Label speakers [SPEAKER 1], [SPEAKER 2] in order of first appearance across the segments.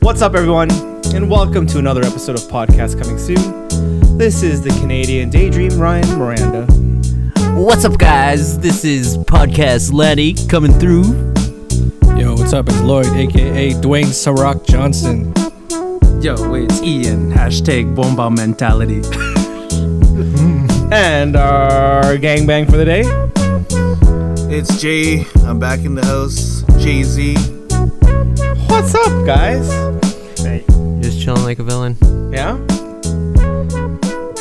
[SPEAKER 1] What's up, everyone, and welcome to another episode of Podcast Coming Soon. This is the Canadian Daydream, Ryan Miranda.
[SPEAKER 2] What's up, guys? This is Podcast Laddie coming through.
[SPEAKER 3] Yo, what's up? It's Lloyd, aka Dwayne Sorock Johnson.
[SPEAKER 4] Yo, it's Ian. Hashtag bomba mentality.
[SPEAKER 1] And our gangbang for the day.
[SPEAKER 5] It's Jay. I'm back in the house. Jay Z.
[SPEAKER 1] What's up, guys?
[SPEAKER 2] Just chilling like a villain.
[SPEAKER 1] Yeah?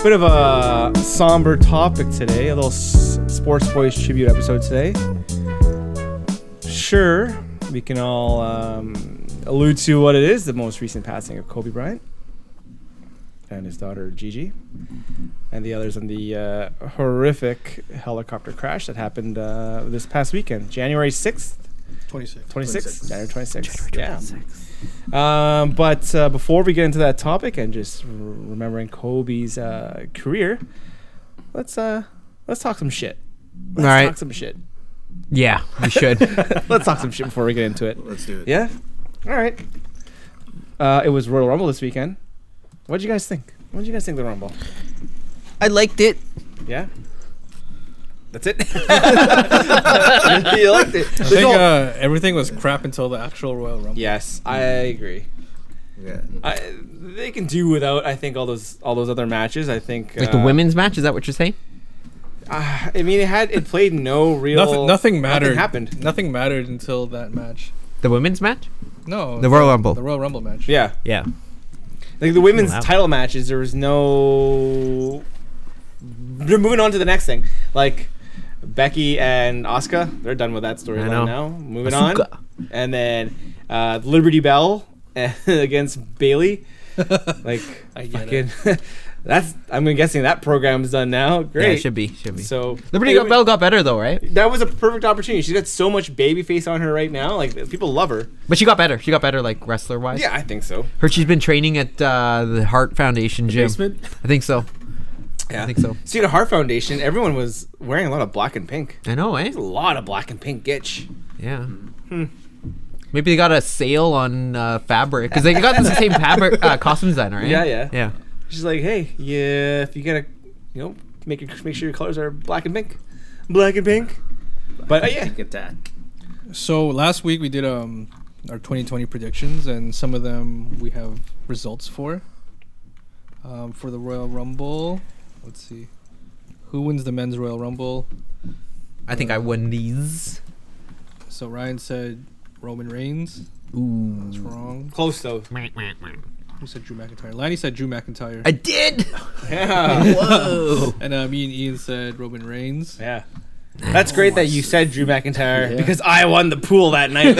[SPEAKER 1] Bit of a somber topic today, a little s- Sports Boys tribute episode today. Sure, we can all um, allude to what it is the most recent passing of Kobe Bryant and his daughter Gigi, and the others in the uh, horrific helicopter crash that happened uh, this past weekend, January 6th.
[SPEAKER 3] 26.
[SPEAKER 1] 26th? January 26th. Yeah. Um, but uh, before we get into that topic and just r- remembering Kobe's uh, career, let's uh, let's talk some shit. Let's
[SPEAKER 2] All right.
[SPEAKER 1] talk some shit.
[SPEAKER 2] Yeah, we should.
[SPEAKER 1] Let's talk some shit before we get into it.
[SPEAKER 5] Let's do it.
[SPEAKER 1] Yeah. All right. Uh, it was Royal Rumble this weekend. What would you guys think? What would you guys think of the Rumble?
[SPEAKER 2] I liked it.
[SPEAKER 1] Yeah. That's it. you liked it.
[SPEAKER 3] I think uh, everything was crap until the actual Royal Rumble.
[SPEAKER 1] yes, I agree.
[SPEAKER 5] Yeah.
[SPEAKER 1] I, they can do without. I think all those all those other matches. I think
[SPEAKER 2] Like the
[SPEAKER 1] uh,
[SPEAKER 2] women's match, is that what you're saying?
[SPEAKER 1] Uh, I mean, it had it played no real.
[SPEAKER 3] Nothing, nothing mattered.
[SPEAKER 1] happened.
[SPEAKER 3] Nothing mattered until that match.
[SPEAKER 2] The women's match?
[SPEAKER 3] No.
[SPEAKER 2] The Royal Rumble.
[SPEAKER 3] The Royal Rumble match.
[SPEAKER 1] Yeah,
[SPEAKER 2] Yeah.
[SPEAKER 1] like the women's
[SPEAKER 2] Wow.
[SPEAKER 1] title matches, there was no. They're moving on to the next thing, like Becky and Oscar. They're done with that
[SPEAKER 2] know.
[SPEAKER 1] storyline now. Moving
[SPEAKER 2] Asuka.
[SPEAKER 1] on, and then uh, Liberty Bell against Bailey. Like
[SPEAKER 3] I get
[SPEAKER 1] fucking, that's I'm guessing that program's done now. Great.
[SPEAKER 2] Yeah, it should be. Should be.
[SPEAKER 1] So
[SPEAKER 2] Liberty
[SPEAKER 1] Anyway,
[SPEAKER 2] Bell got better, though, right?
[SPEAKER 1] That was a perfect opportunity. She's got so much baby face on her right now. Like people love her.
[SPEAKER 2] But she got better. She got better, like, wrestler wise.
[SPEAKER 1] Yeah, I think so.
[SPEAKER 2] Her, she's been training at uh, the Heart Foundation gym.
[SPEAKER 3] Basement?
[SPEAKER 2] I think so.
[SPEAKER 1] Yeah.
[SPEAKER 2] I think so.
[SPEAKER 1] See, the Heart Foundation, everyone was wearing a lot of black and pink.
[SPEAKER 2] I know, eh?
[SPEAKER 1] A lot of black and pink gitch.
[SPEAKER 2] Yeah.
[SPEAKER 1] Hmm.
[SPEAKER 2] Maybe they got a sale on uh, fabric because they got the same fabric uh, costume designer, right?
[SPEAKER 1] Yeah, yeah.
[SPEAKER 2] yeah.
[SPEAKER 1] She's like, hey, yeah, if you gotta, you know, make your, make sure your colors are black and pink, black and pink. But uh, yeah,
[SPEAKER 4] attack.
[SPEAKER 3] So last week we did um our 2020 predictions, and some of them we have results for. Um, for the Royal Rumble, let's see, who wins the men's Royal Rumble?
[SPEAKER 2] I think I won these.
[SPEAKER 3] So Ryan said Roman Reigns.
[SPEAKER 2] Ooh.
[SPEAKER 3] That's wrong.
[SPEAKER 1] close though.
[SPEAKER 3] Who said Drew McIntyre? Lanny said Drew McIntyre.
[SPEAKER 2] I did.
[SPEAKER 1] Yeah,
[SPEAKER 2] Whoa.
[SPEAKER 3] and uh, me and Ian said Roman Reigns.
[SPEAKER 1] yeah. That's great that you said Drew McIntyre
[SPEAKER 3] Yeah.
[SPEAKER 1] because I won the pool that night.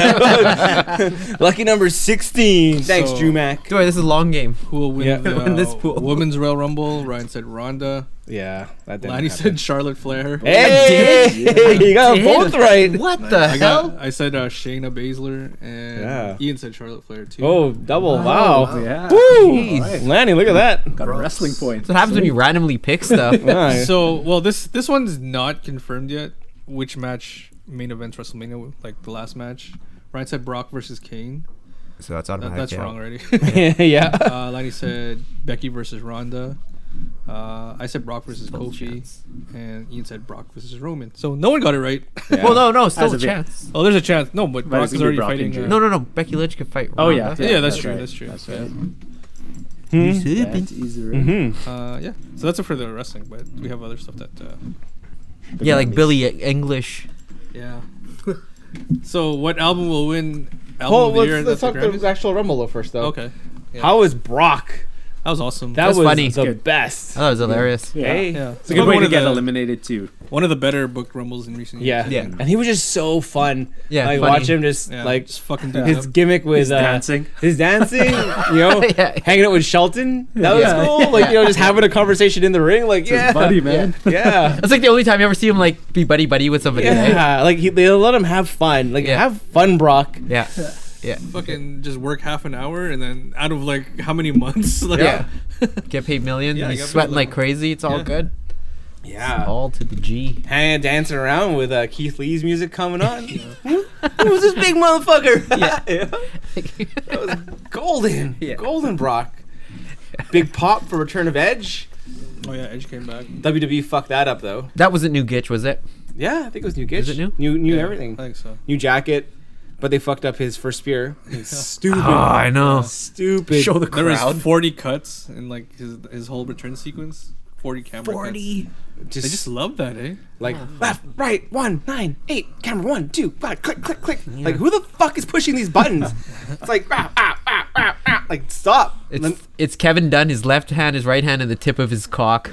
[SPEAKER 1] Lucky number sixteen. Thanks,
[SPEAKER 3] So-
[SPEAKER 1] Drew Mac.
[SPEAKER 2] Boy, this is a long game.
[SPEAKER 3] Who will win
[SPEAKER 1] Yeah.
[SPEAKER 3] the
[SPEAKER 2] Win this pool.
[SPEAKER 3] uh, Women's Royal Rumble? Ryan said Ronda.
[SPEAKER 1] Yeah, that didn't
[SPEAKER 3] Lanny
[SPEAKER 1] happen.
[SPEAKER 3] said Charlotte Flair.
[SPEAKER 1] Hey, you got
[SPEAKER 2] Did.
[SPEAKER 1] both right.
[SPEAKER 2] What the
[SPEAKER 3] I
[SPEAKER 2] hell?
[SPEAKER 3] got. I said uh, Shayna Baszler, and
[SPEAKER 1] Yeah.
[SPEAKER 3] Ian said Charlotte Flair too.
[SPEAKER 1] Oh, double! Wow,
[SPEAKER 6] Yeah.
[SPEAKER 1] Woo!
[SPEAKER 2] Jeez.
[SPEAKER 1] Lanny, look at that.
[SPEAKER 6] Got a wrestling point.
[SPEAKER 2] That's what happens when you randomly pick stuff.
[SPEAKER 1] Nice.
[SPEAKER 3] So well, this this one's not confirmed yet. Which match main events WrestleMania like the last match? Ryan said Brock versus Kane.
[SPEAKER 7] So that's
[SPEAKER 3] That,
[SPEAKER 7] automatic.
[SPEAKER 3] that's
[SPEAKER 7] yeah.
[SPEAKER 3] wrong already.
[SPEAKER 1] yeah.
[SPEAKER 3] uh, Lanny said Becky versus Ronda. Uh, I said Brock versus Kofi, and Ian said Brock versus Roman. So no one got it right.
[SPEAKER 2] Well, no, no, still
[SPEAKER 6] As
[SPEAKER 2] a
[SPEAKER 6] of yet.
[SPEAKER 2] chance.
[SPEAKER 3] oh, there's a chance. No, but Brock
[SPEAKER 6] it's
[SPEAKER 3] is
[SPEAKER 6] gonna
[SPEAKER 3] already
[SPEAKER 6] be Brock and
[SPEAKER 3] fighting.
[SPEAKER 6] Drew.
[SPEAKER 3] uh,
[SPEAKER 2] No, no, no. Becky Lynch could fight.
[SPEAKER 6] Oh yeah,
[SPEAKER 2] Ronda.
[SPEAKER 3] Yeah, that's true,
[SPEAKER 6] right,
[SPEAKER 3] that's true,
[SPEAKER 6] That's
[SPEAKER 3] yeah.
[SPEAKER 6] right.
[SPEAKER 2] You stupid.
[SPEAKER 6] That is right.
[SPEAKER 1] Mm-hmm.
[SPEAKER 3] Uh, yeah. So that's it for the wrestling, but we have other stuff that. Uh,
[SPEAKER 2] Yeah, like Billy E-, English.
[SPEAKER 3] yeah. so what album will win album
[SPEAKER 1] Well,
[SPEAKER 3] of the
[SPEAKER 1] let's,
[SPEAKER 3] year? at
[SPEAKER 1] let's
[SPEAKER 3] the
[SPEAKER 1] talk the,
[SPEAKER 3] Grammys?
[SPEAKER 1] actual Rumble though first, though.
[SPEAKER 3] Okay, Yeah.
[SPEAKER 1] How was Brock?
[SPEAKER 3] that was awesome.
[SPEAKER 1] That
[SPEAKER 2] That's
[SPEAKER 1] was
[SPEAKER 2] funny.
[SPEAKER 1] the
[SPEAKER 6] Good.
[SPEAKER 1] best.
[SPEAKER 2] Oh, that was hilarious.
[SPEAKER 6] Yeah.
[SPEAKER 1] Hey.
[SPEAKER 3] yeah.
[SPEAKER 6] It's a good way
[SPEAKER 3] one
[SPEAKER 6] to
[SPEAKER 3] of
[SPEAKER 6] get
[SPEAKER 3] the,
[SPEAKER 6] eliminated too.
[SPEAKER 3] One of the better booked rumbles in recent years.
[SPEAKER 1] Yeah.
[SPEAKER 2] Yeah.
[SPEAKER 1] and he was just so fun.
[SPEAKER 2] Yeah,
[SPEAKER 1] like
[SPEAKER 2] funny.
[SPEAKER 1] watch him just
[SPEAKER 3] Yeah,
[SPEAKER 1] like
[SPEAKER 3] just fucking do
[SPEAKER 1] his
[SPEAKER 3] that.
[SPEAKER 1] gimmick with uh,
[SPEAKER 6] dancing.
[SPEAKER 1] his dancing, you know,
[SPEAKER 2] Yeah.
[SPEAKER 1] hanging out with Shelton. That was
[SPEAKER 2] Yeah.
[SPEAKER 1] cool. Like you know, just having a conversation in the ring. Like yeah,
[SPEAKER 6] His buddy, man.
[SPEAKER 1] yeah.
[SPEAKER 2] That's like the only time you ever see him like be buddy buddy with somebody. right?
[SPEAKER 1] Yeah, like he, they let him have fun. Like
[SPEAKER 2] Yeah.
[SPEAKER 1] have fun, Brock.
[SPEAKER 2] yeah.
[SPEAKER 3] fucking just work half an hour and then out of like how many months? Like,
[SPEAKER 2] Yeah. Get paid millions.
[SPEAKER 3] Yeah,
[SPEAKER 2] and
[SPEAKER 3] I
[SPEAKER 2] he's
[SPEAKER 3] got paid
[SPEAKER 2] sweating
[SPEAKER 3] like-
[SPEAKER 2] like crazy. It's all
[SPEAKER 3] Yeah.
[SPEAKER 2] good.
[SPEAKER 1] Yeah.
[SPEAKER 2] All to the G.
[SPEAKER 1] Hanging, dancing around with uh, Keith Lee's music coming on. Who's this big motherfucker? Yeah. That was golden.
[SPEAKER 2] Yeah.
[SPEAKER 1] Golden Brock. Big pop for Return of Edge.
[SPEAKER 3] Oh yeah, Edge came back.
[SPEAKER 1] WWE fucked that up though.
[SPEAKER 2] that wasn't new Gitch, was it?
[SPEAKER 1] Yeah, I think it was New Gitch.
[SPEAKER 2] it new?
[SPEAKER 1] New, new
[SPEAKER 3] Yeah,
[SPEAKER 1] everything.
[SPEAKER 3] I think so.
[SPEAKER 1] New jacket. But they fucked up his first spear. It's stupid.
[SPEAKER 2] Ah, know.
[SPEAKER 1] Stupid.
[SPEAKER 2] Show the
[SPEAKER 3] There was
[SPEAKER 2] crowd.
[SPEAKER 3] 40 cuts in like his, his whole return sequence. 40 camera 40.
[SPEAKER 1] just,
[SPEAKER 3] I just love that, eh?
[SPEAKER 1] like left, right, one, nine, eight, camera one, two, five, click, click, click. Like who the fuck is pushing these buttons? it's like ah, ah, ah, ah, ah. like stop.
[SPEAKER 2] It's
[SPEAKER 1] Lem-
[SPEAKER 2] it's Kevin Dunn, his left hand, his right hand, and the tip of his cock.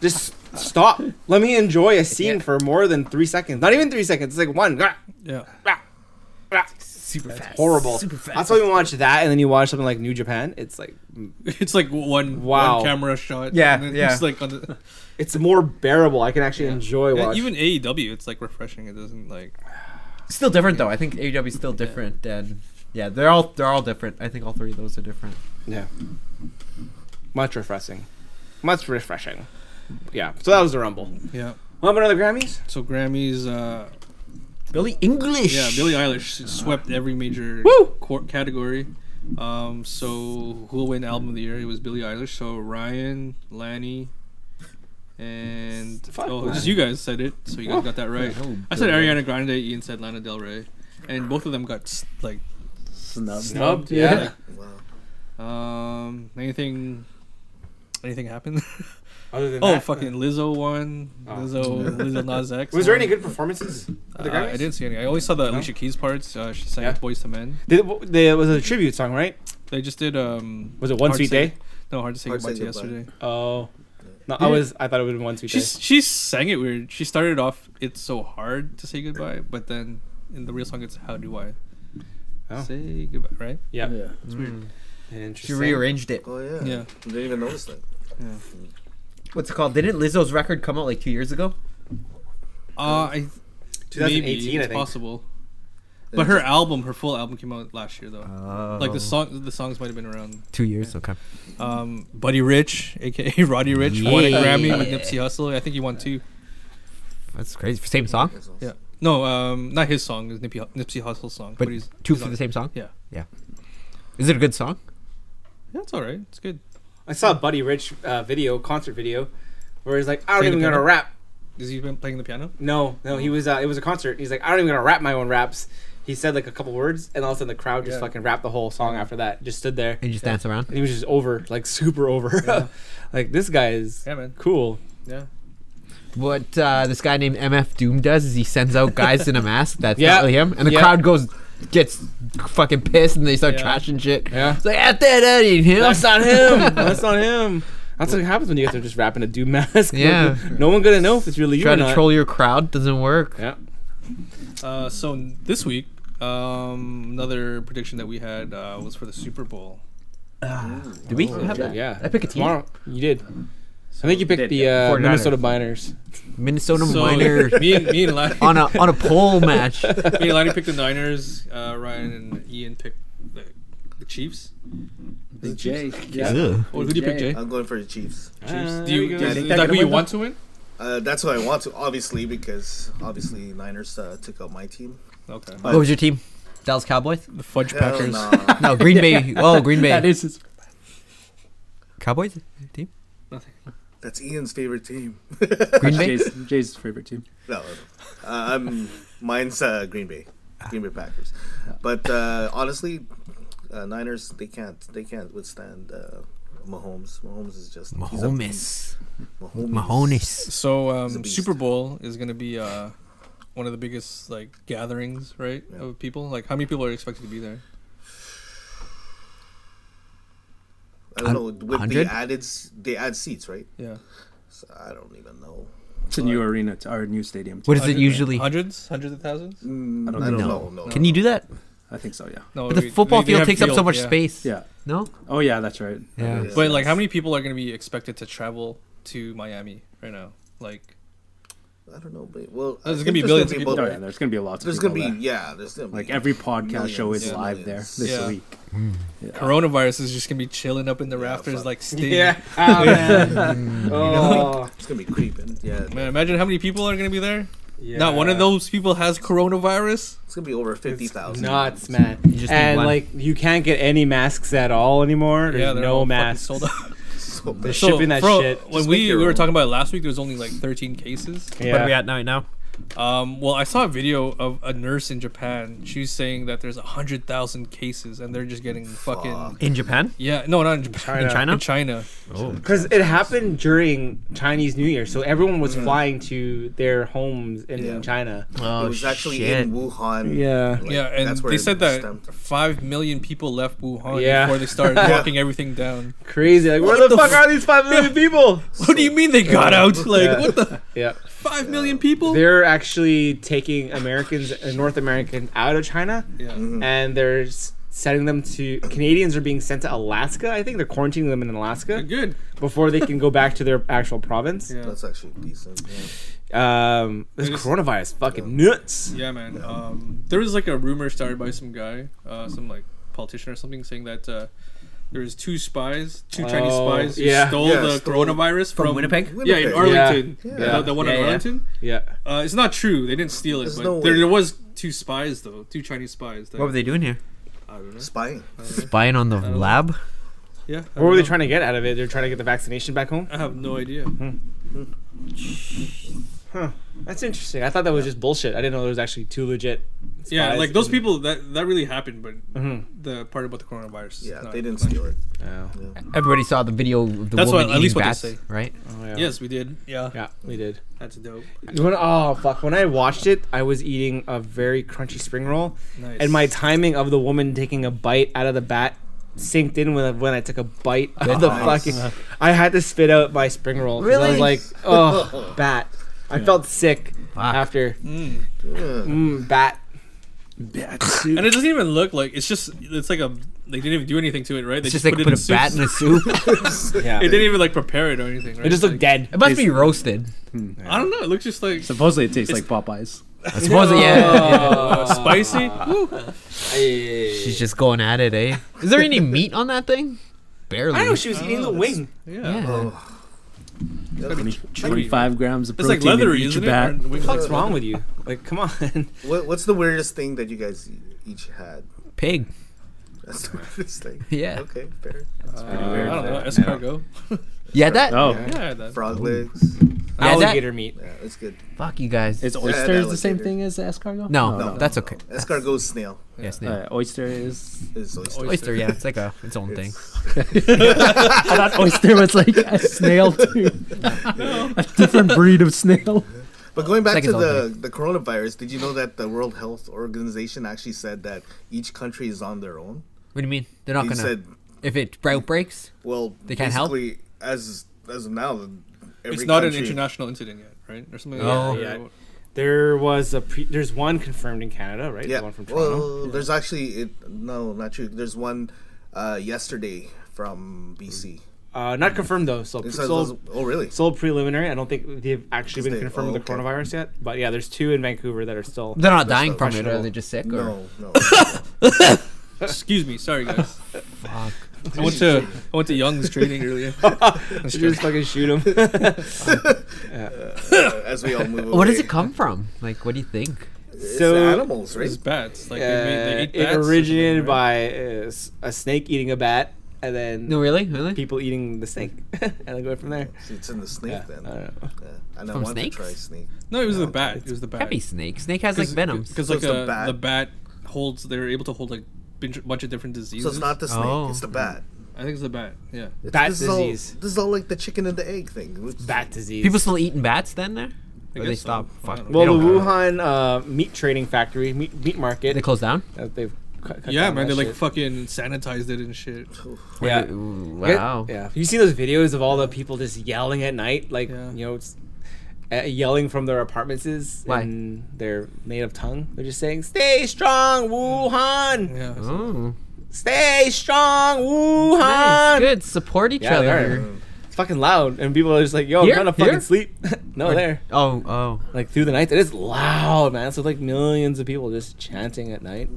[SPEAKER 1] just stop. Let me enjoy a scene for more than three seconds. Not even three seconds. It's like one. ah,
[SPEAKER 3] Yeah.
[SPEAKER 1] ah, ah.
[SPEAKER 2] Super fast.
[SPEAKER 1] Horrible. That's why we watch that, and then you watch something like New Japan. It's like
[SPEAKER 3] It's like one,
[SPEAKER 1] Wow.
[SPEAKER 3] one camera shot.
[SPEAKER 1] Yeah,
[SPEAKER 3] and then
[SPEAKER 1] yeah.
[SPEAKER 3] It's like on the,
[SPEAKER 1] it's more bearable. I can actually enjoy
[SPEAKER 3] Yeah,
[SPEAKER 1] watching.
[SPEAKER 3] even AEW, it's like refreshing. It doesn't like.
[SPEAKER 2] Still different though. I think AEW is still different, and yeah, they're all they're all different. I think all three of those are different.
[SPEAKER 1] Yeah. Much refreshing. Much refreshing. Yeah. So that was the Rumble.
[SPEAKER 3] Yeah.
[SPEAKER 1] Want another Grammys?
[SPEAKER 3] So Grammys, uh,
[SPEAKER 2] Billy English.
[SPEAKER 3] yeah, Billie Eilish swept every major
[SPEAKER 1] Woo!
[SPEAKER 3] cor- category. Um, so who'll win album of the year? It was Billie Eilish. So Ryan, Lanny, and
[SPEAKER 1] Fuck
[SPEAKER 3] oh,
[SPEAKER 1] Lanny.
[SPEAKER 3] just you guys said it. So you guys got that right.
[SPEAKER 2] Oh,
[SPEAKER 3] I said
[SPEAKER 2] Billie
[SPEAKER 3] Ariana Grande. Ian said Lana Del Rey, and both of them got s- like
[SPEAKER 8] Snub.
[SPEAKER 1] Snubbed.
[SPEAKER 2] Yeah.
[SPEAKER 1] Yeah.
[SPEAKER 5] Wow.
[SPEAKER 3] um anything. Anything happened?
[SPEAKER 1] Other than
[SPEAKER 3] oh,
[SPEAKER 1] that,
[SPEAKER 3] fucking Lizzo won.
[SPEAKER 1] Oh.
[SPEAKER 3] Lizzo, Lizzo Nas X.
[SPEAKER 1] Was there
[SPEAKER 3] won.
[SPEAKER 1] any good performances? at the
[SPEAKER 3] Uh, I
[SPEAKER 1] Grammys?
[SPEAKER 3] didn't see any. I always saw the Alicia Keys parts. Uh, she sang
[SPEAKER 1] Yeah.
[SPEAKER 3] "Boys to Men."
[SPEAKER 1] Did, there was a tribute song, right?
[SPEAKER 3] They just did. Um,
[SPEAKER 1] Was it One
[SPEAKER 3] Hard
[SPEAKER 1] Sweet
[SPEAKER 3] to Say-
[SPEAKER 1] Day?
[SPEAKER 3] No, hard to say
[SPEAKER 5] Hard to
[SPEAKER 3] goodbye to
[SPEAKER 5] Say Goodbye.
[SPEAKER 3] yesterday.
[SPEAKER 1] Oh. No, I was. I thought it would have been One Sweet
[SPEAKER 3] She
[SPEAKER 1] Day.
[SPEAKER 3] she sang it weird. She started off "It's so hard to say goodbye," but then in the real song it's "How do I
[SPEAKER 1] Oh.
[SPEAKER 3] say goodbye?" Right?
[SPEAKER 1] Yeah.
[SPEAKER 8] Yeah.
[SPEAKER 2] She
[SPEAKER 1] Interesting.
[SPEAKER 2] rearranged it.
[SPEAKER 5] Oh yeah.
[SPEAKER 3] Yeah.
[SPEAKER 5] Didn't even notice that.
[SPEAKER 2] What's it called? Didn't Lizzo's record come out like two years ago?
[SPEAKER 3] Uh, I
[SPEAKER 1] 2018,
[SPEAKER 3] maybe
[SPEAKER 1] I
[SPEAKER 3] it's
[SPEAKER 1] think.
[SPEAKER 3] possible. But her album, her full album, came out last year though.
[SPEAKER 2] Oh.
[SPEAKER 3] Like the song, the songs might have been around.
[SPEAKER 2] Two years. Okay.
[SPEAKER 3] Um, Buddy Rich, aka Roddy Rich, won a
[SPEAKER 2] Yeah.
[SPEAKER 3] Grammy with Nipsey Hussle. I think he won two.
[SPEAKER 2] That's crazy. Same song,
[SPEAKER 5] That's awesome.
[SPEAKER 3] Yeah. No, um, not his song. It was Nipsey, Nipsey Hussle's song.
[SPEAKER 2] but
[SPEAKER 3] he's,
[SPEAKER 2] two
[SPEAKER 3] he's
[SPEAKER 2] for
[SPEAKER 3] on
[SPEAKER 2] the
[SPEAKER 3] it.
[SPEAKER 2] same song.
[SPEAKER 3] Yeah.
[SPEAKER 2] Yeah. Is it a good song?
[SPEAKER 3] Yeah, it's all right. It's good.
[SPEAKER 1] I saw a Buddy Rich uh, video, concert video, where he's like, "I don't
[SPEAKER 3] Playing
[SPEAKER 1] even
[SPEAKER 3] the
[SPEAKER 1] gonna
[SPEAKER 3] piano?
[SPEAKER 1] rap."
[SPEAKER 3] Is he been playing the piano?
[SPEAKER 1] No, no, he was. Uh, it was a concert. He's like, "I don't even gonna rap my own raps." He said like a couple words, and all of a sudden the crowd just
[SPEAKER 3] Yeah.
[SPEAKER 1] fucking rapped the whole song after that. Just stood there.
[SPEAKER 2] And you just dance around.
[SPEAKER 1] And he was just over, like super over. like this guy is
[SPEAKER 3] Yeah, man.
[SPEAKER 1] cool.
[SPEAKER 3] Yeah.
[SPEAKER 2] What uh, this guy named MF Doom does is he sends out guys in a mask that's
[SPEAKER 1] Yeah.
[SPEAKER 2] not really him, and the
[SPEAKER 1] Yeah.
[SPEAKER 2] crowd goes gets fucking pissed, and they start
[SPEAKER 3] Yeah.
[SPEAKER 2] trashing shit.
[SPEAKER 1] Yeah.
[SPEAKER 2] It's like "Ah, that, that ain't him.
[SPEAKER 1] That's not him. That's not him. That's what happens when you guys are just rapping a doom mask.
[SPEAKER 2] Yeah.
[SPEAKER 1] no one gonna know if it's really you
[SPEAKER 2] Try
[SPEAKER 1] or
[SPEAKER 2] to
[SPEAKER 1] not.
[SPEAKER 2] troll your crowd doesn't work.
[SPEAKER 1] yeah.
[SPEAKER 3] Uh, so n- this week, um, another prediction that we had uh, was for the Super Bowl.
[SPEAKER 2] Do
[SPEAKER 9] Oh,
[SPEAKER 2] we have that?
[SPEAKER 1] Yeah.
[SPEAKER 2] I pick a team.
[SPEAKER 1] Tomorrow. You did. I think you picked
[SPEAKER 8] Did,
[SPEAKER 1] the
[SPEAKER 8] yeah.
[SPEAKER 1] uh,
[SPEAKER 2] 49ers.
[SPEAKER 1] Minnesota Miners.
[SPEAKER 2] Minnesota
[SPEAKER 3] So
[SPEAKER 2] Miners
[SPEAKER 3] me and me and Lanny,
[SPEAKER 2] on a on a pole match.
[SPEAKER 3] me and Lanny picked the Niners. Uh, Ryan and Ian picked the, the Chiefs.
[SPEAKER 8] The J. Yeah.
[SPEAKER 2] Ugh.
[SPEAKER 3] Oh, who do you pick, Jay?
[SPEAKER 8] Jay.
[SPEAKER 5] I'm going for the Chiefs.
[SPEAKER 3] Chiefs.
[SPEAKER 1] Ah,
[SPEAKER 3] do
[SPEAKER 1] there
[SPEAKER 3] you,
[SPEAKER 1] we
[SPEAKER 3] is,
[SPEAKER 1] go.
[SPEAKER 5] Yeah,
[SPEAKER 3] is
[SPEAKER 5] they-
[SPEAKER 3] that who you
[SPEAKER 8] win
[SPEAKER 3] want to win?
[SPEAKER 5] Uh, that's what I want to, obviously, because obviously Niners uh, took out my team.
[SPEAKER 3] Okay.
[SPEAKER 2] What was your team? Dallas Cowboys?
[SPEAKER 3] The Fudge
[SPEAKER 5] Hell
[SPEAKER 3] Packers.
[SPEAKER 5] nah.
[SPEAKER 2] No, Green Bay. Oh, Green Bay.
[SPEAKER 8] That is his.
[SPEAKER 2] Cowboys team.
[SPEAKER 5] That's Ian's favorite team.
[SPEAKER 2] Green Bay.
[SPEAKER 8] Jay's, Jay's favorite team.
[SPEAKER 5] No, no, no. Uh, um, mine's uh, Green Bay, Green Bay Packers. But uh, honestly, uh, Niners they can't they can't withstand uh, Mahomes. Mahomes is just he's a beast.
[SPEAKER 2] Mahomes.
[SPEAKER 5] Mahomes.
[SPEAKER 2] Mahomes.
[SPEAKER 3] So
[SPEAKER 5] a
[SPEAKER 3] um,
[SPEAKER 5] beast.
[SPEAKER 3] Super Bowl is going to be uh, one of the biggest like gatherings, right,
[SPEAKER 5] Yeah.
[SPEAKER 3] of people. Like, how many people are expected to be there?
[SPEAKER 5] I don't know with
[SPEAKER 2] Hundred?
[SPEAKER 5] the added s- they add seats right.
[SPEAKER 3] Yeah,
[SPEAKER 5] So I don't even know.
[SPEAKER 8] It's a new arena. It's our new stadium.
[SPEAKER 2] What is it
[SPEAKER 3] Hundred-
[SPEAKER 2] usually?
[SPEAKER 3] hundreds, hundreds of thousands.
[SPEAKER 5] Mm, I
[SPEAKER 8] don't
[SPEAKER 5] don't,
[SPEAKER 8] know.
[SPEAKER 5] know. No,
[SPEAKER 2] Can you do that?
[SPEAKER 8] I think so. Yeah.
[SPEAKER 3] No,
[SPEAKER 2] But the
[SPEAKER 3] we-
[SPEAKER 2] football
[SPEAKER 3] they- they
[SPEAKER 2] field
[SPEAKER 3] have
[SPEAKER 2] takes up so
[SPEAKER 3] field,
[SPEAKER 2] much
[SPEAKER 3] yeah.
[SPEAKER 2] space.
[SPEAKER 8] Yeah.
[SPEAKER 2] No.
[SPEAKER 8] Oh yeah, that's right.
[SPEAKER 2] Yeah.
[SPEAKER 5] Yeah.
[SPEAKER 3] But like, how many people are going to be expected to travel to Miami right now? Like,
[SPEAKER 5] I don't know. But, well, I
[SPEAKER 3] There's
[SPEAKER 5] think
[SPEAKER 3] gonna be millions of
[SPEAKER 5] people-
[SPEAKER 8] Oh, yeah, there's gonna be a lot. of
[SPEAKER 5] There's
[SPEAKER 8] people
[SPEAKER 5] gonna be
[SPEAKER 8] there.
[SPEAKER 5] yeah. There's gonna be
[SPEAKER 8] like every podcast show is
[SPEAKER 5] Millions,
[SPEAKER 8] live
[SPEAKER 5] millions.
[SPEAKER 8] there this
[SPEAKER 3] Yeah.
[SPEAKER 8] week.
[SPEAKER 3] Coronavirus is just gonna be chilling up in the
[SPEAKER 5] Yeah,
[SPEAKER 3] rafters
[SPEAKER 5] fuck.
[SPEAKER 3] like Sting.
[SPEAKER 1] Yeah. Ah, man. oh.
[SPEAKER 5] it's gonna be creeping. Yeah,
[SPEAKER 3] Man, imagine how many people are gonna be there.
[SPEAKER 1] yeah.
[SPEAKER 3] Not one of those people has coronavirus.
[SPEAKER 5] it's gonna be over fifty
[SPEAKER 1] It's
[SPEAKER 5] thousand.
[SPEAKER 1] nuts, man.
[SPEAKER 9] You just need
[SPEAKER 1] and
[SPEAKER 9] one.
[SPEAKER 1] like, you can't get any masks at all anymore. There's
[SPEAKER 3] yeah, they're
[SPEAKER 1] no
[SPEAKER 3] all fucking
[SPEAKER 1] masks.
[SPEAKER 3] sold out.
[SPEAKER 5] So
[SPEAKER 1] They're
[SPEAKER 5] bad.
[SPEAKER 3] So,
[SPEAKER 1] shipping that
[SPEAKER 3] bro,
[SPEAKER 1] shit.
[SPEAKER 3] When
[SPEAKER 5] Just make
[SPEAKER 3] we,
[SPEAKER 5] your
[SPEAKER 3] we were
[SPEAKER 5] own.
[SPEAKER 3] talking about it last week, there was only like 13 cases.
[SPEAKER 1] Yeah.
[SPEAKER 9] What are we at now? Now
[SPEAKER 3] Um, well, I saw a video of a nurse in Japan. She was saying that there's 100,000 cases and they're just getting fucking.
[SPEAKER 5] Fuck.
[SPEAKER 9] in Japan?
[SPEAKER 3] Yeah, no, not in Japan.
[SPEAKER 9] In China?
[SPEAKER 3] In China.
[SPEAKER 9] Oh,
[SPEAKER 1] Because it happened during Chinese New Year, so everyone was flying to their homes in
[SPEAKER 5] Yeah.
[SPEAKER 1] China.
[SPEAKER 9] oh
[SPEAKER 5] it was actually
[SPEAKER 9] shit.
[SPEAKER 5] in Wuhan.
[SPEAKER 1] Yeah.
[SPEAKER 5] Like,
[SPEAKER 3] yeah, and
[SPEAKER 5] that's where
[SPEAKER 3] they
[SPEAKER 5] it
[SPEAKER 3] said that
[SPEAKER 5] stemmed.
[SPEAKER 3] 5 million people left Wuhan
[SPEAKER 1] Yeah.
[SPEAKER 3] before they started locking everything down.
[SPEAKER 1] Crazy. Like, where
[SPEAKER 3] What
[SPEAKER 1] the,
[SPEAKER 3] the
[SPEAKER 1] fuck
[SPEAKER 3] f-
[SPEAKER 1] are these five million people?
[SPEAKER 3] What do you mean they got out? Like,
[SPEAKER 1] Yeah.
[SPEAKER 3] what the?
[SPEAKER 1] Yeah.
[SPEAKER 3] 5 million people?
[SPEAKER 1] They're actually taking Americans and North Americans out of China
[SPEAKER 3] Yeah.
[SPEAKER 5] Mhm.
[SPEAKER 1] and they're s- sending them to Canadians are being sent to Alaska. I think they're quarantining them in Alaska
[SPEAKER 3] Good.
[SPEAKER 1] before they can go back to their actual province.
[SPEAKER 3] Yeah.
[SPEAKER 5] That's actually decent. Yeah.
[SPEAKER 1] Um, this
[SPEAKER 3] They just-
[SPEAKER 1] coronavirus fucking nuts.
[SPEAKER 3] Yeah, man. Um, there was like a rumor started by some guy, uh, some like politician or something, saying that uh, there was two spies, two Chinese
[SPEAKER 1] Oh,
[SPEAKER 3] spies, who
[SPEAKER 1] yeah.
[SPEAKER 3] stole
[SPEAKER 5] Yeah,
[SPEAKER 3] the
[SPEAKER 5] stole-
[SPEAKER 3] coronavirus from,
[SPEAKER 9] Winnipeg.
[SPEAKER 3] Yeah, in
[SPEAKER 5] Winnipeg.
[SPEAKER 3] Arlington,
[SPEAKER 5] Yeah.
[SPEAKER 3] The-
[SPEAKER 5] Yeah.
[SPEAKER 3] The, one
[SPEAKER 9] Yeah,
[SPEAKER 3] in
[SPEAKER 9] yeah.
[SPEAKER 3] Arlington.
[SPEAKER 1] Yeah.
[SPEAKER 3] Uh, it's not true. They didn't steal it,
[SPEAKER 5] There's
[SPEAKER 3] but
[SPEAKER 5] no
[SPEAKER 3] there,
[SPEAKER 5] way.
[SPEAKER 3] there was two spies though, two Chinese spies. That,
[SPEAKER 9] What were they doing here?
[SPEAKER 3] I don't know.
[SPEAKER 5] Spying.
[SPEAKER 9] Spying on the
[SPEAKER 3] don't know.
[SPEAKER 9] lab.
[SPEAKER 3] Yeah. I
[SPEAKER 1] What were
[SPEAKER 3] don't
[SPEAKER 1] they
[SPEAKER 3] know.
[SPEAKER 1] trying Mm-hmm. to get out of it? They're trying to get the vaccination back home.
[SPEAKER 3] I have no idea.
[SPEAKER 1] That's interesting. I thought that was just bullshit. I didn't know there was actually two legit.
[SPEAKER 3] Yeah,
[SPEAKER 1] spies
[SPEAKER 3] like those
[SPEAKER 1] in-
[SPEAKER 3] people that that really happened, but
[SPEAKER 1] Mhm.
[SPEAKER 3] the part about the coronavirus. is
[SPEAKER 5] Yeah,
[SPEAKER 3] not
[SPEAKER 5] they didn't
[SPEAKER 3] claimed.
[SPEAKER 5] steal it.
[SPEAKER 1] Oh,
[SPEAKER 5] Yeah.
[SPEAKER 9] Everybody saw the video of the
[SPEAKER 3] That's
[SPEAKER 9] woman
[SPEAKER 3] what- at
[SPEAKER 9] eating
[SPEAKER 3] least what they
[SPEAKER 9] bats,
[SPEAKER 3] say.
[SPEAKER 9] right?
[SPEAKER 1] Oh, yeah.
[SPEAKER 3] Yes, we did. Yeah,
[SPEAKER 1] Yeah, we did.
[SPEAKER 3] that's dope.
[SPEAKER 1] When, oh fuck! When I watched it, I was eating a very crunchy spring roll,
[SPEAKER 3] Nice.
[SPEAKER 1] and my timing of the woman taking a bite out of the bat synced in when when I took a bite of the
[SPEAKER 5] Nice.
[SPEAKER 1] fucking. I had to spit out my spring roll. 'cause I was
[SPEAKER 9] Really?
[SPEAKER 1] like, oh, bat. I felt sick
[SPEAKER 9] Fuck.
[SPEAKER 1] after.
[SPEAKER 3] Mm.
[SPEAKER 5] Yeah.
[SPEAKER 1] Mm, bat.
[SPEAKER 3] And it doesn't even look like it's just it's like a they didn't even do anything to it, right? They
[SPEAKER 9] It's just like put, a
[SPEAKER 3] soup.
[SPEAKER 9] bat in a soup.
[SPEAKER 1] Yeah.
[SPEAKER 3] It didn't even like prepare it or anything, right?
[SPEAKER 1] It just looked
[SPEAKER 3] Like,
[SPEAKER 1] dead.
[SPEAKER 9] it must be roasted.
[SPEAKER 3] I don't know. It looks just like
[SPEAKER 8] Supposedly, it tastes like Popeyes.
[SPEAKER 9] I suppose. Yeah.
[SPEAKER 3] uh, spicy. Woo.
[SPEAKER 9] She's just going at it, eh? Is there any meat on that thing? Barely.
[SPEAKER 1] I know she was eating the wing.
[SPEAKER 3] Yeah.
[SPEAKER 9] Yeah.
[SPEAKER 8] Twenty-five grams of
[SPEAKER 3] It's
[SPEAKER 8] protein
[SPEAKER 3] like leathery,
[SPEAKER 8] in each
[SPEAKER 3] isn't
[SPEAKER 8] bat.
[SPEAKER 3] it? Or wings
[SPEAKER 1] What the
[SPEAKER 3] like-
[SPEAKER 1] fuck's wrong with you? Like, come on.
[SPEAKER 5] What, what's the weirdest thing that you guys e-, each had?
[SPEAKER 9] Pig.
[SPEAKER 5] That's the weirdest thing.
[SPEAKER 9] Yeah.
[SPEAKER 5] Okay, fair.
[SPEAKER 3] Uh,
[SPEAKER 8] weird.
[SPEAKER 3] I don't know.
[SPEAKER 8] Yeah.
[SPEAKER 3] Escargot.
[SPEAKER 9] Yeah. That.
[SPEAKER 8] Oh,
[SPEAKER 5] Yeah.
[SPEAKER 3] Yeah, I had that.
[SPEAKER 5] Frog legs.
[SPEAKER 9] Yeah, that-
[SPEAKER 1] Alligator meat.
[SPEAKER 5] Yeah, it's good.
[SPEAKER 9] Fuck you guys.
[SPEAKER 8] is
[SPEAKER 5] Yeah,
[SPEAKER 8] oysters the same
[SPEAKER 5] alligator.
[SPEAKER 8] thing as escargot?
[SPEAKER 9] no,
[SPEAKER 5] No,
[SPEAKER 9] that's okay.
[SPEAKER 5] Escargot snail
[SPEAKER 9] Yes,
[SPEAKER 8] All
[SPEAKER 9] no.
[SPEAKER 8] right, oyster is.
[SPEAKER 5] is oyster.
[SPEAKER 9] Oyster, yeah, it's like a its own thing.
[SPEAKER 8] I thought oyster was like a snail too. a different breed of snail.
[SPEAKER 5] But going back
[SPEAKER 9] Like
[SPEAKER 5] to
[SPEAKER 9] it's
[SPEAKER 5] the, the coronavirus, did you know that the World Health Organization actually said that each country is on their own?
[SPEAKER 9] What do you mean? They're not
[SPEAKER 5] They
[SPEAKER 9] gonna.
[SPEAKER 5] said,
[SPEAKER 9] if it outbreaks,
[SPEAKER 5] well,
[SPEAKER 9] They can't help?
[SPEAKER 5] basically, as as of now, every
[SPEAKER 3] It's not an
[SPEAKER 5] country-
[SPEAKER 3] international incident yet, right? Or something.
[SPEAKER 9] Oh.
[SPEAKER 3] like that.
[SPEAKER 1] Yeah. There was a pre- there's one confirmed in Canada, right?
[SPEAKER 5] Yeah.
[SPEAKER 1] The one from Toronto.
[SPEAKER 5] well, there's actually it, no, not true. There's one uh, yesterday from BC.
[SPEAKER 1] Uh, not confirmed though. So
[SPEAKER 5] It says those-
[SPEAKER 1] sold,
[SPEAKER 5] oh, really?
[SPEAKER 1] sold preliminary. I don't think they've actually been
[SPEAKER 5] They-
[SPEAKER 1] confirmed
[SPEAKER 5] oh,
[SPEAKER 1] with the
[SPEAKER 5] okay.
[SPEAKER 1] coronavirus yet. But yeah, there's two in Vancouver that are still.
[SPEAKER 9] they're not dying
[SPEAKER 5] not
[SPEAKER 9] from it. Are
[SPEAKER 1] questionable.
[SPEAKER 9] they just sick? Or?
[SPEAKER 5] No, no.
[SPEAKER 3] Excuse me. Sorry, guys.
[SPEAKER 9] Fuck.
[SPEAKER 3] I went to I went to Young's training earlier.
[SPEAKER 1] Should just fucking shoot them.
[SPEAKER 5] Uh, as we all move away.
[SPEAKER 9] What does it come from? Like, what do you think?
[SPEAKER 5] It's
[SPEAKER 1] So-
[SPEAKER 5] animals, right?
[SPEAKER 3] It's bats. Like they, made, they
[SPEAKER 1] Uh,
[SPEAKER 3] ate
[SPEAKER 1] it
[SPEAKER 3] bats. or
[SPEAKER 1] originated
[SPEAKER 3] something,
[SPEAKER 1] by
[SPEAKER 3] right?
[SPEAKER 1] uh, s- a snake eating a bat, and then
[SPEAKER 9] No, really, really.
[SPEAKER 1] people eating the snake, and then go from there.
[SPEAKER 5] It's in the snake
[SPEAKER 1] Yeah, Uh,
[SPEAKER 5] then.
[SPEAKER 1] I
[SPEAKER 5] Yeah.
[SPEAKER 1] don't know.
[SPEAKER 5] And I
[SPEAKER 9] From
[SPEAKER 5] want
[SPEAKER 9] snakes?
[SPEAKER 5] to try snake.
[SPEAKER 3] No, it was the bat. It was the bat.
[SPEAKER 9] Can't be snake. Snake has like venoms.
[SPEAKER 3] Because
[SPEAKER 5] So
[SPEAKER 3] like
[SPEAKER 5] it's the
[SPEAKER 3] a,
[SPEAKER 5] bat.
[SPEAKER 3] the bat holds, they're able to hold like bin- bunch of different diseases.
[SPEAKER 5] So it's not the snake,
[SPEAKER 9] Oh.
[SPEAKER 5] it's the bat.
[SPEAKER 3] I think it's the bat. Yeah.
[SPEAKER 5] It's,
[SPEAKER 1] Bat
[SPEAKER 5] this Is
[SPEAKER 1] disease.
[SPEAKER 5] all, this is all like the chicken and the egg thing. which-
[SPEAKER 1] Bat disease.
[SPEAKER 9] People still eating bats then there?
[SPEAKER 3] I
[SPEAKER 9] Or they
[SPEAKER 3] guess so.
[SPEAKER 9] stop?
[SPEAKER 3] I
[SPEAKER 9] Fuck.
[SPEAKER 3] don't know.
[SPEAKER 1] Well,
[SPEAKER 9] they,
[SPEAKER 1] the
[SPEAKER 9] don't-
[SPEAKER 1] Wuhan uh, meat trading factory, meat, meat market,
[SPEAKER 9] they close down.
[SPEAKER 1] uh, they've cut, cut
[SPEAKER 3] Yeah,
[SPEAKER 1] down
[SPEAKER 3] man, they
[SPEAKER 1] that
[SPEAKER 3] like
[SPEAKER 1] shit.
[SPEAKER 3] fucking sanitized it and shit.
[SPEAKER 1] Yeah.
[SPEAKER 9] Ooh,
[SPEAKER 1] Yeah,
[SPEAKER 9] wow.
[SPEAKER 1] Uh, Yeah. You see those videos of all the people just yelling at night, like
[SPEAKER 3] Yeah.
[SPEAKER 1] you know, it's, uh, yelling from their apartments
[SPEAKER 9] Why?
[SPEAKER 1] in their native tongue. They're just saying, "Stay strong, Wuhan.
[SPEAKER 3] Yeah.
[SPEAKER 9] Oh,
[SPEAKER 1] Stay strong, Wuhan."
[SPEAKER 9] nice. Good. Support each
[SPEAKER 1] Yeah, they
[SPEAKER 9] other.
[SPEAKER 1] are. It's fucking loud, and people are just like, "Yo,
[SPEAKER 2] Here?
[SPEAKER 1] I'm trying to fucking
[SPEAKER 2] Here?
[SPEAKER 1] sleep." no,
[SPEAKER 2] Or-
[SPEAKER 1] there.
[SPEAKER 2] Oh, oh.
[SPEAKER 1] Like through the night, it is loud, man. So like millions of people just chanting at night.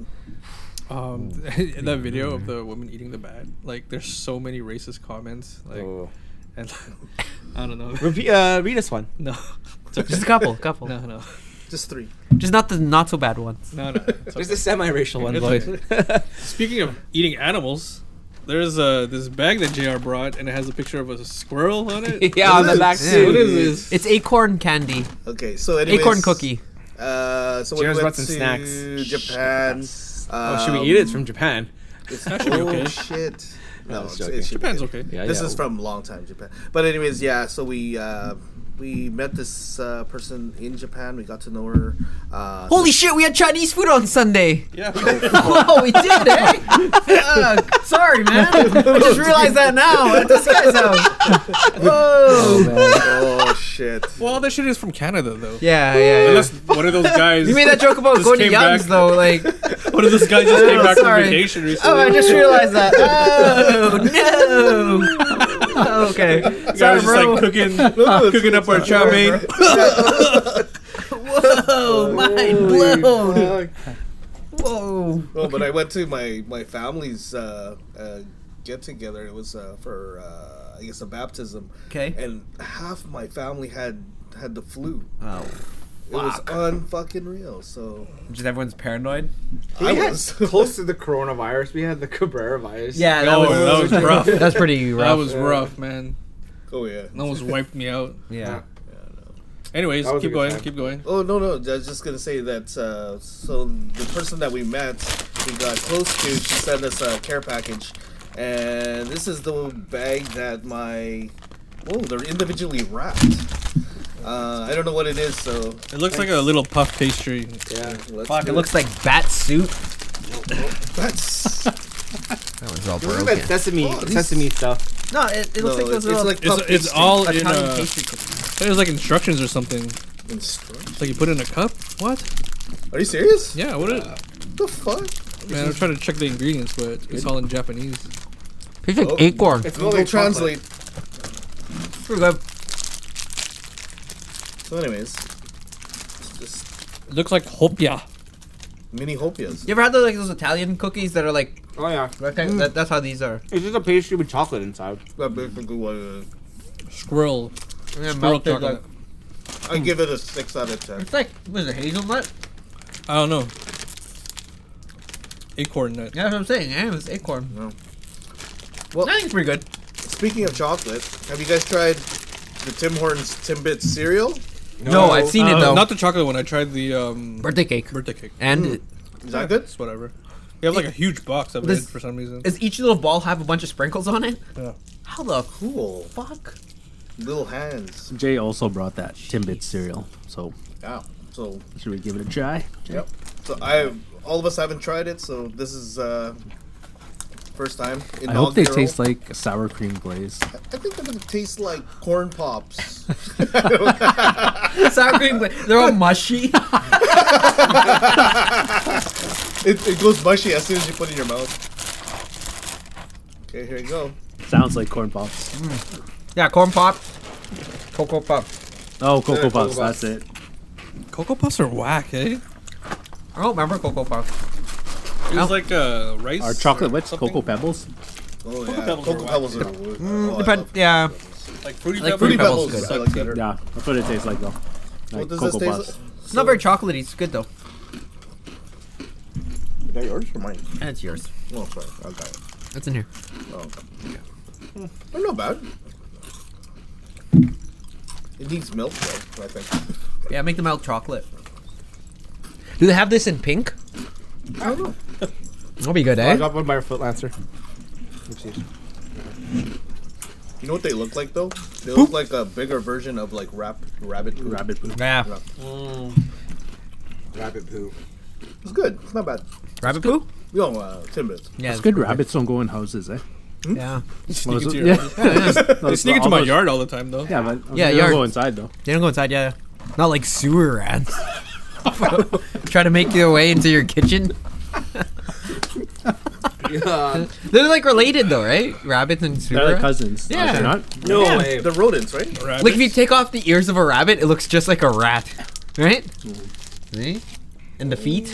[SPEAKER 3] Um, that video of the woman eating the bat. Like, there's so many racist comments. Like,
[SPEAKER 1] Oh.
[SPEAKER 3] and I don't know.
[SPEAKER 1] Repeat, uh, read us one.
[SPEAKER 3] No,
[SPEAKER 2] Just a couple, couple.
[SPEAKER 3] no, no,
[SPEAKER 5] Just three.
[SPEAKER 2] Just not the not so bad ones.
[SPEAKER 3] no, no. it's
[SPEAKER 1] Just
[SPEAKER 3] okay.
[SPEAKER 1] a semi-racial one, Lloyd.
[SPEAKER 3] Speaking of eating animals, there's uh, this bag that Jr. brought, and it has a picture of a squirrel on it.
[SPEAKER 2] yeah, on the back
[SPEAKER 5] What
[SPEAKER 2] too.
[SPEAKER 3] What is this?
[SPEAKER 2] It's acorn candy,
[SPEAKER 5] Okay, so anyways,
[SPEAKER 2] acorn cookie.
[SPEAKER 5] Uh, so when
[SPEAKER 1] Jared's
[SPEAKER 5] we
[SPEAKER 1] brought
[SPEAKER 5] went
[SPEAKER 1] some
[SPEAKER 5] to
[SPEAKER 1] snacks.
[SPEAKER 5] Japan. Um,
[SPEAKER 1] oh, should we eat it? It's from Japan.
[SPEAKER 5] It's,
[SPEAKER 3] That should be
[SPEAKER 5] oh
[SPEAKER 3] okay.
[SPEAKER 5] shit! No,
[SPEAKER 1] was joking.
[SPEAKER 5] it's, it should be
[SPEAKER 3] Japan's
[SPEAKER 5] good.
[SPEAKER 3] okay.
[SPEAKER 1] Yeah,
[SPEAKER 5] This
[SPEAKER 1] yeah.
[SPEAKER 5] is from a long time Japan. But anyways, yeah. So we uh, we met this uh, person in Japan. We got to know her. Uh,
[SPEAKER 2] Holy shit, we had Chinese food on Sunday.
[SPEAKER 3] Yeah.
[SPEAKER 2] Wow, we did, eh? Fuck. Sorry, man. I just realized that now at this guy's house. Whoa.
[SPEAKER 5] oh shit!
[SPEAKER 3] Well, all that shit is from Canada, though.
[SPEAKER 2] Yeah, yeah, yeah.
[SPEAKER 3] Unless one of those guys.
[SPEAKER 2] You made that joke about
[SPEAKER 3] Just
[SPEAKER 2] going to
[SPEAKER 3] came back.
[SPEAKER 2] Young's, though. Like,
[SPEAKER 3] One of those guys just came back
[SPEAKER 2] Sorry.
[SPEAKER 3] from vacation recently.
[SPEAKER 2] oh, I just realized that. Oh, no. okay.
[SPEAKER 3] Guys
[SPEAKER 2] Sorry,
[SPEAKER 3] just
[SPEAKER 2] bro.
[SPEAKER 3] like cooking, cooking up our chow mein.
[SPEAKER 5] uh,
[SPEAKER 2] Whoa, Oh, mind blown. Whoa.
[SPEAKER 5] Well, but I went to my my family's uh, uh, get together. It was uh, for uh, I guess a baptism.
[SPEAKER 2] Okay.
[SPEAKER 5] And half my family had had the flu.
[SPEAKER 2] Oh.
[SPEAKER 5] It was unfucking real. So
[SPEAKER 2] Just everyone's paranoid.
[SPEAKER 5] I
[SPEAKER 1] We had
[SPEAKER 5] was
[SPEAKER 1] close to the coronavirus. We had the Cabrera virus.
[SPEAKER 2] Yeah, that
[SPEAKER 3] Oh,
[SPEAKER 2] was
[SPEAKER 3] that was rough.
[SPEAKER 2] That's pretty rough.
[SPEAKER 3] That was rough, man.
[SPEAKER 5] Oh yeah.
[SPEAKER 3] No one's wiped me out.
[SPEAKER 2] yeah.
[SPEAKER 3] Anyways,
[SPEAKER 1] That was a
[SPEAKER 3] keep
[SPEAKER 1] good
[SPEAKER 3] going,
[SPEAKER 1] time.
[SPEAKER 3] keep going.
[SPEAKER 5] Oh no no! I was just gonna say that. Uh, so the person that we met, we got close to, she sent us a care package, and this is the bag that my. Oh, they're individually wrapped. Uh, I don't know what it is, so.
[SPEAKER 3] It looks like a little puff pastry.
[SPEAKER 1] Yeah.
[SPEAKER 5] Let's
[SPEAKER 2] Fuck,
[SPEAKER 5] do
[SPEAKER 2] it looks like bat soup.
[SPEAKER 5] That's.
[SPEAKER 2] That one's all
[SPEAKER 1] Look at that sesame,
[SPEAKER 5] Oh, these-
[SPEAKER 1] sesame stuff.
[SPEAKER 2] No, it, it
[SPEAKER 5] no,
[SPEAKER 2] looks like
[SPEAKER 5] it's, it's
[SPEAKER 2] those little
[SPEAKER 5] like
[SPEAKER 3] It's,
[SPEAKER 5] puff
[SPEAKER 3] it's
[SPEAKER 5] pastry.
[SPEAKER 3] all in
[SPEAKER 2] Italian
[SPEAKER 3] a.
[SPEAKER 2] pastry cookies.
[SPEAKER 3] There's like instructions or something.
[SPEAKER 5] Instruct-
[SPEAKER 3] It's like you put it in a cup. What?
[SPEAKER 5] Are you serious?
[SPEAKER 3] Yeah. What? Is,
[SPEAKER 5] The fuck?
[SPEAKER 3] man, I'm trying to check the ingredients, but it's all in Japanese.
[SPEAKER 2] Tastes like
[SPEAKER 5] Oh.
[SPEAKER 2] acorn.
[SPEAKER 1] It's
[SPEAKER 5] Google Translate.
[SPEAKER 2] pretty good.
[SPEAKER 5] So, anyways, it's just
[SPEAKER 3] It looks like hopia.
[SPEAKER 5] mini hopias.
[SPEAKER 2] You ever had those, like those Italian cookies that are like
[SPEAKER 1] Oh yeah,
[SPEAKER 2] rectangle? That, that's how these are.
[SPEAKER 1] it's just a pastry with chocolate inside.
[SPEAKER 3] Squirrel.
[SPEAKER 2] Yeah,
[SPEAKER 3] Squirrel
[SPEAKER 2] melted,
[SPEAKER 3] chocolate.
[SPEAKER 2] like-
[SPEAKER 8] Hmm.
[SPEAKER 5] I give it a six out of ten.
[SPEAKER 2] It's like was it hazelnut?
[SPEAKER 3] I don't know. Acorn nut.
[SPEAKER 2] Yeah, that's what I'm saying. Yeah, it was acorn.
[SPEAKER 5] Yeah.
[SPEAKER 2] Well,
[SPEAKER 5] Well-
[SPEAKER 2] I think it's pretty good.
[SPEAKER 5] Speaking of chocolate, have you guys tried the Tim Hortons Timbits cereal?
[SPEAKER 2] No, I've seen
[SPEAKER 3] Uh,
[SPEAKER 2] it though.
[SPEAKER 3] Not the chocolate one. I tried the um,
[SPEAKER 2] birthday cake.
[SPEAKER 3] birthday cake.
[SPEAKER 2] And
[SPEAKER 5] Is that good?
[SPEAKER 3] It's whatever. They have like a huge box of it
[SPEAKER 2] This-
[SPEAKER 3] for some reason.
[SPEAKER 2] does each little ball have a bunch of sprinkles on it?
[SPEAKER 3] Yeah.
[SPEAKER 2] How the
[SPEAKER 5] Cool.
[SPEAKER 2] fuck?
[SPEAKER 5] Little hands.
[SPEAKER 8] Jay also brought that Timbit cereal, so
[SPEAKER 5] Yeah. So,
[SPEAKER 8] should we give it a try?
[SPEAKER 5] yep. So I, all of us haven't tried it. So this is uh, first time.
[SPEAKER 8] I hope they
[SPEAKER 5] inaugural.
[SPEAKER 8] taste like sour cream glaze.
[SPEAKER 5] I think they're gonna taste like corn pops.
[SPEAKER 2] Sour cream. gla- They're all mushy.
[SPEAKER 5] it, it goes mushy as soon as you put it in your mouth. Okay, here you go.
[SPEAKER 8] Sounds like corn pops.
[SPEAKER 2] yeah, corn pop, cocoa pop.
[SPEAKER 8] Oh,
[SPEAKER 5] Cocoa
[SPEAKER 8] cocoa pops.
[SPEAKER 5] Puffs.
[SPEAKER 8] That's it.
[SPEAKER 3] Cocoa puffs are whack, eh?
[SPEAKER 2] I don't remember cocoa pop.
[SPEAKER 3] It
[SPEAKER 2] No.
[SPEAKER 3] was like uh, rice.
[SPEAKER 8] Are chocolate
[SPEAKER 3] or
[SPEAKER 8] what's
[SPEAKER 3] something.
[SPEAKER 8] cocoa pebbles?
[SPEAKER 5] Oh yeah,
[SPEAKER 3] Pebbles are
[SPEAKER 5] cocoa
[SPEAKER 3] whack.
[SPEAKER 5] pebbles are.
[SPEAKER 8] Hmm.
[SPEAKER 5] oh, I
[SPEAKER 2] Depend-
[SPEAKER 5] love
[SPEAKER 2] yeah.
[SPEAKER 3] Like
[SPEAKER 2] Like Fruity
[SPEAKER 3] fruity pebbles.
[SPEAKER 5] Fruity
[SPEAKER 2] Pebbles
[SPEAKER 5] pebbles.
[SPEAKER 2] is
[SPEAKER 5] I
[SPEAKER 2] good.
[SPEAKER 5] like that.
[SPEAKER 8] Yeah, that's what it tastes like though. Like
[SPEAKER 5] What does
[SPEAKER 8] cocoa
[SPEAKER 5] this taste
[SPEAKER 8] puffs.
[SPEAKER 5] like?
[SPEAKER 2] It's not very chocolatey. It's good though.
[SPEAKER 5] Is that yours or mine?
[SPEAKER 2] That's yours.
[SPEAKER 5] Oh, sorry. I got it.
[SPEAKER 2] That's in here.
[SPEAKER 5] Oh, okay. Hmm, not bad. It needs milk, though, I think.
[SPEAKER 2] Yeah, make the milk chocolate. Do they have this in pink?
[SPEAKER 5] I don't know.
[SPEAKER 2] That'll be good,
[SPEAKER 1] I
[SPEAKER 2] eh?
[SPEAKER 1] got one by a foot lancer. Oopsies.
[SPEAKER 5] You know what they look like, though? They look like a bigger version of, like, rap, rabbit poop.
[SPEAKER 8] Rabbit poop.
[SPEAKER 2] Yeah.
[SPEAKER 1] Rabbit poo.
[SPEAKER 5] It's good. It's not bad.
[SPEAKER 2] Rabbit poo?
[SPEAKER 5] You know, uh, Timbits.
[SPEAKER 2] Yeah.
[SPEAKER 8] It's good rabbits don't go in houses, eh?
[SPEAKER 2] Yeah.
[SPEAKER 8] What was
[SPEAKER 3] into
[SPEAKER 8] it?
[SPEAKER 3] your
[SPEAKER 8] Yeah.
[SPEAKER 3] They sneak into my yard all the time, though.
[SPEAKER 8] Yeah, but
[SPEAKER 2] Yeah,
[SPEAKER 8] yeah, you
[SPEAKER 2] yard.
[SPEAKER 8] go inside though.
[SPEAKER 2] They don't go inside, yeah. Not like sewer rats. Try to make your way into your kitchen. God. They're like related though, right? Rabbits and
[SPEAKER 8] They're
[SPEAKER 2] super.
[SPEAKER 8] like cousins.
[SPEAKER 2] Yeah.
[SPEAKER 8] They're not.
[SPEAKER 5] No,
[SPEAKER 2] Yeah.
[SPEAKER 5] way. the rodents, right?
[SPEAKER 2] Like if you take off the ears of a rabbit, it looks just like a rat, right? See? And the feet.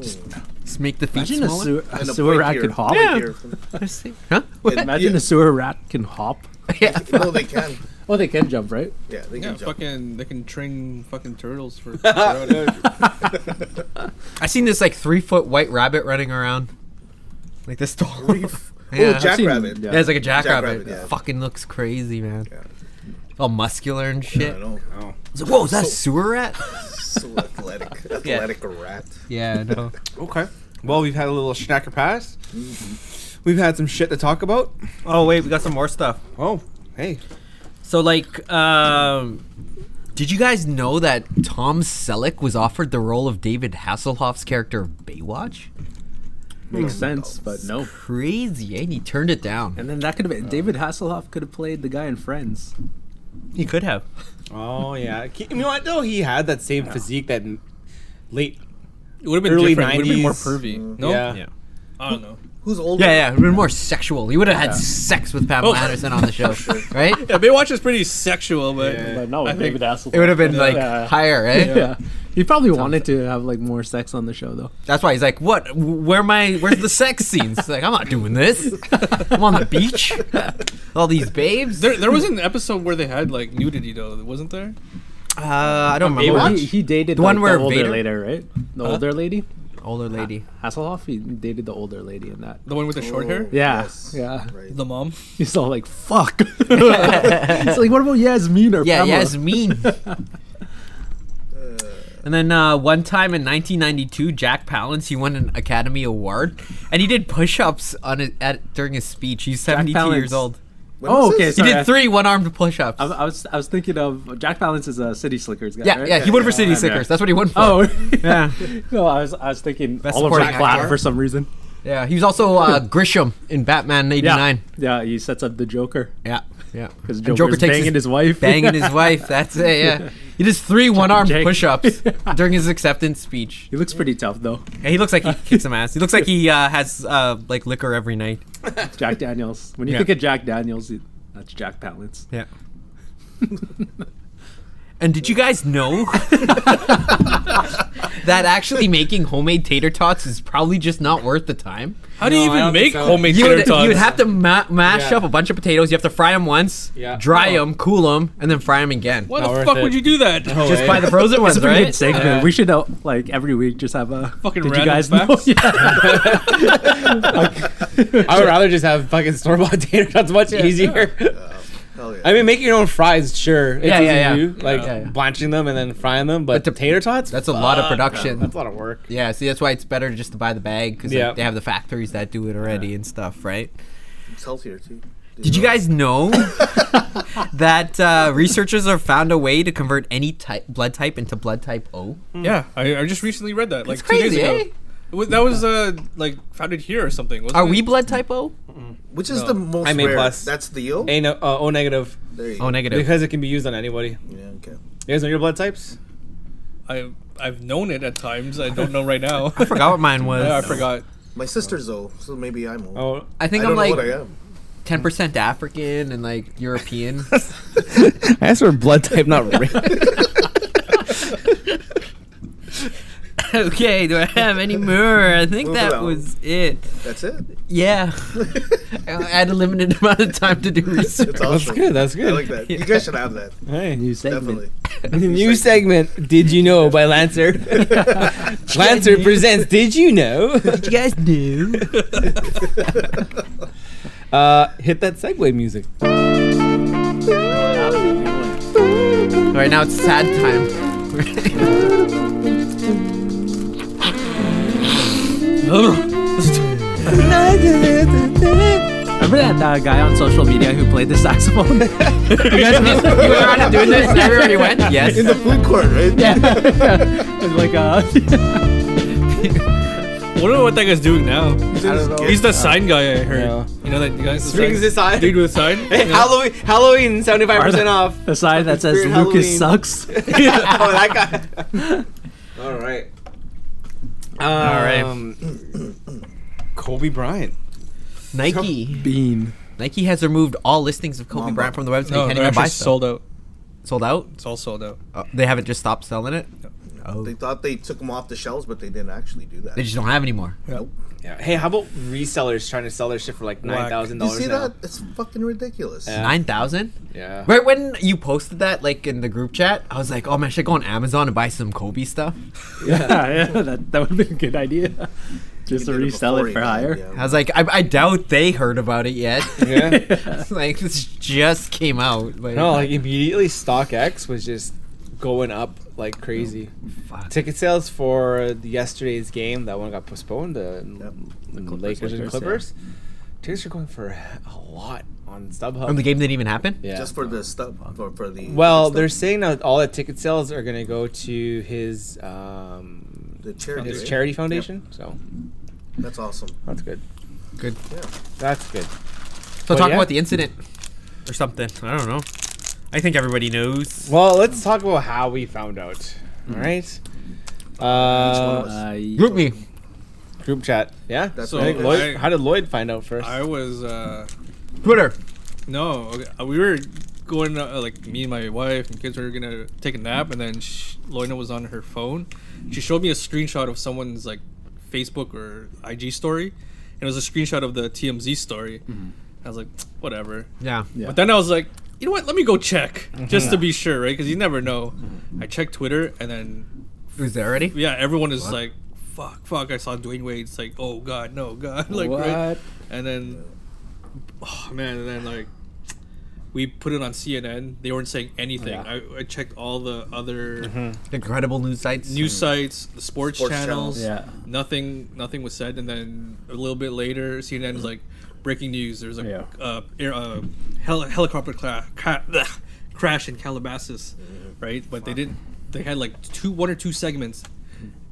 [SPEAKER 2] Just, just make the feet
[SPEAKER 8] Imagine a,
[SPEAKER 2] smaller.
[SPEAKER 8] sewer, a
[SPEAKER 5] And a
[SPEAKER 8] sewer
[SPEAKER 5] big
[SPEAKER 8] rat
[SPEAKER 5] ear.
[SPEAKER 8] could hop.
[SPEAKER 5] Big
[SPEAKER 2] Yeah.
[SPEAKER 5] ear.
[SPEAKER 2] Let's see. Huh?
[SPEAKER 5] And-
[SPEAKER 8] Imagine
[SPEAKER 5] yeah,
[SPEAKER 8] a sewer rat can hop.
[SPEAKER 2] Yeah.
[SPEAKER 5] No, they can.
[SPEAKER 8] Oh, they can jump, right?
[SPEAKER 5] Yeah, they can
[SPEAKER 3] Yeah,
[SPEAKER 5] jump.
[SPEAKER 3] fucking. They can train fucking turtles for.
[SPEAKER 2] I seen this like three foot white rabbit running around, like this tall. yeah,
[SPEAKER 5] Oh,
[SPEAKER 2] yeah,
[SPEAKER 5] jackrabbit.
[SPEAKER 8] yeah.
[SPEAKER 2] it's like a jackrabbit.
[SPEAKER 5] Jackrabbit, yeah.
[SPEAKER 2] Fucking looks crazy, man.
[SPEAKER 5] Yeah.
[SPEAKER 2] All muscular and
[SPEAKER 5] I
[SPEAKER 2] shit.
[SPEAKER 5] don't know.
[SPEAKER 2] It's like, whoa, is that a sewer rat?
[SPEAKER 5] So athletic, athletic rat.
[SPEAKER 2] yeah, I know.
[SPEAKER 1] Okay. Mm-hmm. Well, we've had a little schnacker pass. We've had some shit to talk about.
[SPEAKER 2] Oh wait, we got some more stuff.
[SPEAKER 1] Oh, hey.
[SPEAKER 2] So like, um, did you guys know that Tom Selleck was offered the role of David Hasselhoff's character of Baywatch?
[SPEAKER 5] Mm.
[SPEAKER 8] Makes sense, but no.
[SPEAKER 2] Crazy, eh? and he turned it down.
[SPEAKER 8] And then that could have been David Hasselhoff could have played the guy in Friends.
[SPEAKER 2] He could have.
[SPEAKER 1] Oh yeah. He- You know what? No, he had that same physique that m- late.
[SPEAKER 3] It would have been
[SPEAKER 1] Early
[SPEAKER 3] different. It would have been more
[SPEAKER 1] 90s.
[SPEAKER 3] pervy. No,
[SPEAKER 1] Yeah.
[SPEAKER 2] Yeah.
[SPEAKER 3] I don't know.
[SPEAKER 5] Who's older?
[SPEAKER 2] Yeah, yeah, it would have been more sexual. He would have had sex with Pamela Anderson on the show, right?
[SPEAKER 3] Yeah, Baywatch is pretty sexual, but
[SPEAKER 8] But no, David Hasselhoff.
[SPEAKER 2] It would have been like
[SPEAKER 8] Yeah.
[SPEAKER 2] higher, right?
[SPEAKER 8] Yeah. He probably wanted to have like more sex on the show though.
[SPEAKER 2] That's why he's like, "What? W- Where my? Where's the sex scenes?" It's like, I'm not doing this. I'm on the beach. All these babes.
[SPEAKER 3] there, there was an episode where they had like nudity though, wasn't there?
[SPEAKER 2] uh, I don't remember.
[SPEAKER 8] Well,
[SPEAKER 2] what-
[SPEAKER 8] he, he dated
[SPEAKER 2] The
[SPEAKER 8] like,
[SPEAKER 2] one where
[SPEAKER 8] the older
[SPEAKER 2] Vader-
[SPEAKER 8] lady, right? The older lady,
[SPEAKER 2] Older lady.
[SPEAKER 8] Hasselhoff. He dated the older lady in that.
[SPEAKER 3] The one with the short hair.
[SPEAKER 8] Yeah,
[SPEAKER 5] Yes.
[SPEAKER 8] yeah.
[SPEAKER 5] Right.
[SPEAKER 3] The mom.
[SPEAKER 8] He's all like, "Fuck." it's like, what about Yasmin or
[SPEAKER 2] Yeah,
[SPEAKER 8] Pamela?
[SPEAKER 2] Yasmin. and then uh, one time in 1992, Jack Palance he won an Academy Award, and he did push-ups on his, at during his speech. He's 72 years
[SPEAKER 8] Palance.
[SPEAKER 2] old.
[SPEAKER 5] When
[SPEAKER 8] Oh,
[SPEAKER 5] was
[SPEAKER 8] okay.
[SPEAKER 5] this?
[SPEAKER 2] He
[SPEAKER 8] Sorry,
[SPEAKER 2] did three one-armed push-ups.
[SPEAKER 8] I, I was I was thinking of Jack Palance is a City Slickers guy.
[SPEAKER 2] yeah,
[SPEAKER 8] right?
[SPEAKER 2] yeah, he won for City
[SPEAKER 8] yeah.
[SPEAKER 2] Slickers. That's what he won for.
[SPEAKER 8] Oh,
[SPEAKER 2] yeah,
[SPEAKER 8] no, I was I was thinking
[SPEAKER 2] Best
[SPEAKER 8] Oliver
[SPEAKER 2] supporting
[SPEAKER 8] Platt
[SPEAKER 2] actor.
[SPEAKER 8] for some reason.
[SPEAKER 2] yeah. He was also uh, Grisham in Batman
[SPEAKER 8] Yeah,
[SPEAKER 2] '89.
[SPEAKER 8] yeah. He sets up the Joker
[SPEAKER 2] Yeah, yeah.
[SPEAKER 8] because
[SPEAKER 2] And
[SPEAKER 8] Joker's
[SPEAKER 2] Joker takes
[SPEAKER 8] banging his,
[SPEAKER 2] his-
[SPEAKER 8] wife.
[SPEAKER 2] Banging his wife. That's it. Yeah. He does three one-armed
[SPEAKER 8] Jake.
[SPEAKER 2] push-ups during his acceptance speech.
[SPEAKER 8] he looks pretty tough though.
[SPEAKER 2] Yeah, he looks like he kicks some ass. He looks like he uh, has uh, like liquor every night.
[SPEAKER 8] Jack Daniels. When you
[SPEAKER 2] Yeah.
[SPEAKER 8] think of Jack Daniels, it, that's Jack Palance.
[SPEAKER 2] Yeah. and did you guys know that actually making homemade tater tots is probably just not worth the time?
[SPEAKER 3] How do you
[SPEAKER 1] No, I
[SPEAKER 3] even
[SPEAKER 1] don't think
[SPEAKER 3] make
[SPEAKER 1] so.
[SPEAKER 3] homemade
[SPEAKER 2] You
[SPEAKER 3] tater
[SPEAKER 2] would,
[SPEAKER 3] tots?
[SPEAKER 2] you would have to ma- mash
[SPEAKER 1] Yeah.
[SPEAKER 2] up a bunch of potatoes. You have to fry them once,
[SPEAKER 1] Yeah.
[SPEAKER 2] dry them, cool them, and then fry them again.
[SPEAKER 3] Why
[SPEAKER 1] Not
[SPEAKER 3] the
[SPEAKER 1] worth
[SPEAKER 3] fuck
[SPEAKER 1] it.
[SPEAKER 3] would you do that?
[SPEAKER 2] Just buy the frozen ones,
[SPEAKER 8] It's a pretty good
[SPEAKER 2] right?
[SPEAKER 8] segment.
[SPEAKER 1] Yeah.
[SPEAKER 8] We should uh, like every week just have a
[SPEAKER 3] Fucking
[SPEAKER 8] Did you
[SPEAKER 3] random
[SPEAKER 8] guys
[SPEAKER 3] facts?
[SPEAKER 8] know? Yeah.
[SPEAKER 1] I would rather just have fucking store bought tater tots. Much easier.
[SPEAKER 5] Hell yeah.
[SPEAKER 1] I mean, making your own fries, sure. It's
[SPEAKER 2] Yeah,
[SPEAKER 1] easy
[SPEAKER 2] yeah,
[SPEAKER 1] to
[SPEAKER 2] yeah.
[SPEAKER 1] do, Like
[SPEAKER 2] Yeah, yeah.
[SPEAKER 1] blanching them and then frying them, but,
[SPEAKER 2] But the-
[SPEAKER 1] tater tots.
[SPEAKER 2] That's a lot of production.
[SPEAKER 1] That's a lot of work.
[SPEAKER 2] Yeah, see, that's why it's better just to buy the bag because
[SPEAKER 1] Yeah.
[SPEAKER 2] they have the factories that do it already and stuff, right?
[SPEAKER 5] it's healthier too.
[SPEAKER 2] Did you guys know that uh, researchers have found a way to convert any type, blood type into blood type O?
[SPEAKER 3] Yeah, I, I just recently read that like
[SPEAKER 2] It's
[SPEAKER 3] two days
[SPEAKER 2] crazy,
[SPEAKER 3] ago.
[SPEAKER 2] eh?
[SPEAKER 3] It was- That was uh like founded here or something. Wasn't
[SPEAKER 2] Are
[SPEAKER 3] it?
[SPEAKER 2] we blood type O?
[SPEAKER 5] Which is the most
[SPEAKER 1] I'm A
[SPEAKER 5] rare?
[SPEAKER 1] plus.
[SPEAKER 5] That's the O.
[SPEAKER 1] A no, uh, O negative
[SPEAKER 5] There you
[SPEAKER 2] O
[SPEAKER 5] go.
[SPEAKER 2] Oh, negative.
[SPEAKER 1] because it can be used on anybody. You
[SPEAKER 5] Yeah, okay.
[SPEAKER 1] guys know your blood types?
[SPEAKER 3] I I've known it at times. I don't know right now.
[SPEAKER 2] I forgot what mine was.
[SPEAKER 3] yeah, I forgot.
[SPEAKER 5] My sister's O, so maybe I'm O.
[SPEAKER 1] Oh,
[SPEAKER 2] I think
[SPEAKER 5] I
[SPEAKER 2] I'm
[SPEAKER 5] don't know what
[SPEAKER 2] like
[SPEAKER 5] I am.
[SPEAKER 2] ten percent African and like European.
[SPEAKER 1] I asked for blood type, not race.
[SPEAKER 2] okay, do I have any more? I think
[SPEAKER 5] Move
[SPEAKER 2] that
[SPEAKER 5] along.
[SPEAKER 2] was it.
[SPEAKER 5] That's it.
[SPEAKER 2] Yeah, I had a limited amount of time to do research.
[SPEAKER 5] It's
[SPEAKER 1] That's
[SPEAKER 5] awesome.
[SPEAKER 1] good. That's
[SPEAKER 5] I
[SPEAKER 1] good.
[SPEAKER 5] like that. You guys should have that.
[SPEAKER 1] Hey.
[SPEAKER 8] New segment.
[SPEAKER 5] Definitely.
[SPEAKER 1] New segment, Did You Know by Lancer. Lancer presents Did You Know?
[SPEAKER 2] Did you guys know?
[SPEAKER 1] Uh, hit that segue music.
[SPEAKER 2] All right, now it's sad time.
[SPEAKER 8] Remember that uh, guy on social media who played the saxophone?
[SPEAKER 2] you were on doing this and everywhere you went? Yes.
[SPEAKER 5] In the food court, right? Yeah.
[SPEAKER 8] And, like uh,
[SPEAKER 3] I wonder what that guy's doing now. He's the sign guy. I heard.
[SPEAKER 1] Yeah.
[SPEAKER 3] You know that guy.
[SPEAKER 1] Brings this on.
[SPEAKER 3] Dude with sign.
[SPEAKER 1] Hey, Halloween, Halloween, 75% off.
[SPEAKER 8] a sign that says
[SPEAKER 1] Weird
[SPEAKER 8] Lucas
[SPEAKER 1] Halloween.
[SPEAKER 8] sucks.
[SPEAKER 1] oh, that guy. All right. All
[SPEAKER 2] right.
[SPEAKER 1] right. Um, Kobe Bryant.
[SPEAKER 7] Nike.
[SPEAKER 8] Bean.
[SPEAKER 7] Nike has removed all listings of Kobe
[SPEAKER 5] Mamba.
[SPEAKER 7] Bryant from the website.
[SPEAKER 3] No,
[SPEAKER 7] you can't
[SPEAKER 3] Oh, they're
[SPEAKER 7] even buy
[SPEAKER 3] actually
[SPEAKER 7] stuff.
[SPEAKER 3] sold out.
[SPEAKER 7] Sold out.
[SPEAKER 3] It's all sold out.
[SPEAKER 7] Oh, they haven't just stopped selling it.
[SPEAKER 5] They thought they took them off the shelves, but they didn't actually do that.
[SPEAKER 7] They just don't have any more.
[SPEAKER 5] nope.
[SPEAKER 10] Yeah. Hey, how about resellers trying to sell their shit for like nine thousand
[SPEAKER 5] You
[SPEAKER 10] dollars?
[SPEAKER 5] see
[SPEAKER 10] now?
[SPEAKER 5] that? It's fucking ridiculous.
[SPEAKER 10] Yeah.
[SPEAKER 7] Nine thousand.
[SPEAKER 10] Yeah.
[SPEAKER 7] Right when you posted that, like in the group chat, I was like, "Oh man, should I go on Amazon and buy some Kobe stuff?"
[SPEAKER 8] Yeah, yeah, that, that would be a good idea. Just to
[SPEAKER 5] They did
[SPEAKER 8] resell
[SPEAKER 5] before
[SPEAKER 8] it for
[SPEAKER 5] he died,
[SPEAKER 8] higher.
[SPEAKER 5] yeah.
[SPEAKER 7] I was like, "I, I doubt they heard about it yet."
[SPEAKER 1] Yeah.
[SPEAKER 7] like this just came out. Like,
[SPEAKER 1] no, like immediately StockX was just going up like crazy.
[SPEAKER 7] fuck.
[SPEAKER 1] Ticket sales for yesterday's game, that one got postponed, the,
[SPEAKER 5] Yep.
[SPEAKER 1] the
[SPEAKER 8] Clippers,
[SPEAKER 1] Lakers and
[SPEAKER 8] Lakers, yeah.
[SPEAKER 1] Clippers. Tickets are going for a lot on StubHub.
[SPEAKER 7] and the game didn't even happen.
[SPEAKER 1] yeah.
[SPEAKER 5] Just for the stuff, for, for the
[SPEAKER 1] well,
[SPEAKER 5] the
[SPEAKER 1] they're
[SPEAKER 5] stuff-
[SPEAKER 1] saying that all the ticket sales are going to go to his um,
[SPEAKER 5] the charity.
[SPEAKER 1] his
[SPEAKER 5] right?
[SPEAKER 1] charity foundation. So
[SPEAKER 5] That's awesome.
[SPEAKER 1] that's good.
[SPEAKER 7] Good.
[SPEAKER 5] Yeah.
[SPEAKER 1] That's good.
[SPEAKER 7] So
[SPEAKER 1] But
[SPEAKER 7] talk
[SPEAKER 1] yeah.
[SPEAKER 7] about the incident or something. I don't know. I think everybody knows.
[SPEAKER 1] Well, let's talk about how we found out. All right. Uh,
[SPEAKER 8] Uh,
[SPEAKER 7] Group me.
[SPEAKER 1] group chat. Yeah.
[SPEAKER 5] That's
[SPEAKER 1] I think
[SPEAKER 5] what it
[SPEAKER 1] Lloyd,
[SPEAKER 3] is.
[SPEAKER 1] how did Lloyd find out first?
[SPEAKER 3] I was uh
[SPEAKER 7] Twitter.
[SPEAKER 3] no, okay, uh, we were going uh, like me and my wife and kids were gonna take a nap, and then sh Loina was on her phone. She showed me a screenshot of someone's like Facebook or IG story, and it was a screenshot of the TMZ story. I was like, whatever.
[SPEAKER 7] Yeah.
[SPEAKER 8] Yeah.
[SPEAKER 3] But then I was like, you know what? Let me go check just to be sure, right? Because you never know. I checked Twitter, and then
[SPEAKER 7] Who's there already?
[SPEAKER 3] yeah, everyone is like, fuck, fuck. I saw Dwayne Wade. It's like, oh god, no, god, like right
[SPEAKER 8] what?
[SPEAKER 3] and then oh man and then like we put it on cnn they weren't saying anything I, I checked all the other
[SPEAKER 8] Mm-hmm.
[SPEAKER 7] Incredible news sites.
[SPEAKER 3] news sites the sports,
[SPEAKER 5] Sports
[SPEAKER 3] channels,
[SPEAKER 5] channels.
[SPEAKER 8] Yeah.
[SPEAKER 3] nothing nothing was said and then a little bit later cnn was like breaking news there's a
[SPEAKER 8] Yeah.
[SPEAKER 3] uh, air, uh, hel- helicopter cla- ca- blech, crash in calabasas right but they didn't they had like two one or two segments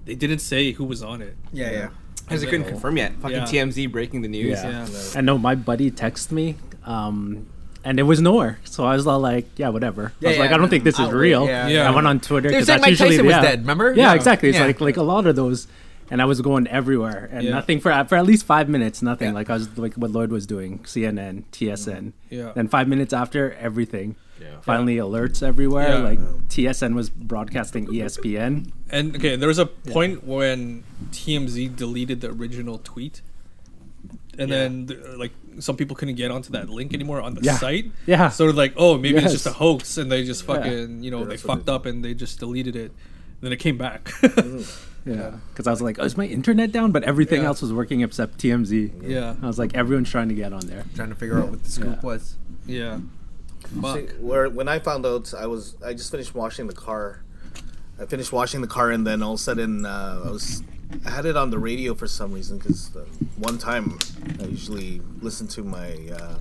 [SPEAKER 3] they didn't say who was on it
[SPEAKER 5] Yeah, yeah.
[SPEAKER 1] Because I couldn't confirm yet. Fucking
[SPEAKER 3] Yeah.
[SPEAKER 1] TMZ breaking the news.
[SPEAKER 8] Yeah. I know my buddy texted me, um, and it was nowhere. So I was all like, yeah, whatever. I was like,
[SPEAKER 7] yeah,
[SPEAKER 8] I don't think this is
[SPEAKER 7] I'll wait,
[SPEAKER 8] real.
[SPEAKER 7] yeah.
[SPEAKER 3] Yeah.
[SPEAKER 8] I went on Twitter.
[SPEAKER 7] They were
[SPEAKER 8] 'cause
[SPEAKER 7] saying
[SPEAKER 8] that's
[SPEAKER 7] Mike
[SPEAKER 8] usually-
[SPEAKER 7] Tyson was
[SPEAKER 8] yeah.
[SPEAKER 7] dead, remember?
[SPEAKER 8] Yeah,
[SPEAKER 7] Yeah.
[SPEAKER 8] exactly. It's
[SPEAKER 7] Yeah.
[SPEAKER 8] like like a lot of those, and I was going everywhere and
[SPEAKER 3] Yeah.
[SPEAKER 8] nothing for for at least five minutes. Nothing like I was like what Lloyd was doing. CNN, TSN.
[SPEAKER 7] Mm-hmm.
[SPEAKER 3] Yeah.
[SPEAKER 8] Then five minutes after everything. Finally, alerts everywhere.
[SPEAKER 3] Yeah.
[SPEAKER 8] Like TSN was broadcasting E ESPN.
[SPEAKER 3] And okay, there was a point when TMZ deleted the original tweet, and then th- like some people couldn't get onto that link anymore on the
[SPEAKER 8] Yeah.
[SPEAKER 3] site.
[SPEAKER 8] Yeah.
[SPEAKER 3] So they're like, oh, maybe it's just a
[SPEAKER 8] Yes.
[SPEAKER 3] hoax, and they just fucking you know they
[SPEAKER 5] that's what
[SPEAKER 3] fucked
[SPEAKER 5] they
[SPEAKER 3] up and they just deleted it. Then it came back.
[SPEAKER 5] Mm.
[SPEAKER 8] Yeah. Because I was like, oh, is my internet down? But everything
[SPEAKER 3] Yeah.
[SPEAKER 8] else was working except TMZ.
[SPEAKER 3] yeah,
[SPEAKER 8] I was like, everyone's trying to get on there.
[SPEAKER 7] Trying to figure out what the scoop was.
[SPEAKER 3] yeah. Fuck.
[SPEAKER 5] See, where when I found out, I was I just finished washing the car. I finished washing the car, and then all of a sudden, uh, I was I had it on the radio for some reason because uh, one time I usually listen to my uh,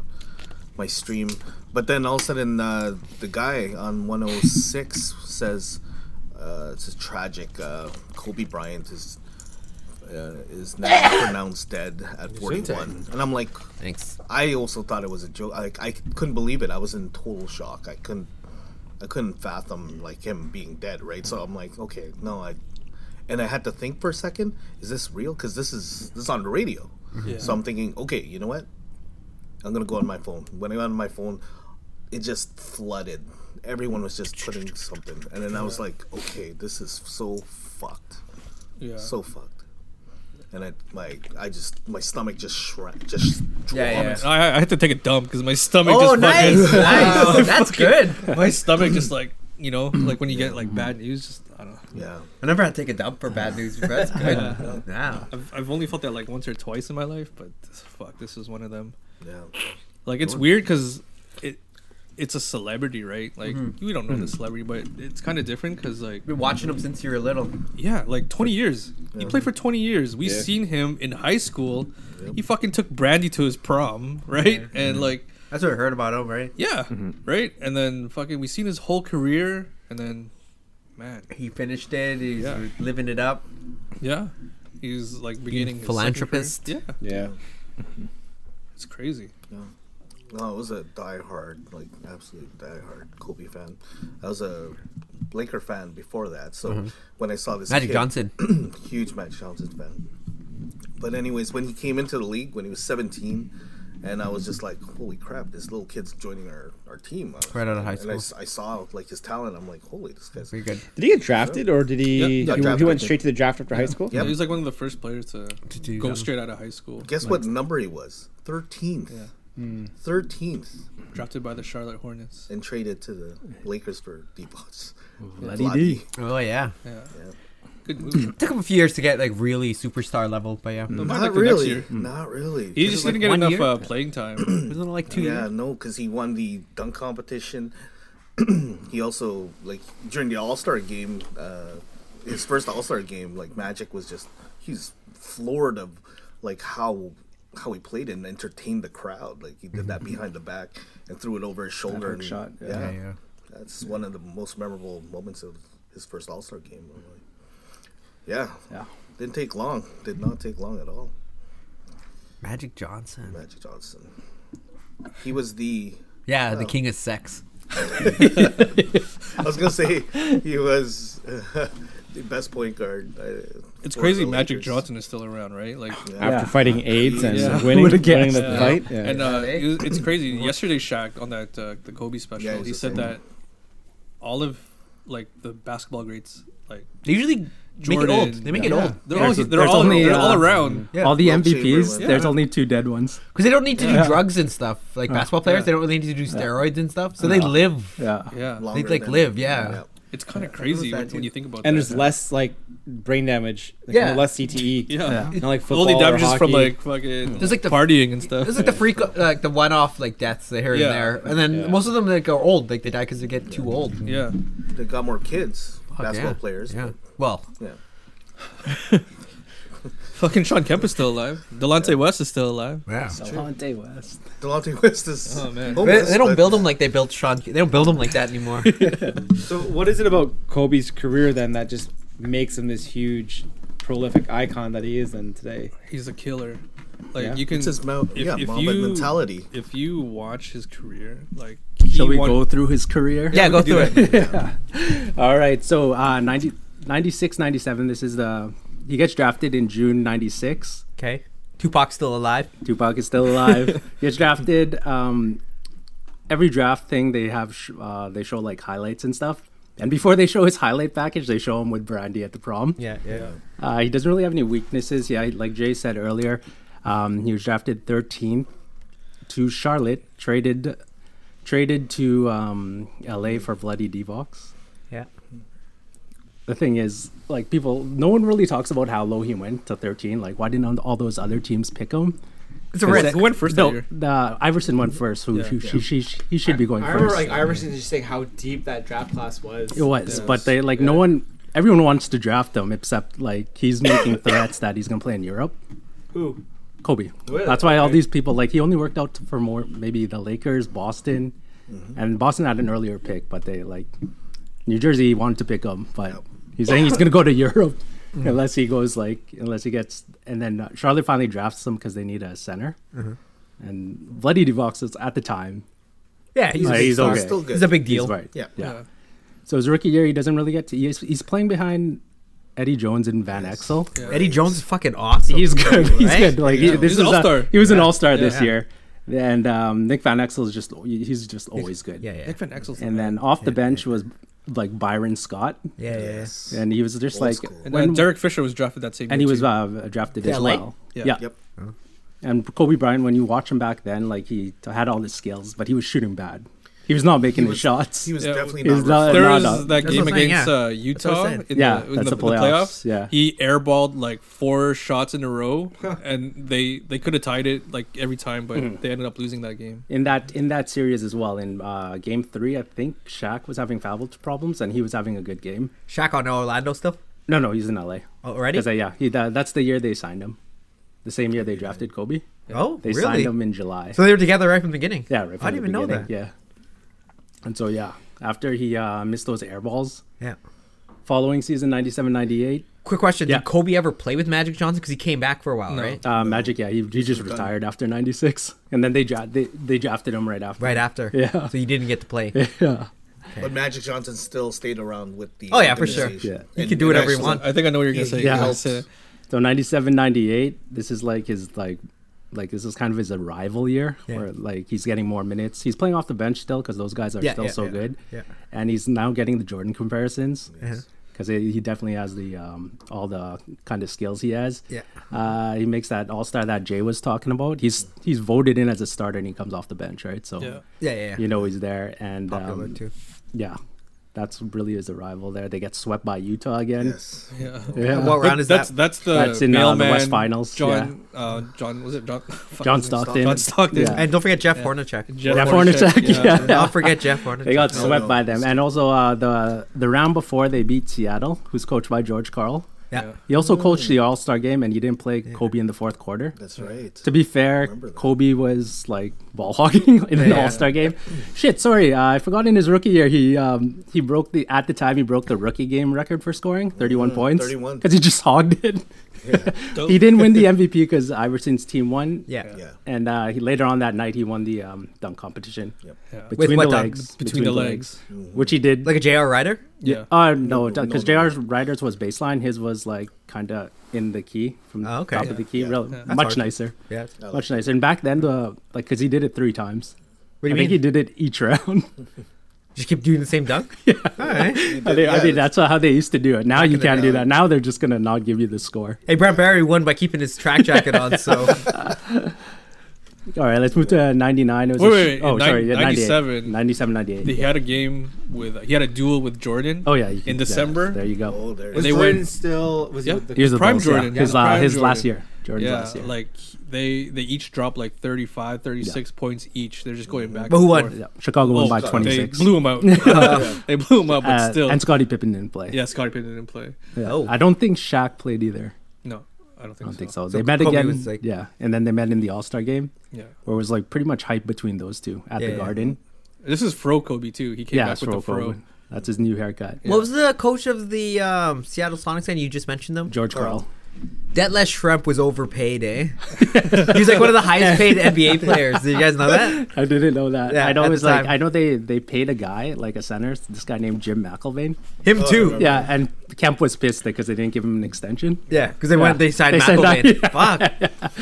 [SPEAKER 5] my stream, but then all of a sudden uh, the guy on 106 says uh, it's a tragic. Uh, Kobe Bryant is. Uh, is now pronounced dead at 41, and I'm like,
[SPEAKER 7] Thanks.
[SPEAKER 5] I also thought it was a joke. Like I couldn't believe it. I was in total shock. I couldn't, I couldn't fathom like him being dead. Right. So I'm like, okay, no, I, and I had to think for a second. Is this real? Because this is this is on the radio. So I'm thinking, okay, you know what? I'm gonna go on my phone. When I went on my phone, it just flooded. Everyone was just putting something, and then I was like, okay, this is so fucked
[SPEAKER 3] Yeah.
[SPEAKER 5] so fucked. And I, my, I just, my stomach just shrank, just dropped.
[SPEAKER 7] yeah.
[SPEAKER 3] I, I had to take a dump because my stomach
[SPEAKER 7] Oh,
[SPEAKER 3] just fucking,
[SPEAKER 7] nice, nice. That's good.
[SPEAKER 3] my stomach just like you know like when you get like bad news. Just, I don't know.
[SPEAKER 5] Yeah.
[SPEAKER 7] I never had to take a dump for bad news. before. That's good. Oh, Now.
[SPEAKER 3] I've, I've only felt that like once or twice in my life, but this, fuck, this is one of them.
[SPEAKER 5] yeah,
[SPEAKER 3] Like it's weird because it it's a celebrity, right? Like we don't know the celebrity, but it's kind of different because like
[SPEAKER 7] Been watching them since you were little.
[SPEAKER 3] yeah, like twenty years. He played for twenty years. We
[SPEAKER 1] Yeah.
[SPEAKER 3] seen him in high school. He fucking took Brandy to his prom, right? And like
[SPEAKER 7] That's what I heard about him, right?
[SPEAKER 3] yeah, right. And then fucking we seen his whole career, and then man,
[SPEAKER 7] He finished it. He's
[SPEAKER 3] Yeah.
[SPEAKER 7] living it up.
[SPEAKER 3] yeah, he's like beginning his second
[SPEAKER 7] philanthropist.
[SPEAKER 3] career. Yeah,
[SPEAKER 1] Yeah.
[SPEAKER 3] it's crazy.
[SPEAKER 5] no, I was a diehard, like absolute diehard Kobe fan. I was a Laker
[SPEAKER 11] Mm-hmm.
[SPEAKER 5] fan before that, so when I saw this
[SPEAKER 7] Magic
[SPEAKER 5] kid-
[SPEAKER 7] Johnson.
[SPEAKER 5] huge Magic Johnson fan, But anyways, when he came into the league when he was 17, and I was just like, holy crap, this little kid's joining our, our team. I was-
[SPEAKER 11] Right out of high
[SPEAKER 5] And I s- I, saw like his talent. I'm like, holy, this guy's
[SPEAKER 11] Pretty good
[SPEAKER 1] Did he get drafted, or did he?
[SPEAKER 3] Yeah,
[SPEAKER 1] he-
[SPEAKER 3] got
[SPEAKER 1] he,
[SPEAKER 5] drafted, I
[SPEAKER 1] went
[SPEAKER 5] think.
[SPEAKER 1] straight to the draft after high school.
[SPEAKER 5] Yep.
[SPEAKER 3] He was like one of the first players to,
[SPEAKER 11] to do.
[SPEAKER 3] go
[SPEAKER 11] that.
[SPEAKER 3] straight out of high school.
[SPEAKER 5] Guess what number he was? 13th.
[SPEAKER 3] Yeah.
[SPEAKER 11] Hmm.
[SPEAKER 5] 13th.
[SPEAKER 3] Drafted by the Charlotte Hornets.
[SPEAKER 5] And traded to the Lakers for D Bots.
[SPEAKER 8] Bloody D.
[SPEAKER 11] Oh yeah.
[SPEAKER 3] Yeah.
[SPEAKER 5] Yeah.
[SPEAKER 3] Good move.
[SPEAKER 11] Took him a few years to get like really superstar level, but yeah.
[SPEAKER 3] But
[SPEAKER 5] Not
[SPEAKER 3] like the next
[SPEAKER 5] really.
[SPEAKER 3] year.
[SPEAKER 1] Hmm.
[SPEAKER 5] Not really.
[SPEAKER 3] He just
[SPEAKER 11] like
[SPEAKER 3] didn't get
[SPEAKER 11] one
[SPEAKER 3] enough
[SPEAKER 11] year?
[SPEAKER 3] uh, playing time.
[SPEAKER 11] Wasn't it like two
[SPEAKER 5] Yeah,
[SPEAKER 11] years?
[SPEAKER 5] no, because he won the dunk competition. he also like during the All Star game, uh, his first All Star game, like Magic was just he's floored of like how how he played and entertained the crowd. Like he did that behind the back and threw it over his shoulder.
[SPEAKER 1] Mm-hmm. hook
[SPEAKER 5] And,
[SPEAKER 1] shot,
[SPEAKER 11] Yeah,
[SPEAKER 1] yeah.
[SPEAKER 11] yeah.
[SPEAKER 5] that's one of the most memorable moments of his first All Star game. Really. Yeah,
[SPEAKER 1] Yeah.
[SPEAKER 5] didn't take long. Did not take long at all.
[SPEAKER 11] Magic Johnson.
[SPEAKER 5] Magic Johnson. He was the
[SPEAKER 11] Yeah, the king of sex.
[SPEAKER 5] I was gonna say he was the best point guard. uh,
[SPEAKER 3] It's
[SPEAKER 5] for
[SPEAKER 3] crazy
[SPEAKER 5] the
[SPEAKER 3] Magic
[SPEAKER 5] Lakers.
[SPEAKER 3] Johnson is still around, right? Like
[SPEAKER 1] After
[SPEAKER 8] Yeah.
[SPEAKER 1] fighting AIDS and
[SPEAKER 3] Yeah.
[SPEAKER 1] winning,
[SPEAKER 8] Would've
[SPEAKER 1] winning
[SPEAKER 8] guessed.
[SPEAKER 1] the
[SPEAKER 3] Yeah.
[SPEAKER 1] fight. Yeah.
[SPEAKER 3] And uh, it was- it's crazy. Yesterday, Shaq on that uh, the Kobe special,
[SPEAKER 5] Yeah, he's
[SPEAKER 3] he
[SPEAKER 5] the
[SPEAKER 3] said
[SPEAKER 5] same.
[SPEAKER 3] that all of like the basketball greats, like
[SPEAKER 11] They usually
[SPEAKER 3] Jordan,
[SPEAKER 11] make it old. They make it
[SPEAKER 3] yeah.
[SPEAKER 11] old
[SPEAKER 3] They're
[SPEAKER 8] There's-
[SPEAKER 3] all they're
[SPEAKER 8] there's
[SPEAKER 3] all
[SPEAKER 8] only,
[SPEAKER 3] they're all
[SPEAKER 8] uh,
[SPEAKER 3] around.
[SPEAKER 11] Yeah.
[SPEAKER 8] All the
[SPEAKER 5] Wilt
[SPEAKER 8] MVPs,
[SPEAKER 5] Chamberlain.
[SPEAKER 8] there's only two dead ones.
[SPEAKER 11] because they don't need to do drugs and stuff like basketball players. They don't really need to do steroids and stuff, so they live.
[SPEAKER 8] Yeah.
[SPEAKER 3] Yeah,
[SPEAKER 5] Longer
[SPEAKER 11] Mm. like,
[SPEAKER 5] than-
[SPEAKER 11] live, yeah.
[SPEAKER 3] it's kind of crazy
[SPEAKER 11] that
[SPEAKER 3] when,
[SPEAKER 11] too.
[SPEAKER 3] when you think about.
[SPEAKER 1] and
[SPEAKER 3] that.
[SPEAKER 1] there's less like brain damage. Like,
[SPEAKER 11] Yeah.
[SPEAKER 1] Less E. CTE.
[SPEAKER 3] yeah.
[SPEAKER 1] Not like football.
[SPEAKER 3] All the
[SPEAKER 1] or
[SPEAKER 3] damages from
[SPEAKER 1] hockey.
[SPEAKER 3] like fucking
[SPEAKER 11] There's like the-
[SPEAKER 3] partying and stuff.
[SPEAKER 11] It's like the freak, like the one-off like deaths they hear
[SPEAKER 3] Yeah.
[SPEAKER 11] and there, and then
[SPEAKER 1] Yeah.
[SPEAKER 11] most of them like are old, like they die because they get too old.
[SPEAKER 3] yeah,
[SPEAKER 5] They got more kids,
[SPEAKER 11] Fuck,
[SPEAKER 5] basketball
[SPEAKER 11] yeah.
[SPEAKER 5] players.
[SPEAKER 11] Yeah.
[SPEAKER 5] but,
[SPEAKER 11] Well,
[SPEAKER 5] yeah.
[SPEAKER 3] fucking Sean Kemp is still alive. Delonte West is still alive.
[SPEAKER 11] yeah.
[SPEAKER 8] Delonte West.
[SPEAKER 5] Delonte West is.
[SPEAKER 3] Oh,
[SPEAKER 11] They,
[SPEAKER 3] man.
[SPEAKER 5] homeless,
[SPEAKER 11] they don't
[SPEAKER 5] but-
[SPEAKER 11] build them like they built Sean. They don't build them like that anymore.
[SPEAKER 1] So what is it about Kobe's career then that just makes him this huge, prolific icon that he is then today?
[SPEAKER 3] He's a killer. Like
[SPEAKER 1] Yeah.
[SPEAKER 3] you can
[SPEAKER 5] It's his mount,
[SPEAKER 3] if-
[SPEAKER 5] yeah,
[SPEAKER 3] if
[SPEAKER 5] Mamba
[SPEAKER 3] you-
[SPEAKER 5] mentality.
[SPEAKER 3] if you watch his career, like
[SPEAKER 8] Shall
[SPEAKER 3] he
[SPEAKER 8] we
[SPEAKER 3] won-
[SPEAKER 8] go through his career?
[SPEAKER 11] yeah, go through it.
[SPEAKER 8] All right. So uh, 90, 96, 97, this is the. He gets drafted in June 96.
[SPEAKER 11] Okay. Tupac's still alive.
[SPEAKER 8] Tupac is still alive. he gets drafted. Um, every draft thing they have, sh- uh, they show like highlights and stuff. And before they show his highlight package, they show him with Brandy at the prom.
[SPEAKER 11] Yeah, yeah.
[SPEAKER 8] Uh, he doesn't really have any weaknesses. Yeah, like Jay said earlier, um, he was drafted 13th to Charlotte, traded traded to um, LA for Bloody Devox.
[SPEAKER 11] Yeah.
[SPEAKER 8] The thing is, like people, no one really talks about how low he went to 13. Like, why didn't all those other teams pick him?
[SPEAKER 11] It's a
[SPEAKER 8] Is
[SPEAKER 11] risk.
[SPEAKER 8] that-
[SPEAKER 3] Who went first that
[SPEAKER 8] No,
[SPEAKER 3] year?
[SPEAKER 8] the Iverson went first. Who,
[SPEAKER 3] Yeah.
[SPEAKER 8] who She, she, she, he should be going
[SPEAKER 10] I
[SPEAKER 8] first.
[SPEAKER 10] remember like Iverson just saying how deep that draft class was.
[SPEAKER 8] It was,
[SPEAKER 3] Yeah.
[SPEAKER 8] but they like no one. Everyone wants to draft him, except like he's making threats that he's gonna play in Europe.
[SPEAKER 10] Who?
[SPEAKER 8] Kobe.
[SPEAKER 10] Really?
[SPEAKER 8] That's why all
[SPEAKER 10] Okay.
[SPEAKER 8] these people like he only worked out for more maybe the Lakers, Boston, and Boston had an earlier pick, but they like New Jersey wanted to pick him, but he's saying he's gonna go to Europe unless he goes like unless he gets and then uh, Charlotte finally drafts him because they need a center. And Bloody Devox is at the time.
[SPEAKER 11] Yeah, he's,
[SPEAKER 2] Oh,
[SPEAKER 8] He's,
[SPEAKER 11] a,
[SPEAKER 8] he's
[SPEAKER 5] star.
[SPEAKER 8] okay.
[SPEAKER 5] Still good.
[SPEAKER 11] he's a big deal.
[SPEAKER 8] He's right.
[SPEAKER 5] Yeah.
[SPEAKER 8] yeah.
[SPEAKER 3] Yeah.
[SPEAKER 8] So his rookie year, he doesn't really get to. He's, he's playing behind Eddie Jones and Van Exel.
[SPEAKER 11] Eddie Jones is fucking awesome.
[SPEAKER 8] He's good. He's
[SPEAKER 11] Right?
[SPEAKER 8] good. Like he,
[SPEAKER 3] Yeah.
[SPEAKER 8] this
[SPEAKER 3] He's
[SPEAKER 8] is
[SPEAKER 3] an
[SPEAKER 8] a-
[SPEAKER 3] all-star.
[SPEAKER 8] he was an all star this
[SPEAKER 11] Yeah.
[SPEAKER 8] year, and um, Nick Van Exel is just he's just always good.
[SPEAKER 11] Yeah, yeah,
[SPEAKER 3] Nick Van Exel's
[SPEAKER 8] And then off the bench was like Byron Scott,
[SPEAKER 11] yeah, yeah. yeah.
[SPEAKER 5] Yes.
[SPEAKER 8] and he was just
[SPEAKER 5] Old
[SPEAKER 8] like
[SPEAKER 5] school.
[SPEAKER 3] And
[SPEAKER 8] when-
[SPEAKER 3] then Derek Fisher was drafted that same year.
[SPEAKER 8] and he was
[SPEAKER 3] too.
[SPEAKER 8] uh, drafted as
[SPEAKER 11] LA.
[SPEAKER 8] well.
[SPEAKER 3] Yeah.
[SPEAKER 5] Yep.
[SPEAKER 8] And Kobe Bryant, when you watch him back then, like he t- had all the skills, but he was shooting bad. He was not
[SPEAKER 5] He
[SPEAKER 8] making his
[SPEAKER 5] was-
[SPEAKER 8] shots.
[SPEAKER 5] He was
[SPEAKER 3] Yeah,
[SPEAKER 5] definitely
[SPEAKER 8] he's
[SPEAKER 5] not. referenced.
[SPEAKER 8] not-
[SPEAKER 3] there
[SPEAKER 8] no,
[SPEAKER 3] was
[SPEAKER 8] no.
[SPEAKER 3] that
[SPEAKER 11] That's
[SPEAKER 3] game
[SPEAKER 11] what I'm saying,
[SPEAKER 3] against
[SPEAKER 11] yeah.
[SPEAKER 3] uh,
[SPEAKER 11] what I'm
[SPEAKER 3] Utah.
[SPEAKER 11] saying.
[SPEAKER 3] in
[SPEAKER 8] Yeah,
[SPEAKER 3] the, in
[SPEAKER 8] that's
[SPEAKER 3] the,
[SPEAKER 8] the playoffs, yeah.
[SPEAKER 3] he airballed like four shots in a row, and they they could have tied it like every time, but
[SPEAKER 8] Mm-hmm.
[SPEAKER 3] they ended up losing that game.
[SPEAKER 8] in that in that series as well. In uh, game three, I think Shaq was having foul problems, and he was having a good game.
[SPEAKER 11] Shaq on Orlando still
[SPEAKER 8] No, no, he's in LA.
[SPEAKER 11] already.
[SPEAKER 8] Because uh, yeah, he, that, that's the year they signed him. The same year they drafted Kobe.
[SPEAKER 11] oh,
[SPEAKER 8] They
[SPEAKER 11] really?
[SPEAKER 8] signed him in July.
[SPEAKER 11] So they were together right from the beginning.
[SPEAKER 8] yeah, right. From
[SPEAKER 11] I didn't
[SPEAKER 8] the
[SPEAKER 11] even know
[SPEAKER 8] beginning,
[SPEAKER 11] that.
[SPEAKER 8] Yeah. And so yeah, after he uh, missed those air balls,
[SPEAKER 11] Yeah.
[SPEAKER 8] following season 97-98,
[SPEAKER 11] Quick question:
[SPEAKER 8] Yeah.
[SPEAKER 11] Did Kobe ever play with Magic Johnson? Because he came back for a while,
[SPEAKER 3] No.
[SPEAKER 11] right?
[SPEAKER 8] uh, Magic yeah he, he just retired after ninety six, and then they dra- they they drafted him right after.
[SPEAKER 11] Right after.
[SPEAKER 8] Yeah.
[SPEAKER 11] So you didn't get to play.
[SPEAKER 8] Yeah.
[SPEAKER 5] But Magic Johnson still stayed around with the.
[SPEAKER 11] Oh, yeah, for sure.
[SPEAKER 5] organization.
[SPEAKER 8] Yeah.
[SPEAKER 11] He
[SPEAKER 5] And-
[SPEAKER 11] could do
[SPEAKER 5] and
[SPEAKER 11] whatever he
[SPEAKER 5] actually-
[SPEAKER 11] wants.
[SPEAKER 3] I think I know what you're gonna
[SPEAKER 5] He-
[SPEAKER 3] say.
[SPEAKER 5] he
[SPEAKER 8] Yeah.
[SPEAKER 3] It's,
[SPEAKER 5] helped
[SPEAKER 3] uh,
[SPEAKER 8] So 97, 98, this is like his like like this is kind of his arrival year
[SPEAKER 2] Yeah.
[SPEAKER 8] where like he's getting more minutes. He's playing off the bench still because those guys are
[SPEAKER 2] Yeah,
[SPEAKER 8] still
[SPEAKER 2] yeah,
[SPEAKER 8] so
[SPEAKER 2] yeah,
[SPEAKER 8] good.
[SPEAKER 2] yeah.
[SPEAKER 8] And he's now getting the Jordan comparisons
[SPEAKER 2] Uh-huh.
[SPEAKER 8] because he he definitely has the um, all the kind of skills he has.
[SPEAKER 2] Yeah.
[SPEAKER 8] Uh, he makes that all star that Jay was talking about. He's he's voted in as a starter and he comes off the bench, right? So
[SPEAKER 3] Yeah.
[SPEAKER 2] Yeah, yeah, yeah.
[SPEAKER 8] you know he's there and
[SPEAKER 2] Popular
[SPEAKER 8] um,
[SPEAKER 2] too.
[SPEAKER 8] Yeah, that's really his arrival there. They get swept by Utah again.
[SPEAKER 5] Yes.
[SPEAKER 3] Yeah.
[SPEAKER 8] Yeah.
[SPEAKER 5] What round is
[SPEAKER 3] that's,
[SPEAKER 5] that?
[SPEAKER 3] That's the
[SPEAKER 8] That's in, uh, the
[SPEAKER 3] mailman,
[SPEAKER 8] West Finals,
[SPEAKER 3] John, uh, John, was it John? fuck,
[SPEAKER 8] John
[SPEAKER 3] his name's
[SPEAKER 8] Stockton.
[SPEAKER 3] John Stockton.
[SPEAKER 8] Yeah.
[SPEAKER 2] And don't forget Jeff
[SPEAKER 3] Yeah.
[SPEAKER 2] Hornacek.
[SPEAKER 3] Jeff
[SPEAKER 8] Jeff
[SPEAKER 3] Hornacek,
[SPEAKER 8] Hornacek, yeah.
[SPEAKER 2] Don't forget Jeff Hornacek.
[SPEAKER 8] They got
[SPEAKER 5] No,
[SPEAKER 8] swept
[SPEAKER 5] no.
[SPEAKER 8] by them, and also uh, the the round before they beat Seattle, who's coached by George Carl.
[SPEAKER 2] Yeah.
[SPEAKER 8] He also coached the All Star game, and he didn't play Kobe in the fourth quarter.
[SPEAKER 5] That's right.
[SPEAKER 8] To be fair,
[SPEAKER 5] Remember that.
[SPEAKER 8] Kobe was like ball hogging in an
[SPEAKER 2] Yeah.
[SPEAKER 8] All Star game. Shit, sorry, uh, I forgot. In his rookie year, he um, he broke the at the time he broke the rookie game record for scoring, thirty one
[SPEAKER 5] Mm,
[SPEAKER 8] points,
[SPEAKER 5] 31.
[SPEAKER 8] because he just hogged it. he didn't win the MVP because Iverson's team won,
[SPEAKER 2] Yeah.
[SPEAKER 5] Yeah.
[SPEAKER 8] and uh, he later on that night he won the um, dunk competition
[SPEAKER 3] Yeah.
[SPEAKER 8] between the
[SPEAKER 2] what dunk?
[SPEAKER 8] legs,
[SPEAKER 3] Between the legs.
[SPEAKER 8] which he did
[SPEAKER 2] Like a JR Ryder?
[SPEAKER 3] Yeah.
[SPEAKER 8] uh, no,
[SPEAKER 5] Mm-hmm. No,
[SPEAKER 8] because
[SPEAKER 5] no, no.
[SPEAKER 8] JR's Riders was baseline. His was like kind of in the key from
[SPEAKER 2] Oh, okay.
[SPEAKER 8] top of the key.
[SPEAKER 5] Yeah,
[SPEAKER 8] Real,
[SPEAKER 3] yeah.
[SPEAKER 8] much
[SPEAKER 2] hard.
[SPEAKER 8] nicer,
[SPEAKER 2] Yeah.
[SPEAKER 5] I like
[SPEAKER 8] much nicer. And back then, the like because he did it three times.
[SPEAKER 2] What do you
[SPEAKER 8] I
[SPEAKER 2] mean?
[SPEAKER 8] think he did it each round.
[SPEAKER 2] Just keep doing the same dunk? yeah. All right.
[SPEAKER 5] it.
[SPEAKER 8] I, think, I
[SPEAKER 5] Yeah,
[SPEAKER 8] mean, that's how they used to do it. Now you
[SPEAKER 2] in the
[SPEAKER 8] can't do
[SPEAKER 2] day.
[SPEAKER 8] that. Now they're just gonna not give you the score.
[SPEAKER 2] Hey, Brent Barry won by keeping his track jacket on, so
[SPEAKER 8] All right, let's move to '99. It was a
[SPEAKER 3] Wait,
[SPEAKER 8] sh-
[SPEAKER 3] wait, wait,
[SPEAKER 8] oh,
[SPEAKER 3] in
[SPEAKER 8] sorry,
[SPEAKER 3] nine-
[SPEAKER 8] yeah,
[SPEAKER 3] 97.
[SPEAKER 8] 97, 98.
[SPEAKER 3] He had a game with, he had a duel with Jordan.
[SPEAKER 8] oh yeah, you can- yeah,
[SPEAKER 3] December.
[SPEAKER 8] there you go.
[SPEAKER 5] Oh, there it
[SPEAKER 3] And
[SPEAKER 5] is.
[SPEAKER 3] they
[SPEAKER 1] Jordan
[SPEAKER 3] win.
[SPEAKER 1] still was
[SPEAKER 3] Yeah.
[SPEAKER 1] he with the
[SPEAKER 8] Here's the
[SPEAKER 3] Prime
[SPEAKER 8] Bulls, yeah.
[SPEAKER 3] Jordan, yeah,
[SPEAKER 8] His,
[SPEAKER 3] the
[SPEAKER 8] uh,
[SPEAKER 3] Prime
[SPEAKER 8] his last
[SPEAKER 3] Jordan.
[SPEAKER 8] year. Jordan's
[SPEAKER 3] Yeah,
[SPEAKER 8] last year.
[SPEAKER 3] like they they each dropped like 35, 36 points each. They're just going back.
[SPEAKER 2] But who
[SPEAKER 3] and
[SPEAKER 2] won?
[SPEAKER 3] forth.
[SPEAKER 8] yeah, Chicago won
[SPEAKER 3] Oh,
[SPEAKER 8] by
[SPEAKER 3] fuck,
[SPEAKER 8] 26.
[SPEAKER 3] They blew him out. they blew him out, but
[SPEAKER 8] Uh,
[SPEAKER 3] still.
[SPEAKER 8] and Scottie Pippen didn't play.
[SPEAKER 3] yeah, Scottie Pippen didn't play.
[SPEAKER 8] Yeah.
[SPEAKER 2] Oh.
[SPEAKER 8] I don't think Shaq played either.
[SPEAKER 3] No, I don't
[SPEAKER 8] I
[SPEAKER 3] think,
[SPEAKER 8] don't
[SPEAKER 3] so.
[SPEAKER 8] think so.
[SPEAKER 2] So
[SPEAKER 8] they met
[SPEAKER 2] Kobe
[SPEAKER 8] again.
[SPEAKER 2] was, like-
[SPEAKER 8] yeah, and then they met in the All Star game,
[SPEAKER 3] Yeah,
[SPEAKER 8] where it was like pretty much hype between those two at
[SPEAKER 2] Yeah,
[SPEAKER 8] the
[SPEAKER 2] yeah.
[SPEAKER 8] Garden.
[SPEAKER 3] this is Fro Kobe too. He came
[SPEAKER 8] Yeah,
[SPEAKER 3] back with the
[SPEAKER 8] Stroh
[SPEAKER 3] Fro.
[SPEAKER 8] Coleman. That's his new haircut.
[SPEAKER 3] Yeah.
[SPEAKER 2] What was the coach of the um, Seattle Sonics and you just mentioned them?
[SPEAKER 8] George Carl.
[SPEAKER 2] Detlef Schrempf was overpaid, eh? he was like one of the highest paid NBA players. Did you guys know that?
[SPEAKER 8] I didn't know that.
[SPEAKER 2] Yeah,
[SPEAKER 8] I know
[SPEAKER 2] at the
[SPEAKER 8] it's like
[SPEAKER 2] time.
[SPEAKER 8] I know they they paid a guy like a center, this guy named Jim McElvain.
[SPEAKER 2] Him too.
[SPEAKER 8] Yeah, and Kemp was pissed because they didn't give him an extension.
[SPEAKER 2] Yeah, because they
[SPEAKER 8] Yeah.
[SPEAKER 2] went they signed
[SPEAKER 8] They signed
[SPEAKER 2] McElvain.
[SPEAKER 8] that-
[SPEAKER 2] Fuck.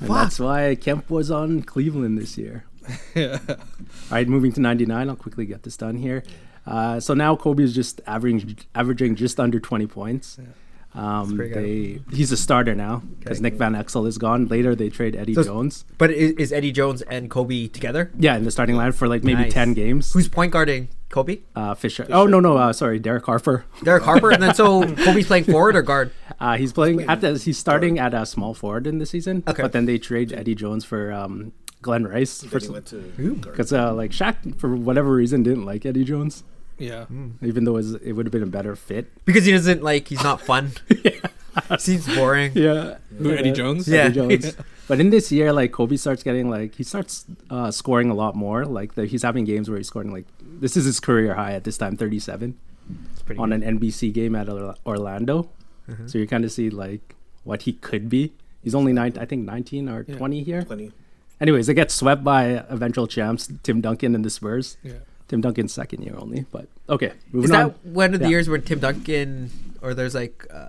[SPEAKER 8] And that's why Kemp was on Cleveland this year. All right, moving to 99. I'll quickly get this done here. Uh, so now Kobe is just averaging, averaging just under 20 points. Um,
[SPEAKER 2] pretty
[SPEAKER 8] they,
[SPEAKER 2] good.
[SPEAKER 8] he's a starter now because
[SPEAKER 2] Okay.
[SPEAKER 8] Nick Van Exel is gone. Later, they trade Eddie
[SPEAKER 2] So-
[SPEAKER 8] Jones.
[SPEAKER 2] But is, is Eddie Jones and Kobe together?
[SPEAKER 8] Yeah, in the starting line for like maybe
[SPEAKER 2] Nice.
[SPEAKER 8] 10 games.
[SPEAKER 2] Who's point guarding Kobe?
[SPEAKER 8] uh, Fisher. Oh, no, no. Uh, sorry, Derek Harper.
[SPEAKER 2] Derek Harper, and then so Kobe's playing forward or guard.
[SPEAKER 8] Uh, he's playing at the, he's starting at a small forward in the season.
[SPEAKER 2] Okay.
[SPEAKER 8] But then they trade Eddie Jones for um, Glenn Rice.
[SPEAKER 5] Then he went
[SPEAKER 8] Because
[SPEAKER 5] to
[SPEAKER 8] uh, like Shaq, for whatever reason, didn't like Eddie Jones.
[SPEAKER 3] Yeah,
[SPEAKER 8] even though it, was- it would have been a better fit.
[SPEAKER 2] Because he doesn't like he's not fun. Seems boring.
[SPEAKER 8] Yeah,
[SPEAKER 3] who Eddie Jones?
[SPEAKER 2] Yeah.
[SPEAKER 8] Jones. but in this year, like Kobe starts getting like he starts uh, scoring a lot more. Like the, he's having games where he's scoring like this is his career high at this time, thirty-seven
[SPEAKER 2] pretty Mm-hmm.
[SPEAKER 8] on an NBC game at Orla- Orlando. So you kind of see like what he could be. He's only nine, I think, nineteen or
[SPEAKER 3] Yeah.
[SPEAKER 8] twenty here.
[SPEAKER 5] plenty.
[SPEAKER 8] Anyways, they get swept by eventual champs Tim Duncan and the Spurs.
[SPEAKER 3] Yeah.
[SPEAKER 8] Tim Duncan's second year only, but okay. Moving
[SPEAKER 2] Is
[SPEAKER 8] on.
[SPEAKER 2] that one of the
[SPEAKER 8] Yeah.
[SPEAKER 2] years when Tim Duncan or there's like uh,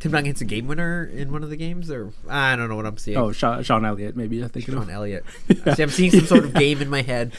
[SPEAKER 2] Tim Duncan hits a game winner in one of the games or I don't know what I'm seeing.
[SPEAKER 8] Oh, Sha- Sean Elliott, maybe I think.
[SPEAKER 2] Sean Elliott. See, I'm seeing some sort of game in my head.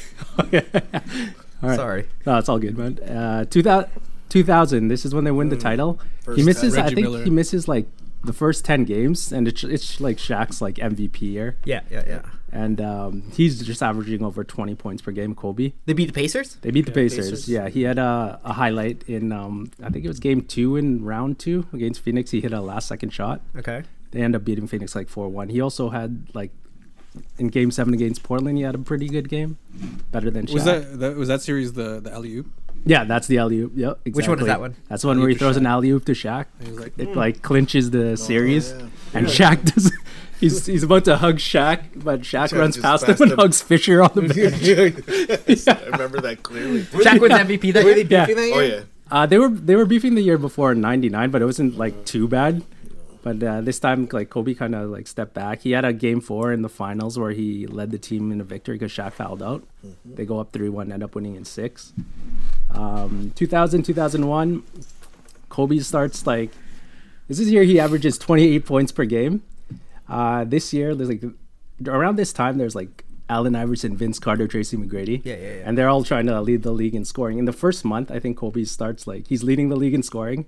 [SPEAKER 8] right.
[SPEAKER 2] Sorry.
[SPEAKER 8] No, it's all good, man. Uh, 2000, 2000, this is when they win the title.
[SPEAKER 5] First
[SPEAKER 8] he misses,
[SPEAKER 3] time.
[SPEAKER 8] I
[SPEAKER 3] Reggie
[SPEAKER 8] think
[SPEAKER 3] Miller.
[SPEAKER 8] he misses like the first 10 games, and it's, it's like Shaq's like MVP year.
[SPEAKER 2] Yeah, yeah, yeah.
[SPEAKER 8] And um, he's just averaging over 20 points per game, Kobe.
[SPEAKER 2] They beat the Pacers?
[SPEAKER 8] They beat the Pacers.
[SPEAKER 5] Pacers.
[SPEAKER 8] Yeah, he had a, a highlight in, um, I think it was game two in round two against Phoenix. He hit a last second shot.
[SPEAKER 2] Okay.
[SPEAKER 8] They end up beating Phoenix like 4 1. He also had like in game seven against Portland, he had a pretty good game. Better than Shaq.
[SPEAKER 3] Was that, that was that series the the alley oop?
[SPEAKER 8] Yeah, that's the alley oop. Yep. Exactly.
[SPEAKER 2] Which one is that one?
[SPEAKER 8] That's the one where he
[SPEAKER 3] Alley-oop to
[SPEAKER 8] throws an
[SPEAKER 3] Shaq.
[SPEAKER 8] alley oop to Shaq.
[SPEAKER 3] was like,
[SPEAKER 8] it like clinches the series,
[SPEAKER 5] yeah.
[SPEAKER 8] and Shaq does. He's, he's about to hug Shaq, but Shaq,
[SPEAKER 5] Shaq
[SPEAKER 8] runs
[SPEAKER 5] just
[SPEAKER 8] past him
[SPEAKER 5] passed
[SPEAKER 8] and
[SPEAKER 5] him.
[SPEAKER 8] hugs Fisher on the bench.
[SPEAKER 5] I remember that clearly.
[SPEAKER 2] Shaq wins MVP that year?
[SPEAKER 8] Yeah.
[SPEAKER 5] Oh yeah.
[SPEAKER 8] Uh, they were they were beefing the year before in '99, but it wasn't like too bad. But uh, this time, like Kobe kind of like stepped back. He had a game four in the finals where he led the team in a victory because Shaq fouled out.
[SPEAKER 2] Mm-hmm.
[SPEAKER 8] They go up three one, end up winning in six. Um, 2000, 2001, Kobe starts like This is year he averages 28 points per game. Uh, this year, there's like around this time, there's like Allen Iverson, Vince Carter, Tracy McGrady.
[SPEAKER 2] Yeah, yeah, yeah.
[SPEAKER 8] And they're all trying to lead the league in scoring. In the first month, I think Kobe starts like he's leading the league in scoring.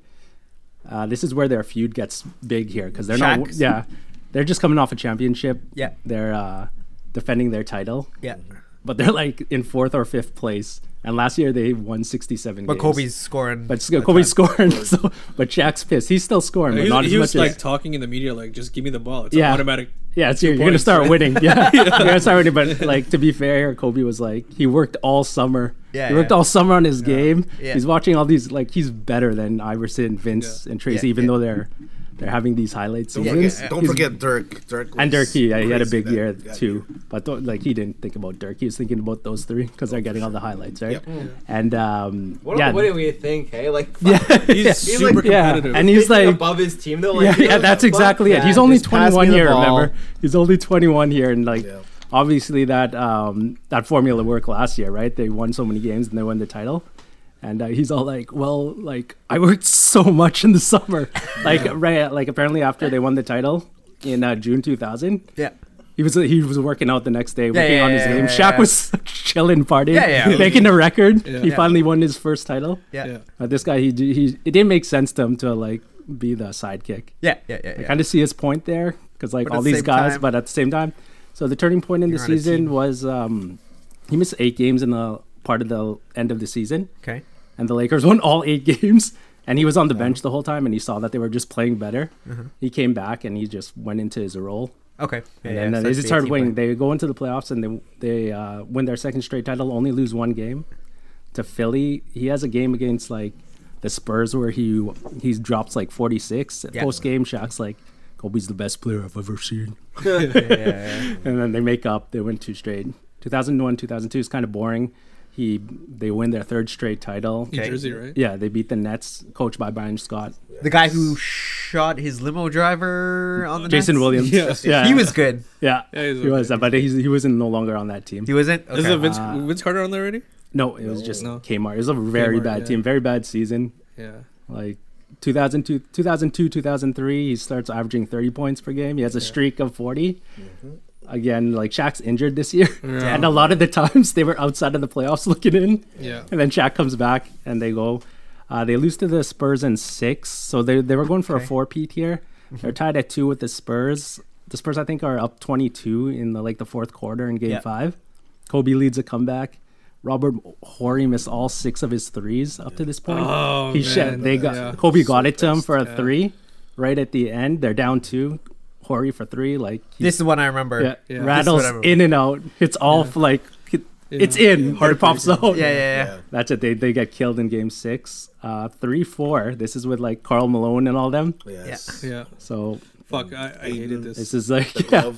[SPEAKER 8] Uh, this is where their feud gets big here because they're not.
[SPEAKER 2] Shaq's.
[SPEAKER 8] Yeah, they're just coming off a championship.
[SPEAKER 2] Yeah.
[SPEAKER 8] they're uh, defending their title.
[SPEAKER 2] Yeah.
[SPEAKER 8] but they're like in fourth or fifth place. And last year they won sixty-seven.
[SPEAKER 2] But
[SPEAKER 8] games.
[SPEAKER 2] Kobe's scoring
[SPEAKER 8] But
[SPEAKER 2] a
[SPEAKER 8] Kobe's
[SPEAKER 2] ton.
[SPEAKER 8] scoring. So, but Shaq's pissed. He's still scoring,
[SPEAKER 3] He
[SPEAKER 8] but
[SPEAKER 3] was,
[SPEAKER 8] not
[SPEAKER 3] he
[SPEAKER 8] as
[SPEAKER 3] was,
[SPEAKER 8] much
[SPEAKER 3] like
[SPEAKER 8] as
[SPEAKER 3] talking in the media, like just give me the ball. It's
[SPEAKER 8] Yeah.
[SPEAKER 3] automatic.
[SPEAKER 8] yeah, it's,
[SPEAKER 3] two
[SPEAKER 8] you're, you're gonna
[SPEAKER 3] points,
[SPEAKER 8] start
[SPEAKER 3] right?
[SPEAKER 8] winning. Yeah. you're gonna start winning. But like to be fair, Kobe was like he worked all summer.
[SPEAKER 2] Yeah,
[SPEAKER 8] he worked
[SPEAKER 2] yeah.
[SPEAKER 8] all summer on his game.
[SPEAKER 2] Yeah.
[SPEAKER 8] He's watching all these like he's better than Iverson, Vince, and Tracy,
[SPEAKER 2] Yeah,
[SPEAKER 8] even
[SPEAKER 2] yeah.
[SPEAKER 8] though they're they're having these highlight
[SPEAKER 5] Don't
[SPEAKER 8] seasons.
[SPEAKER 5] forget, don't
[SPEAKER 8] He's-
[SPEAKER 5] forget Dirk. Dirk was
[SPEAKER 8] and Durkee, yeah, he had a
[SPEAKER 5] crazy
[SPEAKER 8] big
[SPEAKER 5] that-
[SPEAKER 8] year
[SPEAKER 5] that
[SPEAKER 8] too. But th- like he didn't think about Dirk, he was thinking about those three because they're getting all the highlights, right?
[SPEAKER 5] Yep. Mm.
[SPEAKER 8] And um,
[SPEAKER 10] What,
[SPEAKER 8] yeah,
[SPEAKER 10] what do we think? Hey, like
[SPEAKER 8] yeah,
[SPEAKER 3] He's super
[SPEAKER 8] like- yeah,
[SPEAKER 3] competitive.
[SPEAKER 8] and he's
[SPEAKER 10] thinking
[SPEAKER 8] like,
[SPEAKER 10] above his team though.
[SPEAKER 8] yeah,
[SPEAKER 10] Like,
[SPEAKER 8] yeah, that's exactly it. He's
[SPEAKER 1] Yeah,
[SPEAKER 8] only
[SPEAKER 1] just pass me
[SPEAKER 8] 21
[SPEAKER 1] the
[SPEAKER 8] here.
[SPEAKER 1] ball.
[SPEAKER 8] Remember, he's only 21 here, and like
[SPEAKER 5] Yeah.
[SPEAKER 8] obviously that um, that formula worked last year, right? They won so many games and they won the title. And uh, he's all like, "Well, like I worked so much in the summer, like right, like apparently after they won the title in uh, June 2000,
[SPEAKER 2] Yeah.
[SPEAKER 8] he was uh, he was working out the next day, working
[SPEAKER 2] yeah,
[SPEAKER 8] on his
[SPEAKER 2] yeah,
[SPEAKER 8] game.
[SPEAKER 2] yeah,
[SPEAKER 8] Shaq
[SPEAKER 2] yeah.
[SPEAKER 8] was chilling, partying,
[SPEAKER 2] Yeah, yeah.
[SPEAKER 8] making a record.
[SPEAKER 3] Yeah.
[SPEAKER 8] He
[SPEAKER 2] Yeah.
[SPEAKER 8] finally won his first title.
[SPEAKER 2] Yeah.
[SPEAKER 3] Yeah.
[SPEAKER 2] Yeah.
[SPEAKER 8] But this guy, he d- he it didn't make sense to him to like be the sidekick.
[SPEAKER 2] Yeah. Yeah. yeah,
[SPEAKER 8] I kind of see his point there because like
[SPEAKER 2] But at
[SPEAKER 8] all
[SPEAKER 2] the
[SPEAKER 8] these
[SPEAKER 2] same
[SPEAKER 8] guys,
[SPEAKER 2] time-
[SPEAKER 8] but at the same time, so the turning point in
[SPEAKER 2] You're
[SPEAKER 8] the
[SPEAKER 2] on a
[SPEAKER 8] season
[SPEAKER 2] team.
[SPEAKER 8] was um he missed eight games in the part of the end of the season,
[SPEAKER 2] Okay.
[SPEAKER 8] and the Lakers won all eight games. And he was on the bench the whole time, and he saw that they were just playing better.
[SPEAKER 2] Uh-huh.
[SPEAKER 8] He came back, and he just went into his role.
[SPEAKER 2] Okay. Yeah, yeah,
[SPEAKER 8] And then
[SPEAKER 2] so
[SPEAKER 8] they
[SPEAKER 2] that's
[SPEAKER 8] just
[SPEAKER 2] the
[SPEAKER 8] started
[SPEAKER 2] team
[SPEAKER 8] winning.
[SPEAKER 2] play.
[SPEAKER 8] They go into the playoffs and they they uh, win their second straight title. Only lose one game to Philly. He has a game against like the Spurs where he he drops like forty six.
[SPEAKER 2] Yeah.
[SPEAKER 8] Post game, Shaq's like Kobe's the best player I've ever seen.
[SPEAKER 2] Yeah, yeah, yeah.
[SPEAKER 8] And then they make up. They win two straight. Two thousand one, two thousand two is kind of boring. He they win their third straight title.
[SPEAKER 3] New Jersey, right?
[SPEAKER 8] Yeah, they beat the Nets, coached by Brian Scott.
[SPEAKER 2] The guy who shot his limo driver on the
[SPEAKER 8] Jason
[SPEAKER 2] Nets?
[SPEAKER 8] Williams.
[SPEAKER 3] Yes.
[SPEAKER 8] Yeah,
[SPEAKER 2] He was good.
[SPEAKER 8] Yeah,
[SPEAKER 3] Yeah, he's
[SPEAKER 8] he was.
[SPEAKER 3] okay.
[SPEAKER 8] But he's, he wasn't no longer on that team.
[SPEAKER 2] He wasn't. Okay.
[SPEAKER 3] Is it Vince,
[SPEAKER 8] Uh,
[SPEAKER 3] Vince Carter on there already?
[SPEAKER 8] No, it was just
[SPEAKER 3] No.
[SPEAKER 8] Kmart. It was a very
[SPEAKER 3] Kmart,
[SPEAKER 8] bad
[SPEAKER 3] yeah.
[SPEAKER 8] team, very bad season.
[SPEAKER 3] Yeah.
[SPEAKER 8] Like 2002, 2002, 2003, he starts averaging 30 points per game. He has a streak of 40. Again, like Shaq's injured this year.
[SPEAKER 3] Mm-hmm. Yeah.
[SPEAKER 8] And a lot of the times they were outside of the playoffs looking in.
[SPEAKER 3] Yeah.
[SPEAKER 8] And then Shaq comes back and they go. Uh, they lose to the Spurs in six. So they, they were going for a
[SPEAKER 2] Okay. Mm-hmm.
[SPEAKER 8] four peat here. They're tied at two with the Spurs. The Spurs, I think, are up 22 in the like the fourth quarter in game
[SPEAKER 2] Yeah.
[SPEAKER 8] five. Kobe leads a comeback. Robert Horry missed all six of his threes up to this point.
[SPEAKER 3] Oh,
[SPEAKER 8] he
[SPEAKER 3] man.
[SPEAKER 8] sha- they got
[SPEAKER 3] Yeah.
[SPEAKER 8] Kobe got it to him for a
[SPEAKER 3] yeah.
[SPEAKER 8] three right at the end. They're down two. Horry for three. Like he
[SPEAKER 2] This is the one I remember.
[SPEAKER 8] yeah,
[SPEAKER 3] yeah.
[SPEAKER 8] rattles
[SPEAKER 2] This is what I
[SPEAKER 8] in and out. It's all f- like it- it's in. Hard pops out.
[SPEAKER 2] Oh, Yeah, yeah, yeah.
[SPEAKER 5] Yeah.
[SPEAKER 8] That's it. They they get killed in game six. Uh three four. This is with like Carl Malone and all them.
[SPEAKER 5] year. Yes.
[SPEAKER 3] Yeah.
[SPEAKER 8] So
[SPEAKER 3] Fuck, I, I hated this.
[SPEAKER 8] this is like
[SPEAKER 5] The
[SPEAKER 8] yeah.
[SPEAKER 5] glove.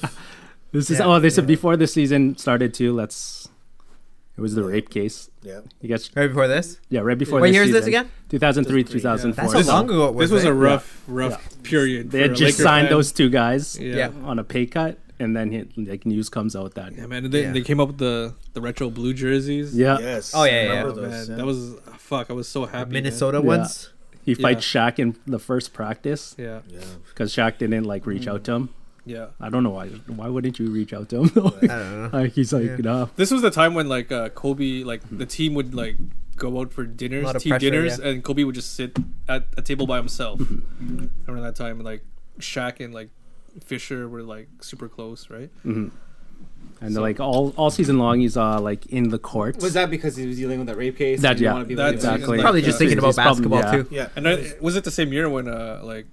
[SPEAKER 8] This is
[SPEAKER 2] Yeah,
[SPEAKER 8] oh, they said before the season started too. Let's. It was the rape case.
[SPEAKER 5] Yeah.
[SPEAKER 8] You guys,
[SPEAKER 2] Right before this.
[SPEAKER 8] yeah, right before.
[SPEAKER 2] What
[SPEAKER 8] this
[SPEAKER 2] year is this
[SPEAKER 8] season.
[SPEAKER 2] again?
[SPEAKER 8] 2003, 2004.
[SPEAKER 2] That's
[SPEAKER 3] This-
[SPEAKER 2] how long ago it was.
[SPEAKER 3] this was
[SPEAKER 2] right?
[SPEAKER 3] a rough, rough period.
[SPEAKER 8] They
[SPEAKER 3] for
[SPEAKER 8] had
[SPEAKER 3] a
[SPEAKER 8] just
[SPEAKER 3] Laker
[SPEAKER 8] signed
[SPEAKER 3] fan.
[SPEAKER 8] those two guys
[SPEAKER 3] Yeah.
[SPEAKER 2] Yeah.
[SPEAKER 8] on a pay cut, and then he, like news comes out that
[SPEAKER 3] Yeah, man. and They,
[SPEAKER 2] Yeah.
[SPEAKER 3] they came up with the, the retro blue jerseys.
[SPEAKER 8] yeah,
[SPEAKER 5] Yes.
[SPEAKER 2] Oh,
[SPEAKER 5] I
[SPEAKER 2] yeah, yeah,
[SPEAKER 5] remember
[SPEAKER 3] Oh, man,
[SPEAKER 5] those, yeah.
[SPEAKER 3] that was fuck. I was so happy. man.
[SPEAKER 2] Uh, Minnesota
[SPEAKER 8] Yeah.
[SPEAKER 2] ones.
[SPEAKER 8] he fights Shaq in the first practice
[SPEAKER 3] Yeah,
[SPEAKER 5] Yeah.
[SPEAKER 8] because Shaq didn't like reach out to him.
[SPEAKER 3] yeah.
[SPEAKER 8] I don't know why. Why wouldn't you reach out to him though?
[SPEAKER 2] I don't know.
[SPEAKER 8] like he's like,
[SPEAKER 2] Yeah.
[SPEAKER 8] nah.
[SPEAKER 3] This was the time when like uh, Kobe, like the team would like go out for dinners,
[SPEAKER 2] Lot of
[SPEAKER 3] team
[SPEAKER 2] pressure,
[SPEAKER 3] dinners,
[SPEAKER 2] yeah.
[SPEAKER 3] and Kobe would just sit at a table by himself.
[SPEAKER 8] Mm-hmm.
[SPEAKER 3] Around that time, like Shaq and like Fisher were like super close, right?
[SPEAKER 8] And like all all season long, he's uh like in the courts.
[SPEAKER 10] Was that because he was dealing with that rape case?
[SPEAKER 8] That-
[SPEAKER 10] and he
[SPEAKER 8] yeah.
[SPEAKER 10] wanted to be
[SPEAKER 3] That's-
[SPEAKER 10] like that?
[SPEAKER 8] exactly?
[SPEAKER 2] Probably just
[SPEAKER 8] Yeah.
[SPEAKER 2] thinking about
[SPEAKER 8] He's probably-
[SPEAKER 2] basketball
[SPEAKER 8] yeah.
[SPEAKER 2] too.
[SPEAKER 5] Yeah.
[SPEAKER 3] And I, was it the same year when uh like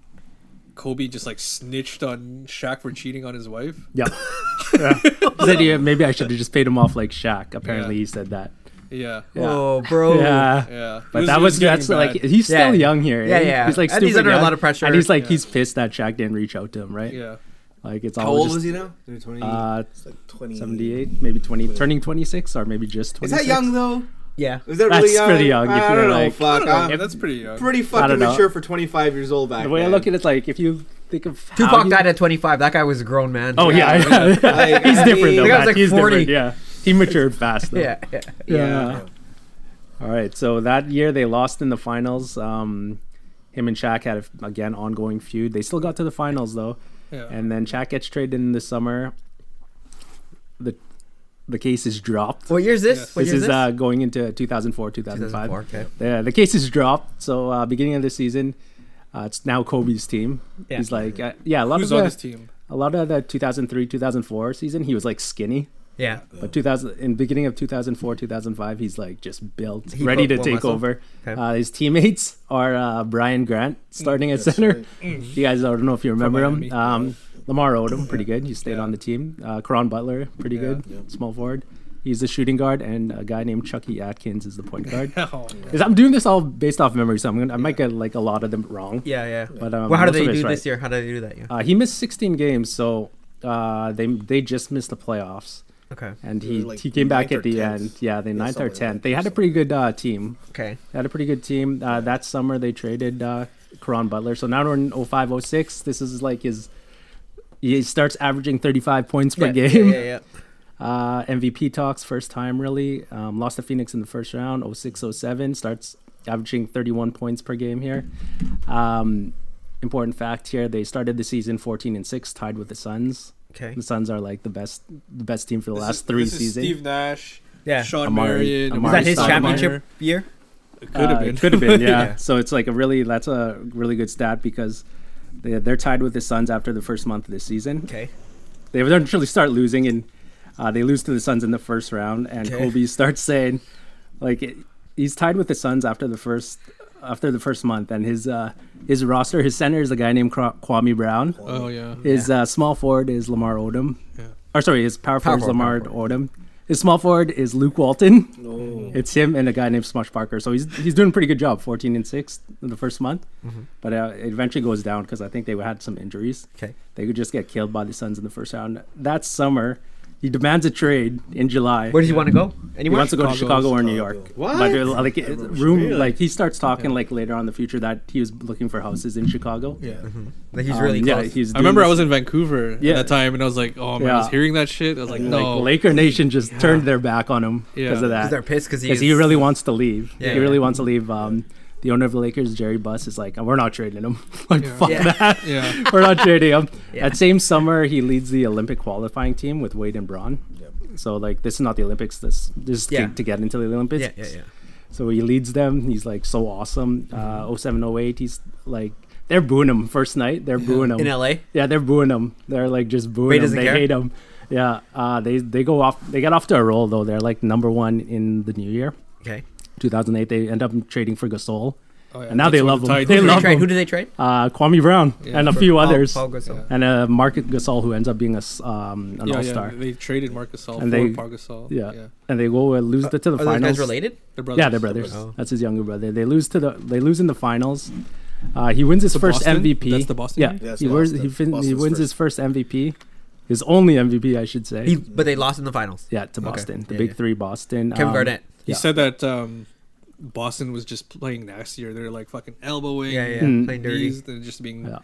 [SPEAKER 3] Kobe just like snitched on Shaq for cheating on his wife?
[SPEAKER 8] Yeah. yeah. He said, yeah, maybe I should have just paid him off like Shaq. Apparently,
[SPEAKER 3] Yeah.
[SPEAKER 8] he said that.
[SPEAKER 3] Yeah,
[SPEAKER 8] Yeah.
[SPEAKER 2] Oh, bro.
[SPEAKER 8] yeah.
[SPEAKER 3] yeah. It
[SPEAKER 8] But that
[SPEAKER 3] it
[SPEAKER 8] was,
[SPEAKER 3] getting
[SPEAKER 8] that's
[SPEAKER 3] bad.
[SPEAKER 8] like he's still
[SPEAKER 2] Yeah.
[SPEAKER 8] young here.
[SPEAKER 2] Yeah,
[SPEAKER 8] eh?
[SPEAKER 2] yeah.
[SPEAKER 8] He's like
[SPEAKER 2] And he's
[SPEAKER 8] super
[SPEAKER 2] under a
[SPEAKER 8] young,
[SPEAKER 2] lot of pressure.
[SPEAKER 8] and he's like
[SPEAKER 3] Yeah.
[SPEAKER 8] he's pissed that Shaq didn't reach out to him, right?
[SPEAKER 3] yeah.
[SPEAKER 8] Like it's all
[SPEAKER 10] How old
[SPEAKER 8] just,
[SPEAKER 10] was he now? Twenty.
[SPEAKER 8] Uh,
[SPEAKER 5] It's like 20.
[SPEAKER 8] seventy-eight, maybe twenty, turning twenty-six or maybe just
[SPEAKER 10] is
[SPEAKER 8] twenty-six.
[SPEAKER 10] that young though?
[SPEAKER 2] Yeah.
[SPEAKER 10] Is that
[SPEAKER 8] That's
[SPEAKER 10] really young?
[SPEAKER 8] pretty young if
[SPEAKER 10] I
[SPEAKER 8] you're
[SPEAKER 10] don't know.
[SPEAKER 8] like-
[SPEAKER 10] fuck.
[SPEAKER 3] I don't know,
[SPEAKER 10] I'm
[SPEAKER 3] that's pretty young.
[SPEAKER 10] pretty
[SPEAKER 8] don't
[SPEAKER 10] fucking
[SPEAKER 8] know.
[SPEAKER 10] mature for 25 years old back
[SPEAKER 8] The way I
[SPEAKER 10] then.
[SPEAKER 8] look at it, like if you think of how
[SPEAKER 2] Tupac
[SPEAKER 8] you-
[SPEAKER 2] died at 25. That guy was a grown man.
[SPEAKER 8] Oh yeah, yeah.
[SPEAKER 10] Like,
[SPEAKER 8] he's
[SPEAKER 10] I
[SPEAKER 8] different
[SPEAKER 10] mean-
[SPEAKER 8] though.
[SPEAKER 2] The guy was,
[SPEAKER 8] Matt.
[SPEAKER 2] like,
[SPEAKER 8] he's
[SPEAKER 2] 40.
[SPEAKER 8] different. Yeah, he matured fast though.
[SPEAKER 2] Yeah. yeah.
[SPEAKER 8] Yeah. All right. So that year they lost in the finals. Um, Him and Shaq had a, again ongoing feud. They still got to the finals though,
[SPEAKER 3] Yeah.
[SPEAKER 8] and then Shaq gets traded in the summer. the The case is dropped.
[SPEAKER 2] What year is this? Yes. What
[SPEAKER 8] This
[SPEAKER 2] year
[SPEAKER 8] is
[SPEAKER 2] is this?
[SPEAKER 8] Uh, going into 2004, 2005.
[SPEAKER 2] 2004, okay.
[SPEAKER 8] Yeah, the case is dropped. So uh, beginning of the season, uh, it's now Kobe's team.
[SPEAKER 3] Yeah.
[SPEAKER 8] He's like, uh, yeah, a lot
[SPEAKER 3] Who's
[SPEAKER 8] of
[SPEAKER 3] on
[SPEAKER 8] the,
[SPEAKER 3] his team?
[SPEAKER 8] A lot of the 2003, 2004 season, he was like skinny.
[SPEAKER 2] Yeah.
[SPEAKER 8] But 2000 in beginning of 2004, 2005, he's like just built,
[SPEAKER 2] He
[SPEAKER 8] ready
[SPEAKER 2] put
[SPEAKER 8] to
[SPEAKER 2] more
[SPEAKER 8] take
[SPEAKER 2] muscle?
[SPEAKER 8] over.
[SPEAKER 2] Okay.
[SPEAKER 8] Uh, his teammates are uh, Brian Grant starting at center.
[SPEAKER 2] Mm-hmm.
[SPEAKER 8] You guys, I don't know if you remember him. Um, Lamar Odom, pretty good. He stayed on the team. Uh, Karan Butler, pretty good. Small forward. He's the shooting guard, and a guy named Chucky Atkins is the point guard.
[SPEAKER 3] Oh,
[SPEAKER 8] 'Cause I'm doing this all based off memory, so I'm gonna, I might get like a lot of them wrong.
[SPEAKER 2] Yeah, yeah.
[SPEAKER 8] But um,
[SPEAKER 2] well, how did
[SPEAKER 8] most of
[SPEAKER 2] they
[SPEAKER 8] it's
[SPEAKER 2] do
[SPEAKER 8] right.
[SPEAKER 2] this year? How did they do that year?
[SPEAKER 8] Uh, he missed 16 games, so uh, they they just missed the playoffs.
[SPEAKER 2] Okay.
[SPEAKER 8] And
[SPEAKER 2] They
[SPEAKER 8] he,
[SPEAKER 2] were, like,
[SPEAKER 8] he came back
[SPEAKER 2] ninth or
[SPEAKER 8] at the
[SPEAKER 2] tenth.
[SPEAKER 8] end. Yeah, they
[SPEAKER 2] Yeah,
[SPEAKER 8] ninth
[SPEAKER 2] something
[SPEAKER 8] or
[SPEAKER 2] like
[SPEAKER 8] tenth. They had a pretty good uh, team.
[SPEAKER 2] Okay.
[SPEAKER 8] They had a pretty good team. Uh, that summer they traded uh, Karan Butler. So now we're in 05, 06. This is like his. He starts averaging 35 points per
[SPEAKER 2] Yeah, yeah,
[SPEAKER 8] game.
[SPEAKER 2] yeah, yeah.
[SPEAKER 8] Uh, MVP talks first time really. Um, lost to Phoenix in the first round. 06, 07 starts averaging 31 points per game here. Um, important fact here: they started the season 14 and six, tied with the Suns.
[SPEAKER 2] Okay.
[SPEAKER 8] The Suns are like the best, the best team for the
[SPEAKER 3] This
[SPEAKER 8] last
[SPEAKER 3] is-
[SPEAKER 8] three
[SPEAKER 3] this is
[SPEAKER 8] seasons.
[SPEAKER 3] Steve Nash.
[SPEAKER 2] Yeah.
[SPEAKER 3] Sean
[SPEAKER 8] Amari-
[SPEAKER 3] Marion.
[SPEAKER 8] Amari Is that his Stoudemire.
[SPEAKER 2] championship year?
[SPEAKER 3] It could have
[SPEAKER 8] Uh,
[SPEAKER 3] been.
[SPEAKER 8] Could have been, yeah.
[SPEAKER 2] Yeah.
[SPEAKER 8] So it's like a really that's a really good stat because they they're tied with the Suns after the first month of the season.
[SPEAKER 2] Okay.
[SPEAKER 8] They eventually start losing and uh, they lose to the Suns in the first round and
[SPEAKER 2] Okay.
[SPEAKER 8] Kobe starts saying like it, he's tied with the Suns after the first after the first month and his uh, his roster his center is a guy named Kra- Kwame Brown.
[SPEAKER 3] Oh yeah.
[SPEAKER 8] His uh, small forward is Lamar Odom. Or sorry, his power forward is
[SPEAKER 2] forward,
[SPEAKER 8] Lamar Odom. His small forward is Luke Walton. It's him and a guy named Smush Parker. So he's he's doing a pretty good job. 14 and six in the first month, but uh, it eventually goes down because I think they had some injuries.
[SPEAKER 2] Okay.
[SPEAKER 8] They could just get killed by the Suns in the first round. That summer, he demands a trade in July.
[SPEAKER 2] Where does he want to go?
[SPEAKER 8] He
[SPEAKER 2] Anywhere?
[SPEAKER 8] wants to go to Chicago or New York.
[SPEAKER 2] What?
[SPEAKER 8] But uh, like it- room, like he starts talking like later on in the future that he was looking for houses in Chicago. Yeah.
[SPEAKER 10] Mm-hmm.
[SPEAKER 2] Like he's really close.
[SPEAKER 8] Yeah, he's
[SPEAKER 3] I remember
[SPEAKER 8] doing
[SPEAKER 3] I was
[SPEAKER 8] this-
[SPEAKER 3] in Vancouver
[SPEAKER 8] Yeah.
[SPEAKER 3] at that time, and I was like, "Oh man, I was
[SPEAKER 8] Yeah.
[SPEAKER 3] hearing that shit." I was like, "No,
[SPEAKER 8] Like Laker Nation just turned their back on him
[SPEAKER 3] Yeah.
[SPEAKER 8] because of that.
[SPEAKER 2] they're pissed 'cause he
[SPEAKER 8] he
[SPEAKER 2] is-
[SPEAKER 8] really wants to leave.
[SPEAKER 2] Yeah.
[SPEAKER 8] he really wants to leave. Um, the owner of the Lakers, Jerry Buss, is like, we're not trading him. like, fuck
[SPEAKER 2] Yeah.
[SPEAKER 8] that.
[SPEAKER 3] yeah,
[SPEAKER 8] we're not trading him.
[SPEAKER 2] Yeah.
[SPEAKER 8] That same summer, he leads the Olympic qualifying team with Wade and Braun. So like, this is not the Olympics. This this is to-
[SPEAKER 2] Yeah.
[SPEAKER 8] to, get into the Olympics.
[SPEAKER 2] yeah, yeah, yeah.
[SPEAKER 8] So he leads them. He's like so awesome. Uh, 07, 08, He's like. They're booing him first night. They're booing him
[SPEAKER 2] In LA?
[SPEAKER 8] yeah, they're booing him. They're like just booing
[SPEAKER 2] Ray
[SPEAKER 8] him.
[SPEAKER 2] doesn't
[SPEAKER 8] They
[SPEAKER 2] care?
[SPEAKER 8] hate him. Yeah, uh, they they go off. They got off to a roll though. They're like number one in the new year,
[SPEAKER 2] Okay.
[SPEAKER 8] 2008. They end up trading for Gasol,
[SPEAKER 3] Oh, yeah,
[SPEAKER 8] and now
[SPEAKER 3] that's
[SPEAKER 8] they
[SPEAKER 3] what
[SPEAKER 8] love
[SPEAKER 3] the
[SPEAKER 8] him.
[SPEAKER 3] Titans
[SPEAKER 8] they
[SPEAKER 3] were
[SPEAKER 2] Who do they
[SPEAKER 8] love
[SPEAKER 2] trade?
[SPEAKER 8] him.
[SPEAKER 2] Who do they trade?
[SPEAKER 8] uh, Kwame Brown
[SPEAKER 3] Yeah,
[SPEAKER 8] and a
[SPEAKER 3] for
[SPEAKER 8] few
[SPEAKER 2] Paul-
[SPEAKER 8] others,
[SPEAKER 2] Paul Gasol.
[SPEAKER 8] and uh, Market Gasol who ends up being a s- um, an
[SPEAKER 3] yeah,
[SPEAKER 8] all
[SPEAKER 3] yeah."
[SPEAKER 8] star.
[SPEAKER 3] They traded Marcus Gasol
[SPEAKER 8] And
[SPEAKER 3] for
[SPEAKER 8] they-
[SPEAKER 3] Pau Gasol.
[SPEAKER 8] yeah. And they go and lose the, to the
[SPEAKER 2] Are those
[SPEAKER 8] finals.
[SPEAKER 2] guys related?
[SPEAKER 3] they're brothers.
[SPEAKER 8] Yeah, they're brothers.
[SPEAKER 2] brothers. Oh.
[SPEAKER 8] That's his younger brother. They lose to the they lose in the finals. Uh, he wins his
[SPEAKER 3] The
[SPEAKER 8] first
[SPEAKER 3] Boston?
[SPEAKER 8] MVP.
[SPEAKER 3] That's the Boston
[SPEAKER 8] Yeah,
[SPEAKER 3] game?
[SPEAKER 5] Yeah, it's
[SPEAKER 8] he, wins,
[SPEAKER 5] Boston.
[SPEAKER 8] he, fin- he
[SPEAKER 5] Boston's
[SPEAKER 8] wins his first MVP, his only MVP, I should say.
[SPEAKER 2] He, but they lost in the finals.
[SPEAKER 8] yeah, to Boston, the
[SPEAKER 2] Yeah,
[SPEAKER 8] Big
[SPEAKER 2] yeah.
[SPEAKER 8] Three, Boston.
[SPEAKER 2] Kevin
[SPEAKER 8] um,
[SPEAKER 2] Garnett.
[SPEAKER 3] He
[SPEAKER 8] Yeah.
[SPEAKER 3] said that um, Boston was just playing nastier. They're like fucking elbowing,
[SPEAKER 2] Yeah, yeah.
[SPEAKER 8] Mm.
[SPEAKER 2] Playing dirty.
[SPEAKER 3] knees, they're just being
[SPEAKER 8] Yeah.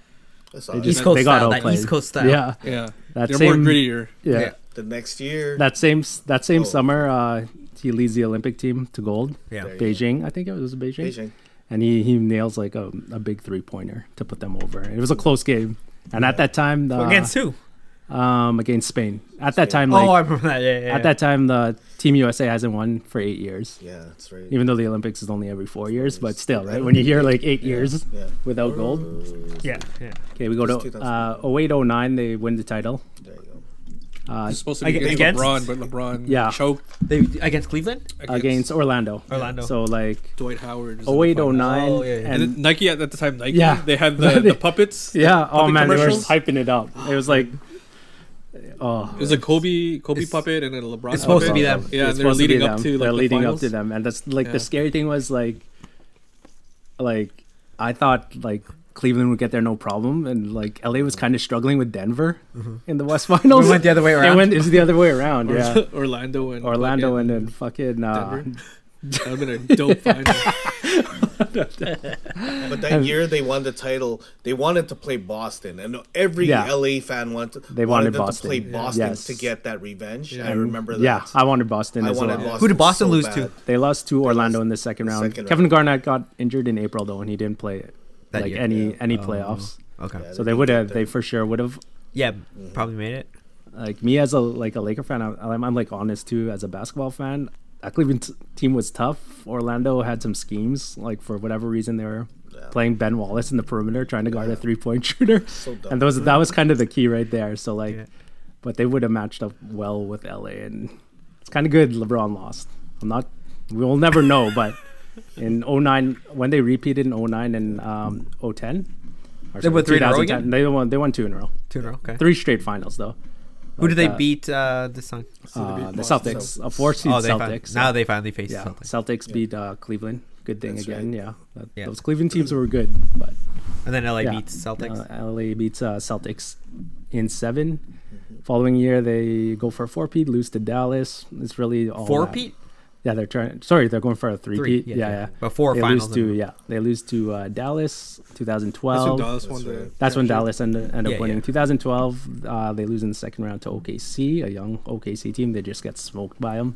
[SPEAKER 5] That's
[SPEAKER 8] They
[SPEAKER 5] all.
[SPEAKER 8] just
[SPEAKER 2] East Coast
[SPEAKER 8] they got
[SPEAKER 2] style, that
[SPEAKER 8] outplayed.
[SPEAKER 2] East Coast style.
[SPEAKER 8] Yeah,
[SPEAKER 3] yeah.
[SPEAKER 8] that
[SPEAKER 3] they're
[SPEAKER 8] same.
[SPEAKER 3] more grittier.
[SPEAKER 8] yeah,
[SPEAKER 2] Yeah.
[SPEAKER 5] the next year.
[SPEAKER 8] that same s- that same
[SPEAKER 5] Oh.
[SPEAKER 8] summer, uh, he leads the Olympic team to gold.
[SPEAKER 2] Yeah.
[SPEAKER 5] There you go.
[SPEAKER 8] Beijing, I think it was Beijing.
[SPEAKER 5] Beijing.
[SPEAKER 8] and he, he nails like a, a big three pointer to put them over. It was a close game, and at that time, the,
[SPEAKER 2] Against who?
[SPEAKER 8] um against Spain. At that time, like
[SPEAKER 2] oh, I remember that. Yeah, yeah.
[SPEAKER 8] at that time, the Team USA hasn't won for eight years,
[SPEAKER 5] Yeah, that's right.
[SPEAKER 8] even though the Olympics is only every four years. But still,
[SPEAKER 5] Right.
[SPEAKER 8] right? When you hear like eight years
[SPEAKER 5] yeah. Oh,
[SPEAKER 8] without gold,
[SPEAKER 2] yeah, yeah.
[SPEAKER 8] okay, we go
[SPEAKER 5] It's
[SPEAKER 8] to
[SPEAKER 5] 2009.
[SPEAKER 8] uh, 08, 09, They win the title.
[SPEAKER 5] There you go.
[SPEAKER 8] Uh,
[SPEAKER 3] It's supposed to
[SPEAKER 2] I
[SPEAKER 3] be
[SPEAKER 2] get-
[SPEAKER 3] against,
[SPEAKER 2] against-
[SPEAKER 3] LeBron, but LeBron
[SPEAKER 8] Yeah.
[SPEAKER 3] choked
[SPEAKER 2] They against Cleveland.
[SPEAKER 3] against,
[SPEAKER 8] against Orlando.
[SPEAKER 2] Orlando.
[SPEAKER 8] So like
[SPEAKER 3] Dwight Howard. is in the
[SPEAKER 8] 08,
[SPEAKER 3] finals.
[SPEAKER 8] 09,
[SPEAKER 2] Oh, yeah, yeah.
[SPEAKER 3] And,
[SPEAKER 8] and
[SPEAKER 3] then Nike at, at the time, Nike,
[SPEAKER 8] Yeah.
[SPEAKER 3] they had the, the puppets. the
[SPEAKER 8] yeah. Oh
[SPEAKER 3] puppet
[SPEAKER 8] man, they were
[SPEAKER 3] commercials.
[SPEAKER 8] just hyping it up. It was like, oh,
[SPEAKER 3] It was a Kobe Kobe
[SPEAKER 2] It's-
[SPEAKER 3] pupped and then a LeBron.
[SPEAKER 2] it's supposed to be
[SPEAKER 3] puppet.
[SPEAKER 2] them.
[SPEAKER 3] Yeah,
[SPEAKER 8] it's
[SPEAKER 3] and they're
[SPEAKER 8] supposed to be
[SPEAKER 3] leading up
[SPEAKER 8] them.
[SPEAKER 3] to like
[SPEAKER 8] they're
[SPEAKER 3] the
[SPEAKER 8] leading
[SPEAKER 3] finals.
[SPEAKER 8] up to them, and that's like
[SPEAKER 3] Yeah.
[SPEAKER 8] the scary thing was like, like I thought like Cleveland would get there no problem, and like LA
[SPEAKER 3] Mm-hmm.
[SPEAKER 8] was kind of struggling with Denver in the West Finals.
[SPEAKER 2] We went the other way
[SPEAKER 8] They
[SPEAKER 2] around.
[SPEAKER 8] went it was the other way around. yeah,
[SPEAKER 3] Orlando and
[SPEAKER 8] Orlando and
[SPEAKER 3] fucking
[SPEAKER 8] then fucking uh,
[SPEAKER 3] Denver. That would have been a dope final.
[SPEAKER 5] But that year they won the title. They wanted to play Boston, and every
[SPEAKER 8] Yeah.
[SPEAKER 5] LA fan wanted
[SPEAKER 8] They wanted
[SPEAKER 5] wanted, them
[SPEAKER 8] Boston.
[SPEAKER 5] to play
[SPEAKER 8] Yeah.
[SPEAKER 5] Boston
[SPEAKER 8] Yes.
[SPEAKER 5] to get that revenge.
[SPEAKER 3] Yeah.
[SPEAKER 5] I remember that.
[SPEAKER 8] yeah. I wanted Boston
[SPEAKER 5] I
[SPEAKER 8] as
[SPEAKER 5] wanted
[SPEAKER 8] well.
[SPEAKER 5] Boston.
[SPEAKER 2] Who did Boston
[SPEAKER 5] so
[SPEAKER 2] lose
[SPEAKER 5] bad.
[SPEAKER 2] to?
[SPEAKER 8] They lost to Orlando in the second round.
[SPEAKER 5] Second
[SPEAKER 8] Kevin
[SPEAKER 5] round.
[SPEAKER 8] Garnett got injured in April though, and he didn't play
[SPEAKER 2] That
[SPEAKER 8] like
[SPEAKER 2] year,
[SPEAKER 8] any
[SPEAKER 2] yeah.
[SPEAKER 8] any
[SPEAKER 2] Oh,
[SPEAKER 8] playoffs.
[SPEAKER 2] okay. Yeah,
[SPEAKER 8] so
[SPEAKER 2] they
[SPEAKER 8] they would
[SPEAKER 2] did
[SPEAKER 8] have.
[SPEAKER 2] that.
[SPEAKER 8] They for sure would have.
[SPEAKER 2] Yeah, probably made it.
[SPEAKER 8] Like me as a like a Laker fan, I'm, I'm, I'm like honest too. As a basketball fan, that Cleveland t- team was tough. Orlando had some schemes. Like for whatever reason, they were playing Ben Wallace in the perimeter, trying to guard a three point shooter.
[SPEAKER 5] So dumb.
[SPEAKER 8] and those that was kind of the key right there. So like, but they would have matched up well with LA, and it's kind of good. LeBron lost. I'm not. We'll never know, but in 09, when they repeated in 09 and um, 010, or
[SPEAKER 2] They won
[SPEAKER 8] sorry,
[SPEAKER 2] three in a row
[SPEAKER 8] 2010,
[SPEAKER 2] again?
[SPEAKER 8] They won. They won two in a row.
[SPEAKER 2] Two in a row, okay.
[SPEAKER 8] Three straight finals though.
[SPEAKER 2] Who did
[SPEAKER 8] Like,
[SPEAKER 2] they
[SPEAKER 8] uh,
[SPEAKER 2] beat uh, this time?
[SPEAKER 8] uh, the Celtics, a four seed
[SPEAKER 2] Oh, they fin-
[SPEAKER 8] Celtics.
[SPEAKER 2] now they finally face
[SPEAKER 8] yeah.
[SPEAKER 2] Celtics.
[SPEAKER 8] Celtics beat uh, Cleveland. Good thing
[SPEAKER 2] That's
[SPEAKER 8] again. Yeah. That-
[SPEAKER 2] Yeah.
[SPEAKER 8] those Cleveland teams were good, but
[SPEAKER 2] And then LA beats Celtics.
[SPEAKER 8] Uh, LA beats uh, Celtics in 7 Following year, they go for a four peat, lose to Dallas. It's really all that.
[SPEAKER 2] Four-peat?
[SPEAKER 8] Yeah, they're trying. Sorry, they're going for a three peat.
[SPEAKER 2] yeah,
[SPEAKER 8] yeah,
[SPEAKER 2] yeah.
[SPEAKER 8] yeah.
[SPEAKER 2] But four
[SPEAKER 8] they
[SPEAKER 2] finals
[SPEAKER 8] lose
[SPEAKER 2] in a
[SPEAKER 8] to
[SPEAKER 2] row.
[SPEAKER 8] yeah. They lose to uh, Dallas 2012.
[SPEAKER 3] Dallas won the That's
[SPEAKER 8] That's when
[SPEAKER 3] championship.
[SPEAKER 8] Dallas ended, ended
[SPEAKER 2] Yeah,
[SPEAKER 8] up winning.
[SPEAKER 2] yeah.
[SPEAKER 8] 2012, uh, they lose in the second round to OKC, a young OKC team. They just get smoked by them.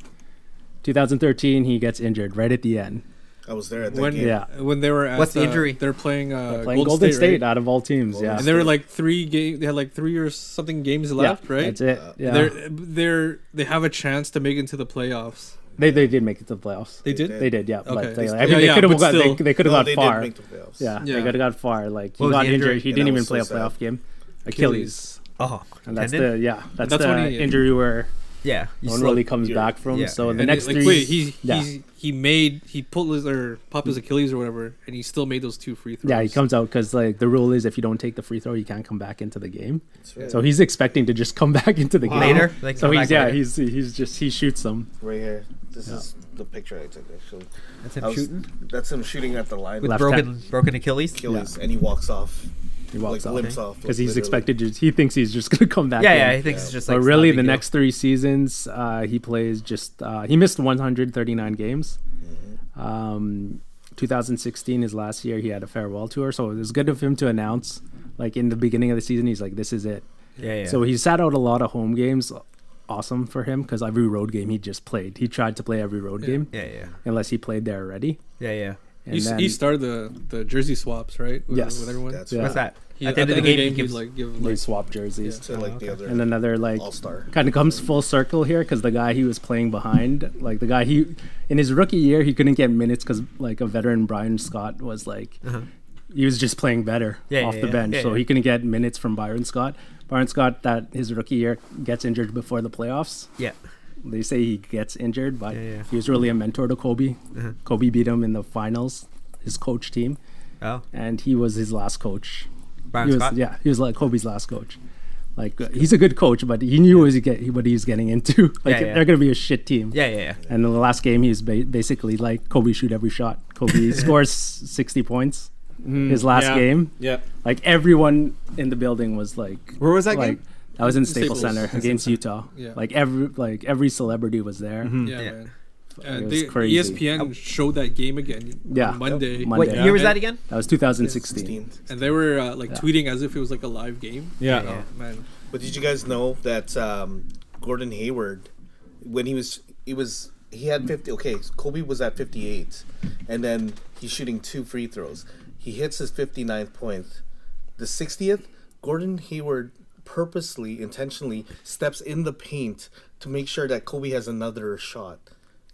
[SPEAKER 8] 2013, he gets injured right at the end.
[SPEAKER 5] I was there at that
[SPEAKER 3] When
[SPEAKER 5] game.
[SPEAKER 8] Yeah.
[SPEAKER 3] when they were at
[SPEAKER 2] What's the
[SPEAKER 3] uh,
[SPEAKER 2] injury?
[SPEAKER 3] They're playing uh,
[SPEAKER 8] They're playing Golden
[SPEAKER 3] right?
[SPEAKER 8] State, out of all teams. yeah.
[SPEAKER 3] And they were like three game. They had like three or something games
[SPEAKER 8] Yeah,
[SPEAKER 3] left, right?
[SPEAKER 8] That's it. Yeah.
[SPEAKER 3] They're they're they have a chance to make it into the playoffs.
[SPEAKER 8] They they did make it to the playoffs.
[SPEAKER 3] They did?
[SPEAKER 8] They did. Yeah.
[SPEAKER 3] Okay.
[SPEAKER 8] But they,
[SPEAKER 3] Yeah,
[SPEAKER 8] I mean, they
[SPEAKER 3] yeah,
[SPEAKER 8] could
[SPEAKER 3] but
[SPEAKER 8] have got
[SPEAKER 3] still-
[SPEAKER 8] they, they could have
[SPEAKER 5] No,
[SPEAKER 8] got
[SPEAKER 5] they did
[SPEAKER 8] far.
[SPEAKER 5] make the playoffs.
[SPEAKER 8] Yeah,
[SPEAKER 3] Yeah.
[SPEAKER 8] They could have got far. Like he
[SPEAKER 2] What was
[SPEAKER 8] got
[SPEAKER 2] the injury?
[SPEAKER 8] injured. He
[SPEAKER 5] And
[SPEAKER 8] didn't
[SPEAKER 5] that
[SPEAKER 8] even
[SPEAKER 5] was
[SPEAKER 8] play a
[SPEAKER 5] so sad.
[SPEAKER 8] playoff game.
[SPEAKER 3] Achilles.
[SPEAKER 8] Achilles.
[SPEAKER 2] Oh,
[SPEAKER 8] And that's
[SPEAKER 2] tendon?
[SPEAKER 8] the yeah. That's,
[SPEAKER 3] That's
[SPEAKER 8] the
[SPEAKER 3] when he-
[SPEAKER 8] injury where
[SPEAKER 2] yeah. you
[SPEAKER 8] no one
[SPEAKER 2] slow-
[SPEAKER 8] really comes back from.
[SPEAKER 2] yeah,
[SPEAKER 8] So
[SPEAKER 2] yeah.
[SPEAKER 8] the
[SPEAKER 3] And
[SPEAKER 8] next
[SPEAKER 3] it- like,
[SPEAKER 8] three.
[SPEAKER 3] wait, he
[SPEAKER 8] yeah.
[SPEAKER 3] he's, he made he pulled his or popped his Achilles or whatever, and he still made those two free throws.
[SPEAKER 8] yeah, he comes out because like the rule is if you don't take the free throw, you can't come back into the game.
[SPEAKER 5] That's right.
[SPEAKER 8] So he's expecting to just come back into the game
[SPEAKER 2] Later, they
[SPEAKER 8] So
[SPEAKER 2] come
[SPEAKER 8] he's
[SPEAKER 2] back
[SPEAKER 8] yeah,
[SPEAKER 2] later.
[SPEAKER 8] he's he's just he shoots them.
[SPEAKER 5] right here. This is the picture I took actually.
[SPEAKER 2] That's him
[SPEAKER 5] I was-
[SPEAKER 2] shooting
[SPEAKER 5] That's him shooting at the line.
[SPEAKER 2] with
[SPEAKER 8] Left
[SPEAKER 2] broken broken Achilles.
[SPEAKER 5] Achilles, and he walks off.
[SPEAKER 8] He walks
[SPEAKER 5] like,
[SPEAKER 8] off
[SPEAKER 5] limps off.
[SPEAKER 8] because
[SPEAKER 5] like,
[SPEAKER 8] he's
[SPEAKER 5] literally.
[SPEAKER 8] expected to. He thinks he's just gonna come back.
[SPEAKER 2] Yeah,
[SPEAKER 8] in.
[SPEAKER 2] yeah. He thinks it's just
[SPEAKER 8] But
[SPEAKER 2] like it's not a
[SPEAKER 8] really,
[SPEAKER 2] big
[SPEAKER 8] the
[SPEAKER 2] deal.
[SPEAKER 8] next three seasons, uh, he plays just uh, he missed 139 games.
[SPEAKER 5] Mm-hmm.
[SPEAKER 8] Um, 2016, his last year, he had a farewell tour, so it was good of him to announce, like in the beginning of the season, he's like, "This is it."
[SPEAKER 2] Yeah, yeah.
[SPEAKER 8] So he sat out a lot of home games. Awesome for him because every road game he just played, he tried to play every road game
[SPEAKER 2] yeah, yeah,
[SPEAKER 8] unless he played there already.
[SPEAKER 2] yeah, yeah.
[SPEAKER 8] And
[SPEAKER 3] He, s-
[SPEAKER 8] then-
[SPEAKER 3] he started the, the jersey swaps, right? With,
[SPEAKER 8] Yes.
[SPEAKER 3] with everyone.
[SPEAKER 5] That's
[SPEAKER 8] Yeah.
[SPEAKER 5] right.
[SPEAKER 2] What's that?
[SPEAKER 3] He,
[SPEAKER 2] at the end of the game, he
[SPEAKER 3] he'd,
[SPEAKER 2] gives
[SPEAKER 3] like give
[SPEAKER 8] they
[SPEAKER 3] like
[SPEAKER 8] swap jerseys.
[SPEAKER 5] To like the other
[SPEAKER 8] and another like
[SPEAKER 5] all-star.
[SPEAKER 8] kind of comes full circle here because the guy he was playing behind, like the guy he in his rookie year, he couldn't get minutes because like a veteran Brian Scott was like he was just playing better
[SPEAKER 2] Uh-huh. Yeah,
[SPEAKER 8] off
[SPEAKER 2] yeah,
[SPEAKER 8] the
[SPEAKER 2] yeah.
[SPEAKER 8] bench,
[SPEAKER 2] Yeah,
[SPEAKER 8] so
[SPEAKER 2] yeah.
[SPEAKER 8] he couldn't get minutes from Byron Scott. Byron Scott that his rookie year gets injured before the playoffs.
[SPEAKER 2] Yeah.
[SPEAKER 8] They say he gets injured, but
[SPEAKER 2] Yeah, yeah. Uh-huh.
[SPEAKER 8] he was really a mentor to Kobe. Kobe beat him in the finals, his coach team,
[SPEAKER 2] Oh,
[SPEAKER 8] and he was his last coach
[SPEAKER 2] Brian
[SPEAKER 8] he was,
[SPEAKER 2] Scott.
[SPEAKER 8] Yeah, he was like Kobe's last coach. Like uh, he's a good coach, but he knew what he get what he was getting into. Like
[SPEAKER 2] Yeah, yeah.
[SPEAKER 8] they're gonna be a shit team.
[SPEAKER 2] Yeah, yeah, yeah.
[SPEAKER 8] And in the last game, he was ba- basically like Kobe shoot every shot. Kobe scores sixty points. His last
[SPEAKER 1] Mm, yeah.
[SPEAKER 8] game,
[SPEAKER 1] Yeah.
[SPEAKER 8] like everyone in the building was like,
[SPEAKER 1] Where was that
[SPEAKER 8] like
[SPEAKER 1] game?
[SPEAKER 8] that was in
[SPEAKER 3] Staples.
[SPEAKER 8] Staples, Center against Utah.
[SPEAKER 3] Yeah.
[SPEAKER 8] Like every like every celebrity was there.
[SPEAKER 1] Mm-hmm.
[SPEAKER 3] yeah,
[SPEAKER 2] Yeah.
[SPEAKER 3] man.
[SPEAKER 8] It
[SPEAKER 3] And
[SPEAKER 8] was
[SPEAKER 3] they, E
[SPEAKER 8] crazy.
[SPEAKER 3] ESPN showed that game again.
[SPEAKER 8] Yeah.
[SPEAKER 3] on Monday.
[SPEAKER 8] Monday.
[SPEAKER 2] What
[SPEAKER 8] Yeah.
[SPEAKER 2] year was that again?
[SPEAKER 8] That was 2016.
[SPEAKER 5] 16.
[SPEAKER 3] And they were uh, like
[SPEAKER 8] Yeah.
[SPEAKER 3] tweeting as if it was like a live game.
[SPEAKER 1] Yeah.
[SPEAKER 3] Oh, man.
[SPEAKER 5] But did you guys know that um, Gordon Hayward, when he was he was he had fifty. Okay, Kobe was at fifty eight, and then he's shooting two free throws. He hits his 59th point. The sixtieth, Gordon Hayward purposely, intentionally steps in the paint to make sure that Kobe has another shot.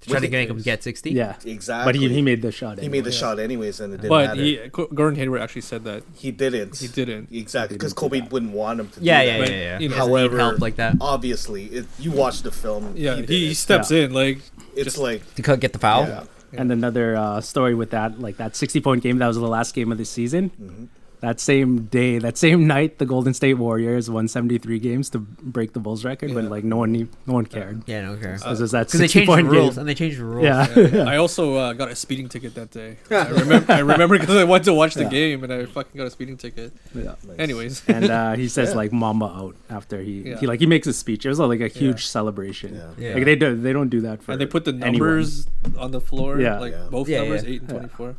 [SPEAKER 2] Trying to make him get sixty.
[SPEAKER 8] Yeah,
[SPEAKER 5] Exactly.
[SPEAKER 8] but he, he made the shot.
[SPEAKER 5] He made the
[SPEAKER 8] anyway.
[SPEAKER 5] shot anyways, and it didn't
[SPEAKER 3] But
[SPEAKER 5] matter.
[SPEAKER 3] he,
[SPEAKER 5] He,
[SPEAKER 3] Go- Gordon Hayward actually said that.
[SPEAKER 5] didn't.
[SPEAKER 3] He didn't.
[SPEAKER 5] Exactly, because Kobe wouldn't want him to.
[SPEAKER 2] Yeah,
[SPEAKER 5] do
[SPEAKER 2] yeah,
[SPEAKER 5] that.
[SPEAKER 2] yeah,
[SPEAKER 3] But,
[SPEAKER 2] yeah.
[SPEAKER 3] you know,
[SPEAKER 2] He doesn't need
[SPEAKER 5] However,
[SPEAKER 2] help like that
[SPEAKER 5] Obviously, it, you watch the film.
[SPEAKER 3] Yeah,
[SPEAKER 5] did
[SPEAKER 3] he,
[SPEAKER 5] it.
[SPEAKER 3] steps in like
[SPEAKER 5] It's like
[SPEAKER 2] to co- get the foul.
[SPEAKER 5] yeah.
[SPEAKER 8] And another uh, story with that, like that 60 point game, that was the last game of the season. That same day, that same night, the Golden State Warriors won 73 games to break the Bulls record, but like no one, knew- no one cared.
[SPEAKER 2] Yeah, no care.
[SPEAKER 8] This is that
[SPEAKER 2] uh, Because they
[SPEAKER 8] 60
[SPEAKER 2] changed the
[SPEAKER 8] point
[SPEAKER 2] rules,
[SPEAKER 8] game.
[SPEAKER 2] and they changed the rules.
[SPEAKER 8] Yeah.
[SPEAKER 3] I also uh, got a speeding ticket that day. I remember. I remember because I went to watch the game and I fucking got a speeding ticket.
[SPEAKER 8] Yeah.
[SPEAKER 3] Anyways,
[SPEAKER 8] and uh, he says like "Mama out" after he,
[SPEAKER 3] Yeah.
[SPEAKER 8] he like he makes a speech. It was uh, like a huge celebration.
[SPEAKER 2] Yeah.
[SPEAKER 8] Like they do, they don't do that for.
[SPEAKER 3] and they put the
[SPEAKER 8] anyone.
[SPEAKER 3] numbers on the floor.
[SPEAKER 8] Yeah.
[SPEAKER 3] like
[SPEAKER 5] Yeah.
[SPEAKER 3] both
[SPEAKER 2] Yeah,
[SPEAKER 3] numbers,
[SPEAKER 2] yeah.
[SPEAKER 3] eight and twenty-four.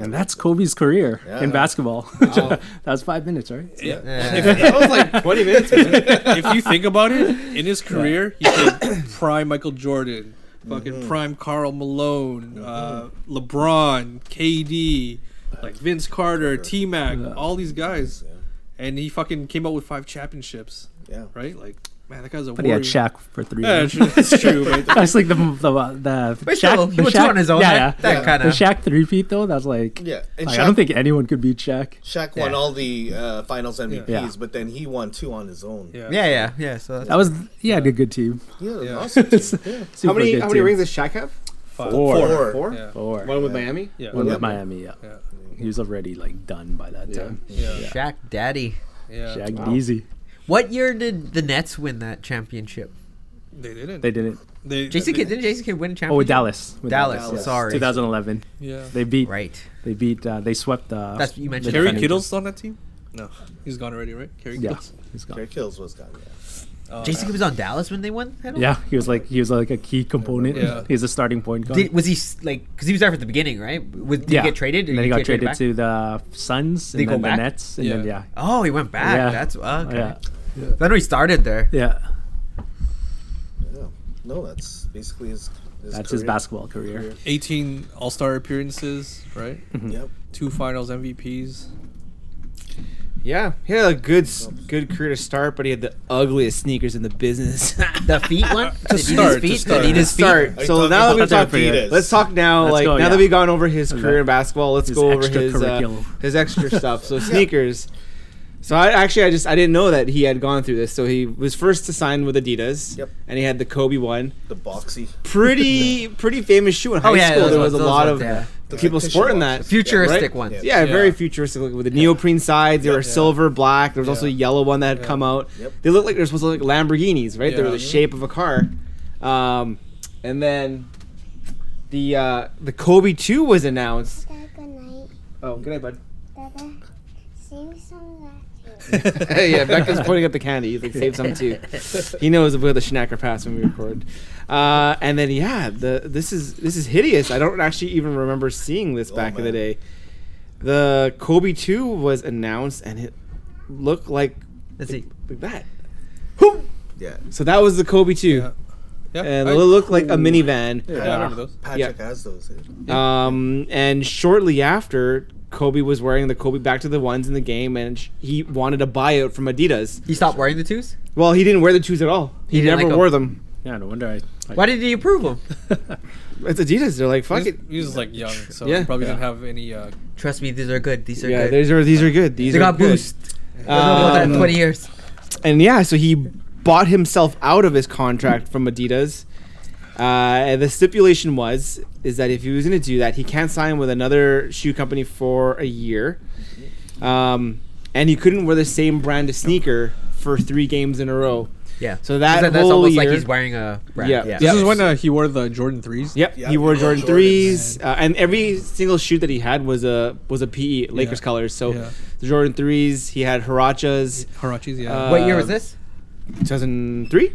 [SPEAKER 8] and that's Kobe's career
[SPEAKER 5] Yeah.
[SPEAKER 8] in basketball. that was five minutes, right?
[SPEAKER 3] Yeah.
[SPEAKER 2] Yeah.
[SPEAKER 10] that was like 20 minutes. man.
[SPEAKER 3] if you think about it, in his career, he played prime Michael Jordan, fucking prime Carl Malone, uh, LeBron, KD, like Vince Carter, T Mac, all these guys, and he fucking came out with five championships.
[SPEAKER 5] Yeah,
[SPEAKER 3] right. Like, man, that guy's a.
[SPEAKER 8] But he had
[SPEAKER 3] warrior.
[SPEAKER 8] Shaq for three.
[SPEAKER 3] Yeah,
[SPEAKER 8] of
[SPEAKER 3] it's
[SPEAKER 8] them.
[SPEAKER 3] true- it's true. but-
[SPEAKER 8] That's like the the the
[SPEAKER 3] But
[SPEAKER 8] Shaq.
[SPEAKER 3] still,
[SPEAKER 8] the
[SPEAKER 3] he was
[SPEAKER 8] Shaq,
[SPEAKER 3] two on his own,
[SPEAKER 8] Yeah,
[SPEAKER 3] that-
[SPEAKER 8] yeah.
[SPEAKER 3] that kinda-
[SPEAKER 8] The Shaq three feet though. That's like
[SPEAKER 5] Yeah, and
[SPEAKER 8] like, I don't
[SPEAKER 5] Shaq-
[SPEAKER 8] think anyone could beat Shaq.
[SPEAKER 5] Shaq won all the uh, finals MVPs,
[SPEAKER 8] Yeah.
[SPEAKER 5] but then he won two on his own.
[SPEAKER 3] Yeah,
[SPEAKER 2] Yeah, yeah, yeah, so that's-
[SPEAKER 8] That was he had a good team.
[SPEAKER 5] Yeah, an awesome team, yeah.
[SPEAKER 8] Super
[SPEAKER 1] how many
[SPEAKER 8] good
[SPEAKER 1] how many
[SPEAKER 8] team.
[SPEAKER 1] rings does Shaq have?
[SPEAKER 8] Four.
[SPEAKER 1] Four.
[SPEAKER 8] Four.
[SPEAKER 1] Four?
[SPEAKER 8] Four.
[SPEAKER 1] One with Miami.
[SPEAKER 8] One with Miami. Yeah. He was already like done by that time.
[SPEAKER 7] Shaq Daddy.
[SPEAKER 3] Yeah.
[SPEAKER 8] Shaq Deasy.
[SPEAKER 7] What year did the Nets win that championship?
[SPEAKER 3] They didn't.
[SPEAKER 8] They didn't.
[SPEAKER 3] They,
[SPEAKER 7] JC Kidd didn't JC Kidd win a championship?
[SPEAKER 8] Oh, with Dallas. With
[SPEAKER 7] Dallas.
[SPEAKER 8] yes.
[SPEAKER 7] Sorry.
[SPEAKER 8] 2011.
[SPEAKER 3] Yeah.
[SPEAKER 8] They beat.
[SPEAKER 7] Right.
[SPEAKER 8] They beat. Uh, they swept. Uh,
[SPEAKER 7] That's what you mentioned.
[SPEAKER 8] the
[SPEAKER 3] Kerry
[SPEAKER 8] defending-
[SPEAKER 3] Kittle's on that team? No, he's gone already, right? Kerry
[SPEAKER 8] Yeah,
[SPEAKER 3] Kittle's.
[SPEAKER 8] he's gone.
[SPEAKER 5] Kerry Kills was gone.
[SPEAKER 3] Oh,
[SPEAKER 7] JC Kidd was on Dallas when they won. the title?
[SPEAKER 8] Yeah, he was like he was like a key component.
[SPEAKER 7] Yeah.
[SPEAKER 8] He's a starting point guard.
[SPEAKER 7] Did, was he s- like because he was there from the beginning, right? Was, did
[SPEAKER 8] yeah.
[SPEAKER 7] he get traded?
[SPEAKER 8] And then he got
[SPEAKER 7] get
[SPEAKER 8] traded
[SPEAKER 7] back?
[SPEAKER 8] to the Suns.
[SPEAKER 7] Did he
[SPEAKER 8] and
[SPEAKER 7] go
[SPEAKER 8] then
[SPEAKER 7] back?
[SPEAKER 8] the Nets. And then yeah.
[SPEAKER 7] Oh, he went back.
[SPEAKER 8] Yeah.
[SPEAKER 7] That's okay.
[SPEAKER 8] Yeah.
[SPEAKER 7] Then we started there.
[SPEAKER 8] Yeah.
[SPEAKER 5] Yeah. No, that's basically his. his
[SPEAKER 8] That's his basketball career.
[SPEAKER 3] 18 All Star appearances, right?
[SPEAKER 5] Yep.
[SPEAKER 3] Two Finals MVPs.
[SPEAKER 1] Yeah, he had a good s- good career to start, but he had the ugliest sneakers in the business.
[SPEAKER 7] The feet one.
[SPEAKER 1] to
[SPEAKER 7] Adidas
[SPEAKER 1] start,
[SPEAKER 7] feet?
[SPEAKER 1] to start,
[SPEAKER 7] Adidas
[SPEAKER 1] to
[SPEAKER 7] feet?
[SPEAKER 1] start.
[SPEAKER 5] Are you
[SPEAKER 1] So
[SPEAKER 5] talking
[SPEAKER 1] now that
[SPEAKER 5] about
[SPEAKER 1] we've talked,
[SPEAKER 5] Adidas?
[SPEAKER 1] let's talk now.
[SPEAKER 8] Let's
[SPEAKER 1] like
[SPEAKER 8] go,
[SPEAKER 1] now
[SPEAKER 8] yeah.
[SPEAKER 1] that we've gone over his
[SPEAKER 8] Okay.
[SPEAKER 1] career in basketball, let's
[SPEAKER 8] His
[SPEAKER 1] go over his uh,
[SPEAKER 8] extracurricular.
[SPEAKER 1] his extra stuff. So sneakers. So I actually I just I didn't know that he had gone through this. So he was first to sign with Adidas,
[SPEAKER 5] Yep.
[SPEAKER 1] and he had the Kobe one.
[SPEAKER 5] The boxy.
[SPEAKER 1] pretty pretty famous shoe in high
[SPEAKER 7] Oh, yeah,
[SPEAKER 1] school.
[SPEAKER 7] those
[SPEAKER 1] There was a
[SPEAKER 7] ones-
[SPEAKER 1] lot
[SPEAKER 7] those
[SPEAKER 1] of
[SPEAKER 7] ones, yeah.
[SPEAKER 5] The
[SPEAKER 1] people
[SPEAKER 5] tissue
[SPEAKER 1] sporting that.
[SPEAKER 5] boxes.
[SPEAKER 7] Futuristic
[SPEAKER 1] Right?
[SPEAKER 7] ones.
[SPEAKER 1] Yeah,
[SPEAKER 3] Yeah.
[SPEAKER 1] very futuristic like, with the neoprene sides. They were silver, black. There was also a yellow one that had come out.
[SPEAKER 5] Yep.
[SPEAKER 1] They looked like they were supposed to look like Lamborghinis, right? They were
[SPEAKER 3] Yeah.
[SPEAKER 1] the shape of a car. Um, and then the uh, the Kobe two was announced.
[SPEAKER 12] Dad, good night.
[SPEAKER 1] Oh, good night, bud.
[SPEAKER 12] Dada, sing some Latin.
[SPEAKER 1] yeah, Becca's pointing at the candy. He's like, save some too. He knows where the schnacker pass when we record. Uh, and then yeah, the this is this is hideous. I don't actually even remember seeing this
[SPEAKER 5] Oh,
[SPEAKER 1] back in the
[SPEAKER 5] man.
[SPEAKER 1] day. The Kobe two was announced and it looked like
[SPEAKER 7] Let's see.
[SPEAKER 1] like that.
[SPEAKER 5] Yeah.
[SPEAKER 1] So that was the Kobe two,
[SPEAKER 3] Yeah. Yeah.
[SPEAKER 1] and
[SPEAKER 3] I,
[SPEAKER 1] it looked like a minivan.
[SPEAKER 3] yeah, I remember those.
[SPEAKER 5] Patrick has those. eh?
[SPEAKER 1] Um, and shortly after, Kobe was wearing the Kobe back to the ones in the game, and sh- he wanted a buyout from Adidas.
[SPEAKER 7] He stopped wearing the twos.
[SPEAKER 1] Well, he didn't wear the twos at all. He,
[SPEAKER 7] didn't
[SPEAKER 1] never
[SPEAKER 7] like 'em.
[SPEAKER 1] wore them.
[SPEAKER 8] Yeah, no wonder I. I
[SPEAKER 7] Why did he approve them?
[SPEAKER 1] It's Adidas. They're like, fuck
[SPEAKER 3] He
[SPEAKER 1] it.
[SPEAKER 3] was, he was like young, so
[SPEAKER 1] Yeah.
[SPEAKER 3] he probably didn't have any. Uh,
[SPEAKER 7] Trust me, these are good. These are
[SPEAKER 1] Yeah,
[SPEAKER 7] good.
[SPEAKER 1] these are these are good. These
[SPEAKER 7] They
[SPEAKER 1] are
[SPEAKER 7] got
[SPEAKER 1] good.
[SPEAKER 7] boost. I don't know about that in
[SPEAKER 1] Um,
[SPEAKER 7] 20 years.
[SPEAKER 1] and yeah, so he bought himself out of his contract from Adidas. Uh, and the stipulation was is that if he was going to do that, he can't sign with another shoe company for a year, um, and he couldn't wear the same brand of sneaker for three games in a row.
[SPEAKER 7] Yeah.
[SPEAKER 1] So that
[SPEAKER 7] that's
[SPEAKER 1] whole
[SPEAKER 7] almost like
[SPEAKER 1] year-
[SPEAKER 7] he's wearing a brand.
[SPEAKER 1] Yeah.
[SPEAKER 7] yeah.
[SPEAKER 1] Yeah.
[SPEAKER 3] This is when uh, he wore the Jordan threes.
[SPEAKER 1] Yep,
[SPEAKER 5] Yeah,
[SPEAKER 1] he wore
[SPEAKER 5] he wore
[SPEAKER 1] Jordan
[SPEAKER 5] Jordans.
[SPEAKER 1] threes, uh, and every single shoe that he had was a was a PE Lakers colors. So
[SPEAKER 3] Yeah.
[SPEAKER 1] the Jordan threes, he had Hirachas,
[SPEAKER 3] Harachis, yeah.
[SPEAKER 1] Uh,
[SPEAKER 7] What year was this?
[SPEAKER 1] 2003.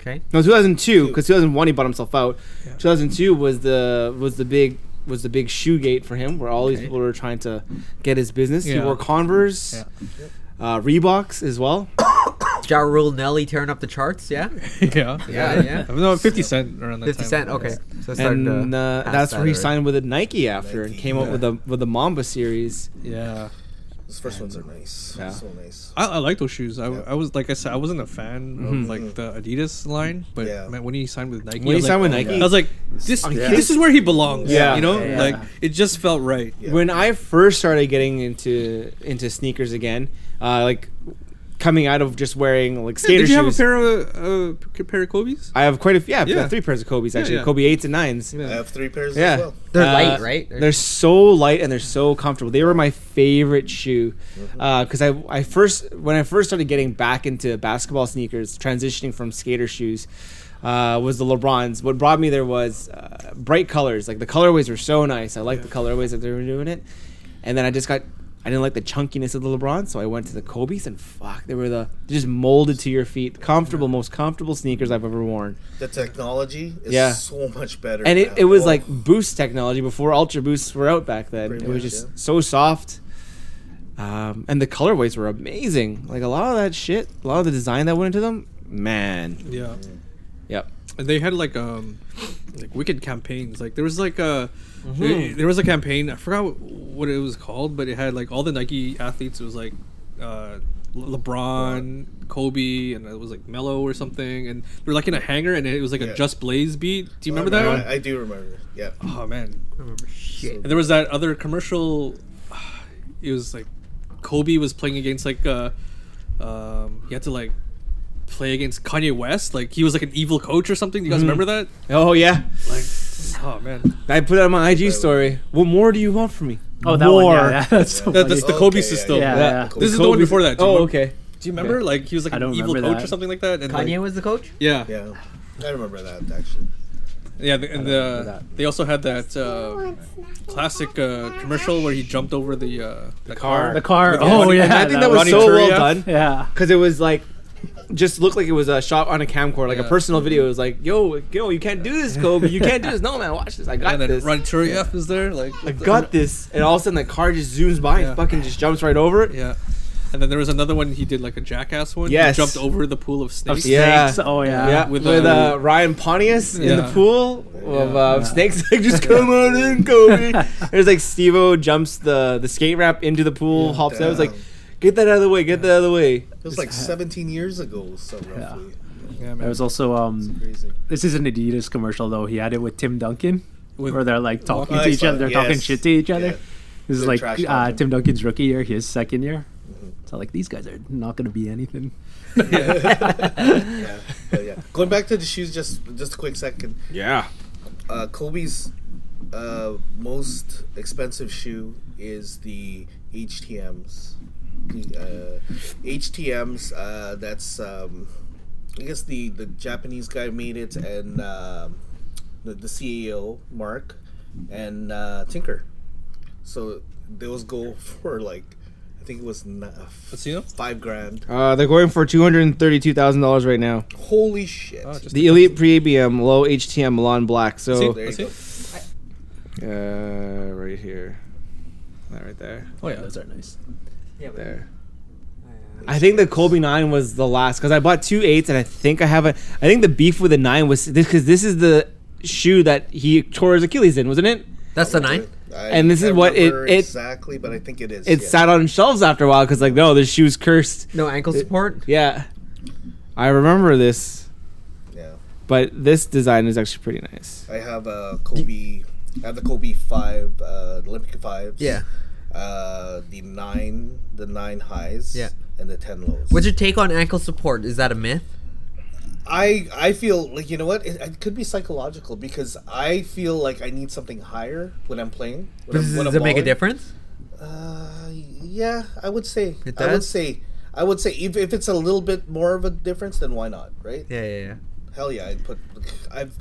[SPEAKER 7] Okay.
[SPEAKER 1] No, 2002 because 2001 he bought himself out. 2002 was the was the big was the big shoe gate for him, where all these
[SPEAKER 7] Okay.
[SPEAKER 1] people were trying to get his business. He
[SPEAKER 3] Yeah.
[SPEAKER 1] wore Converse, uh, Reeboks as well.
[SPEAKER 7] Ja Rule Nelly tearing up the charts. Yeah.
[SPEAKER 3] yeah.
[SPEAKER 7] Yeah, yeah.
[SPEAKER 3] No, 50 Cent around that
[SPEAKER 7] 50
[SPEAKER 3] time.
[SPEAKER 7] Cent. Okay. So it started
[SPEAKER 1] and
[SPEAKER 7] to
[SPEAKER 1] uh,
[SPEAKER 7] pass
[SPEAKER 1] that's
[SPEAKER 7] that
[SPEAKER 1] where he
[SPEAKER 7] already.
[SPEAKER 1] signed with a Nike after and
[SPEAKER 5] Nike,
[SPEAKER 1] came out
[SPEAKER 5] yeah.
[SPEAKER 1] with the with the Mamba series.
[SPEAKER 3] Yeah.
[SPEAKER 5] Those first ones are nice.
[SPEAKER 1] Yeah.
[SPEAKER 5] So nice.
[SPEAKER 3] I, I like those shoes. I, I was like I said, I wasn't a fan of like the Adidas line, but
[SPEAKER 5] Yeah.
[SPEAKER 3] man, when he signed with Nike,
[SPEAKER 1] Mm-hmm. When
[SPEAKER 3] I
[SPEAKER 1] he
[SPEAKER 3] was
[SPEAKER 1] signed
[SPEAKER 3] like, oh
[SPEAKER 1] with Nike-
[SPEAKER 3] I was like, this
[SPEAKER 1] Yeah.
[SPEAKER 3] this is where he belongs.
[SPEAKER 1] Yeah.
[SPEAKER 3] you know,
[SPEAKER 1] Yeah.
[SPEAKER 3] like it just felt right.
[SPEAKER 5] Yeah.
[SPEAKER 1] When I first started getting into into sneakers again, uh, like coming out of just wearing like skater
[SPEAKER 3] Did you have a
[SPEAKER 1] shoes,
[SPEAKER 3] pair of uh, pair of Kobe's?
[SPEAKER 1] I have quite a few. Yeah, I've got
[SPEAKER 3] Yeah.
[SPEAKER 1] three pairs of Kobe's actually,
[SPEAKER 3] yeah.
[SPEAKER 1] Kobe eights and nines.
[SPEAKER 5] I have three pairs
[SPEAKER 1] Yeah.
[SPEAKER 5] as well.
[SPEAKER 7] They're
[SPEAKER 1] Uh,
[SPEAKER 7] light, right?
[SPEAKER 1] They're so light and they're so comfortable. They were my favorite shoe because I, I first when I first started getting back into basketball sneakers, transitioning from skater shoes. Uh, was the LeBrons. What brought me there was uh, bright colors. Like the colorways were so nice. I liked the colorways that they were doing it. And then I just got, I didn't like the chunkiness of the LeBrons, so I went to the Kobe's and fuck, they were the they just molded to your feet. Comfortable, most comfortable sneakers I've ever worn.
[SPEAKER 5] The technology is
[SPEAKER 1] Yeah.
[SPEAKER 5] so much better.
[SPEAKER 1] and it,
[SPEAKER 5] now.
[SPEAKER 1] it was
[SPEAKER 5] Oh,
[SPEAKER 1] like boost technology before ultra boosts were out back then
[SPEAKER 5] Pretty
[SPEAKER 1] it was
[SPEAKER 5] much,
[SPEAKER 1] just
[SPEAKER 5] yeah.
[SPEAKER 1] so soft um, and the colorways were amazing like a lot of that shit a lot of the design that went into them man
[SPEAKER 3] Yeah,
[SPEAKER 1] yep
[SPEAKER 3] and they had like uh, um like wicked campaigns. Like there was like a there, there was a campaign. I forgot wh- what it was called, but it had like all the Nike athletes. It was like uh, Le- LeBron, Kobe, and it was like Mello or something. And they were like in a hangar, and it was like
[SPEAKER 5] Yeah.
[SPEAKER 3] a Just Blaze beat. Do you
[SPEAKER 5] Oh, I
[SPEAKER 3] remember that one?
[SPEAKER 5] I, I do remember. Yeah.
[SPEAKER 3] Oh man.
[SPEAKER 5] remember shit.
[SPEAKER 3] And there was that other commercial. It was like Kobe was playing against like uh, um, he had to like play against Kanye West. Like he was like an evil coach or something. You guys
[SPEAKER 1] Mhm.
[SPEAKER 3] remember that?
[SPEAKER 1] Oh yeah.
[SPEAKER 3] Like, oh man.
[SPEAKER 1] I put it on my IG story. What more do you want from me?
[SPEAKER 3] Oh, that one,
[SPEAKER 1] more.
[SPEAKER 3] yeah, yeah, that's so That- that's funny. the Kobe system. Yeah, yeah. This is the one before that. Do you
[SPEAKER 1] Oh,
[SPEAKER 3] remember-
[SPEAKER 1] okay.
[SPEAKER 3] Do you remember? Like he was like
[SPEAKER 1] I
[SPEAKER 3] an
[SPEAKER 1] don't
[SPEAKER 3] evil coach
[SPEAKER 1] remember
[SPEAKER 3] or
[SPEAKER 1] that.
[SPEAKER 3] something like that. And
[SPEAKER 2] Kanye
[SPEAKER 3] like,
[SPEAKER 2] was the coach.
[SPEAKER 3] Yeah.
[SPEAKER 5] Yeah. I remember that actually.
[SPEAKER 3] Yeah, the, and the, they also had that uh, classic uh, commercial where he jumped over the uh, the car.
[SPEAKER 1] The car. Oh, yeah,
[SPEAKER 3] And
[SPEAKER 1] I think that was
[SPEAKER 3] Ronnie
[SPEAKER 1] so well
[SPEAKER 3] Turiaf.
[SPEAKER 1] done. Yeah. Because it was like, just looked like it was a shot on a camcorder, like a personal video. It was like, yo, yo, you can't do this, Kobe. You can't do this. No, man, watch this. I got
[SPEAKER 3] And then
[SPEAKER 1] this.
[SPEAKER 3] Ronnie Turiaf is there. Like
[SPEAKER 1] I got this. And all of a sudden, the car just zooms by
[SPEAKER 3] Yeah.
[SPEAKER 1] and fucking just jumps right over it.
[SPEAKER 3] Yeah. And then there was another one he did like a jackass one.
[SPEAKER 1] Yes.
[SPEAKER 3] He jumped over the pool of snakes.
[SPEAKER 1] yeah. With, uh, Ryan Pontius in the
[SPEAKER 3] Yeah.
[SPEAKER 1] pool of uh, snakes, like just come on in, Kobe. There's like Stevo jumps the the skate ramp into the pool, hops out. It's like, get that out of the way, get that out of the way.
[SPEAKER 5] It was like 17 years ago, so roughly.
[SPEAKER 3] Yeah,
[SPEAKER 8] There was also um,
[SPEAKER 5] crazy.
[SPEAKER 8] this is an Adidas commercial though. He had it with Tim Duncan,
[SPEAKER 3] With-
[SPEAKER 8] where they're like talking
[SPEAKER 5] I
[SPEAKER 8] to each
[SPEAKER 5] saw
[SPEAKER 8] other, they're
[SPEAKER 5] that,
[SPEAKER 8] talking
[SPEAKER 5] yes.
[SPEAKER 8] shit to each other.
[SPEAKER 5] Yeah.
[SPEAKER 8] This is
[SPEAKER 5] They're
[SPEAKER 8] like
[SPEAKER 5] trash
[SPEAKER 8] uh,
[SPEAKER 5] talking.
[SPEAKER 8] Tim Duncan's rookie year, his second year. So like these guys are not going to be anything.
[SPEAKER 5] yeah, yeah, yeah. Going back to the shoes, just just a quick second.
[SPEAKER 1] Yeah.
[SPEAKER 5] Uh, Kobe's uh, most expensive shoe is the HTM's. The, uh, HTM's. Uh, that's um, I guess the the Japanese guy made it, and um the, the CEO Mark and uh, Tinker. So those go for like. I think it was na- five grand.
[SPEAKER 1] Uh, they're going for two hundred thirty-two thousand dollars right now.
[SPEAKER 5] Holy shit!
[SPEAKER 1] The Elite Pre ABM, low HTM Milan Black. So,
[SPEAKER 5] There you go.
[SPEAKER 1] uh, right here, that right there.
[SPEAKER 3] Oh yeah,
[SPEAKER 8] those are nice.
[SPEAKER 2] Yeah, but-
[SPEAKER 1] There. I think the Colby nine was the last because I bought two eights and I think I have a. I think the beef with the nine was this because this is the shoe that he tore his Achilles in, wasn't it?
[SPEAKER 7] That's the nine.
[SPEAKER 5] I
[SPEAKER 1] And this is
[SPEAKER 5] can't
[SPEAKER 1] what it-
[SPEAKER 5] remember
[SPEAKER 1] it-
[SPEAKER 5] exactly, but I think it is.
[SPEAKER 1] It
[SPEAKER 5] yeah.
[SPEAKER 1] sat on shelves after a while because like no, this shoe's cursed.
[SPEAKER 2] No ankle
[SPEAKER 1] It-
[SPEAKER 2] support?
[SPEAKER 1] yeah, I remember this.
[SPEAKER 5] Yeah.
[SPEAKER 1] But this design is actually pretty nice.
[SPEAKER 5] I have a Kobe. I have the Kobe five, uh, Olympic fives.
[SPEAKER 2] Yeah.
[SPEAKER 5] Uh, the nine, the nine highs.
[SPEAKER 2] Yeah.
[SPEAKER 5] And the ten lows.
[SPEAKER 7] What's your take on ankle support? Is that a myth?
[SPEAKER 5] I I feel like you know what it, it could be psychological because I feel like I need something higher when I'm playing. When I'm,
[SPEAKER 7] Does,
[SPEAKER 5] when
[SPEAKER 7] does
[SPEAKER 5] I'm
[SPEAKER 7] it make a
[SPEAKER 5] balling.
[SPEAKER 7] difference?
[SPEAKER 5] Uh, yeah, I would say.
[SPEAKER 7] It
[SPEAKER 5] I would
[SPEAKER 7] does?
[SPEAKER 5] say. I would say if, if it's a little bit more of a difference, then why not, right?
[SPEAKER 7] Yeah, yeah, yeah.
[SPEAKER 5] Hell yeah, I'd put. I've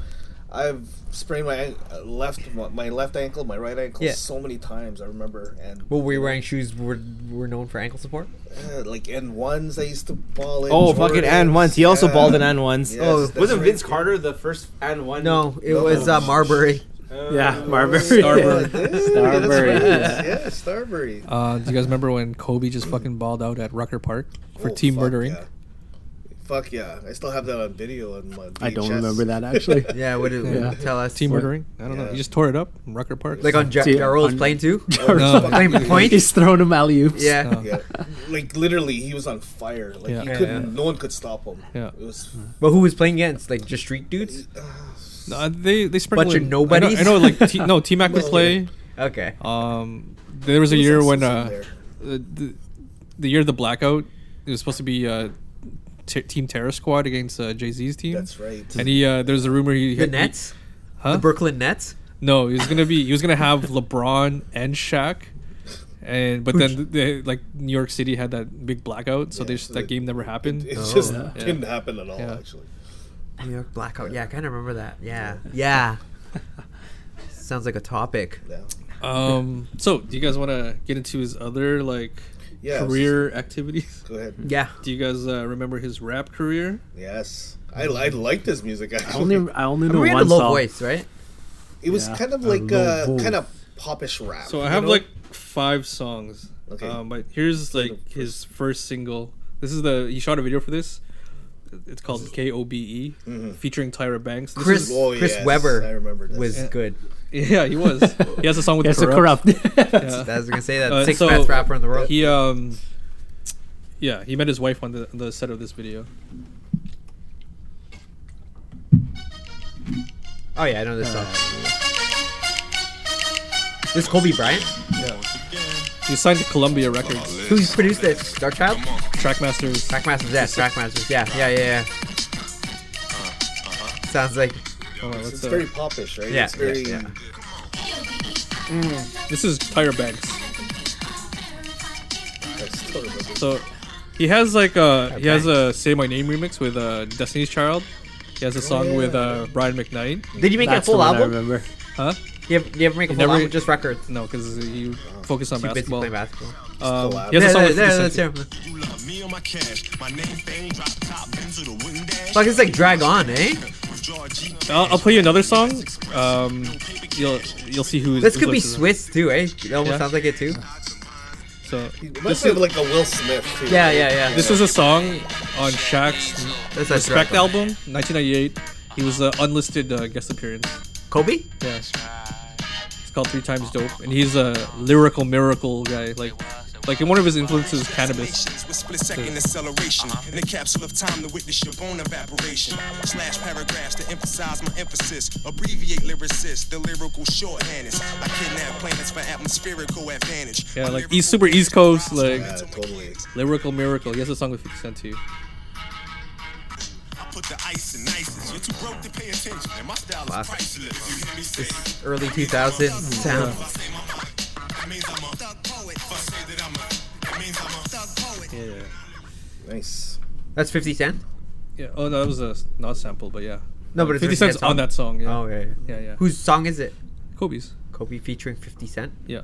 [SPEAKER 5] I've sprained my an- uh, left my left ankle, my right ankle
[SPEAKER 7] Yeah.
[SPEAKER 5] so many times. I remember and
[SPEAKER 7] Well, were you wearing shoes were were known for ankle support?
[SPEAKER 5] uh, like N ones I used to ball in.
[SPEAKER 1] Oh, fucking
[SPEAKER 5] Jordans.
[SPEAKER 1] and ones. He also
[SPEAKER 5] Yeah.
[SPEAKER 1] balled in and ones.
[SPEAKER 5] Yes,
[SPEAKER 1] oh,
[SPEAKER 5] that's
[SPEAKER 1] wasn't
[SPEAKER 5] right.
[SPEAKER 1] Vince Carter the first and one? Oh.
[SPEAKER 2] No, it was uh, Marbury.
[SPEAKER 8] yeah, Marbury.
[SPEAKER 3] Starbury.
[SPEAKER 8] Starbury.
[SPEAKER 5] Yes, yeah, Starbury.
[SPEAKER 3] Uh, do you guys remember when Kobe just fucking balled out at Rucker Park for
[SPEAKER 5] Oh,
[SPEAKER 3] team
[SPEAKER 5] fuck
[SPEAKER 3] murdering?
[SPEAKER 5] yeah. Fuck yeah! I still have that on video on my.
[SPEAKER 8] I don't
[SPEAKER 5] VHS.
[SPEAKER 8] remember that, actually.
[SPEAKER 2] Yeah, what did
[SPEAKER 3] Yeah.
[SPEAKER 2] tell us?
[SPEAKER 3] Team
[SPEAKER 2] What-
[SPEAKER 3] murdering? I don't know.
[SPEAKER 5] Yeah.
[SPEAKER 3] He just tore it up in Rucker Park.
[SPEAKER 2] Like on ja-
[SPEAKER 8] See,
[SPEAKER 2] Jarrell's
[SPEAKER 8] on-
[SPEAKER 2] plane too?
[SPEAKER 3] Oh, No.
[SPEAKER 2] Playing point?
[SPEAKER 8] He's throwing him alley oops.
[SPEAKER 2] Yeah.
[SPEAKER 5] Yeah, like literally, he was on fire. Like
[SPEAKER 3] Yeah.
[SPEAKER 5] he
[SPEAKER 3] Yeah,
[SPEAKER 5] couldn't. No one could stop him.
[SPEAKER 3] Yeah.
[SPEAKER 5] it was.
[SPEAKER 2] But who was playing against? Like just street dudes?
[SPEAKER 3] No, they they sprinkled
[SPEAKER 2] Bunch of
[SPEAKER 3] in-
[SPEAKER 2] nobodies?
[SPEAKER 3] I know, I know, like T, no, T Mac would
[SPEAKER 5] Well,
[SPEAKER 3] play.
[SPEAKER 2] Okay.
[SPEAKER 3] Um, there was a
[SPEAKER 5] Who's
[SPEAKER 3] year
[SPEAKER 5] that
[SPEAKER 3] when
[SPEAKER 5] system
[SPEAKER 3] uh,
[SPEAKER 5] there?
[SPEAKER 3] the, the- the year of the blackout, it was supposed to be uh, t- Team Terror Squad against uh, Jay Z's team.
[SPEAKER 5] That's right.
[SPEAKER 3] And he uh, there's a rumor he
[SPEAKER 2] The Nets?
[SPEAKER 3] Huh?
[SPEAKER 2] The Brooklyn Nets?
[SPEAKER 3] No, he was gonna be. He was gonna have LeBron and Shaq, and but then they, like New York City had that big blackout, so
[SPEAKER 5] Yeah,
[SPEAKER 3] they just,
[SPEAKER 5] so
[SPEAKER 3] that
[SPEAKER 5] they-
[SPEAKER 3] game never happened.
[SPEAKER 5] It
[SPEAKER 2] Oh,
[SPEAKER 5] just
[SPEAKER 3] Yeah.
[SPEAKER 5] didn't happen at all.
[SPEAKER 3] Yeah.
[SPEAKER 5] Actually,
[SPEAKER 2] New York blackout. Yeah, I kind of remember that. Yeah. Yeah. Sounds like a topic.
[SPEAKER 5] yeah.
[SPEAKER 3] Um. So, do you guys want to get into his other like
[SPEAKER 5] Yeah,
[SPEAKER 3] career activities?
[SPEAKER 5] Go ahead.
[SPEAKER 2] Yeah.
[SPEAKER 3] Do you guys uh, remember his rap career?
[SPEAKER 5] Yes, I, I liked his music.
[SPEAKER 8] I
[SPEAKER 5] Actually,
[SPEAKER 8] only I only
[SPEAKER 2] I mean,
[SPEAKER 8] know
[SPEAKER 2] we had a
[SPEAKER 8] one
[SPEAKER 2] low
[SPEAKER 8] song.
[SPEAKER 2] voice, right?
[SPEAKER 5] it was
[SPEAKER 8] Yeah,
[SPEAKER 5] kind of
[SPEAKER 8] a
[SPEAKER 5] like
[SPEAKER 8] low
[SPEAKER 5] uh,
[SPEAKER 8] voice.
[SPEAKER 5] kind of popish rap.
[SPEAKER 3] So I
[SPEAKER 5] you
[SPEAKER 3] have
[SPEAKER 5] know?
[SPEAKER 3] like five songs.
[SPEAKER 5] Okay.
[SPEAKER 3] Um, but here's like his first single. This is the he shot a video for this. It's called K O B
[SPEAKER 5] Mm-hmm.
[SPEAKER 3] E, featuring Tyra Banks. This
[SPEAKER 7] Chris
[SPEAKER 3] is-
[SPEAKER 7] Chris Webber
[SPEAKER 5] Oh, I remember this.
[SPEAKER 7] was
[SPEAKER 3] Yeah.
[SPEAKER 7] good.
[SPEAKER 3] Yeah, he was. He has a song with
[SPEAKER 7] Yes, Corrupt.
[SPEAKER 3] corrupt. Yeah.
[SPEAKER 2] I was gonna say that sixth best rapper in the world.
[SPEAKER 3] Uh, He um, yeah, he met his wife on the, the set of this video.
[SPEAKER 2] Oh yeah, I know
[SPEAKER 3] Uh,
[SPEAKER 2] this song. This is Kobe Bryant,
[SPEAKER 3] Yeah. He signed to Columbia Records.
[SPEAKER 2] who's produced this. Dark Child,
[SPEAKER 3] Trackmasters.
[SPEAKER 2] Trackmasters, yeah, Trackmasters, yeah, yeah, yeah. yeah. Sounds like
[SPEAKER 3] Hold on,
[SPEAKER 5] It's,
[SPEAKER 3] let's,
[SPEAKER 5] it's
[SPEAKER 3] uh,
[SPEAKER 5] very popish, right?
[SPEAKER 2] Yeah,
[SPEAKER 5] It's very.
[SPEAKER 2] yeah,
[SPEAKER 3] This is Tyra Banks.
[SPEAKER 5] I still remember this.
[SPEAKER 3] So he has like a he has a "Say My Name" remix with uh, Destiny's Child. He has a song with uh, Brian McKnight.
[SPEAKER 2] Did you make
[SPEAKER 8] That's
[SPEAKER 2] a full
[SPEAKER 8] the one I
[SPEAKER 2] album?
[SPEAKER 8] remember.
[SPEAKER 3] Huh?
[SPEAKER 2] You ever, you ever make a
[SPEAKER 3] He
[SPEAKER 2] full
[SPEAKER 3] uh, never-
[SPEAKER 2] album? Just records.
[SPEAKER 3] No, because he focused on
[SPEAKER 2] Too busy
[SPEAKER 3] basketball.
[SPEAKER 2] playing basketball.
[SPEAKER 3] Um,
[SPEAKER 5] collab.
[SPEAKER 3] he has a
[SPEAKER 2] Yeah,
[SPEAKER 3] song
[SPEAKER 2] yeah,
[SPEAKER 3] with
[SPEAKER 2] yeah,
[SPEAKER 3] 50
[SPEAKER 2] that's
[SPEAKER 3] Cent.
[SPEAKER 2] him. Fuck, it's like drag on, eh?
[SPEAKER 3] I'll, I'll play you another song. Um, you'll you'll see who's.
[SPEAKER 2] This
[SPEAKER 3] who's
[SPEAKER 2] could be
[SPEAKER 3] listed.
[SPEAKER 2] Swiss too, eh? It almost
[SPEAKER 3] Yeah.
[SPEAKER 2] sounds like it too.
[SPEAKER 3] So
[SPEAKER 5] It
[SPEAKER 3] this
[SPEAKER 5] must have
[SPEAKER 3] is,
[SPEAKER 5] like a Will Smith. Too.
[SPEAKER 2] Yeah, yeah, yeah.
[SPEAKER 3] this was a song on Shaq's
[SPEAKER 2] That's that
[SPEAKER 3] Respect
[SPEAKER 2] drag on.
[SPEAKER 3] album, 1998. He was an unlisted uh, guest appearance.
[SPEAKER 2] Kobe?
[SPEAKER 3] Yeah. It's called Three Times Dope, and he's a lyrical miracle guy. Like, like in one of his influences, is cannabis.
[SPEAKER 13] With split second acceleration
[SPEAKER 3] Uh-huh.
[SPEAKER 13] in a capsule of time to witness your bone evaporation. Slash paragraphs to emphasize my emphasis. Abbreviate lyricist, the lyrical shorthand is I kidnap planets for atmospherical advantage.
[SPEAKER 3] Yeah, like East Super East Coast, like
[SPEAKER 5] Yeah, totally.
[SPEAKER 3] lyrical miracle. He has a song with 50 Cent too.
[SPEAKER 13] I put the ice in ices. You're too broke to pay attention, and my style is
[SPEAKER 2] Classic.
[SPEAKER 13] priceless. If you hear me say,
[SPEAKER 2] This early 2000s sound.
[SPEAKER 13] if I say my mind, that means I'm a thug poet. If I say that I'm a, that means I'm a thug poet.
[SPEAKER 3] Yeah.
[SPEAKER 5] Nice.
[SPEAKER 2] That's 50 Cent?
[SPEAKER 3] Yeah. Oh, no, that was a not sample, but yeah.
[SPEAKER 2] No, but it's
[SPEAKER 3] 50 Cent's on that song. Yeah.
[SPEAKER 2] Oh, yeah, yeah.
[SPEAKER 3] Yeah, yeah.
[SPEAKER 2] Whose song is it?
[SPEAKER 3] Kobe's?
[SPEAKER 2] Kobe featuring 50 Cent?
[SPEAKER 3] Yeah.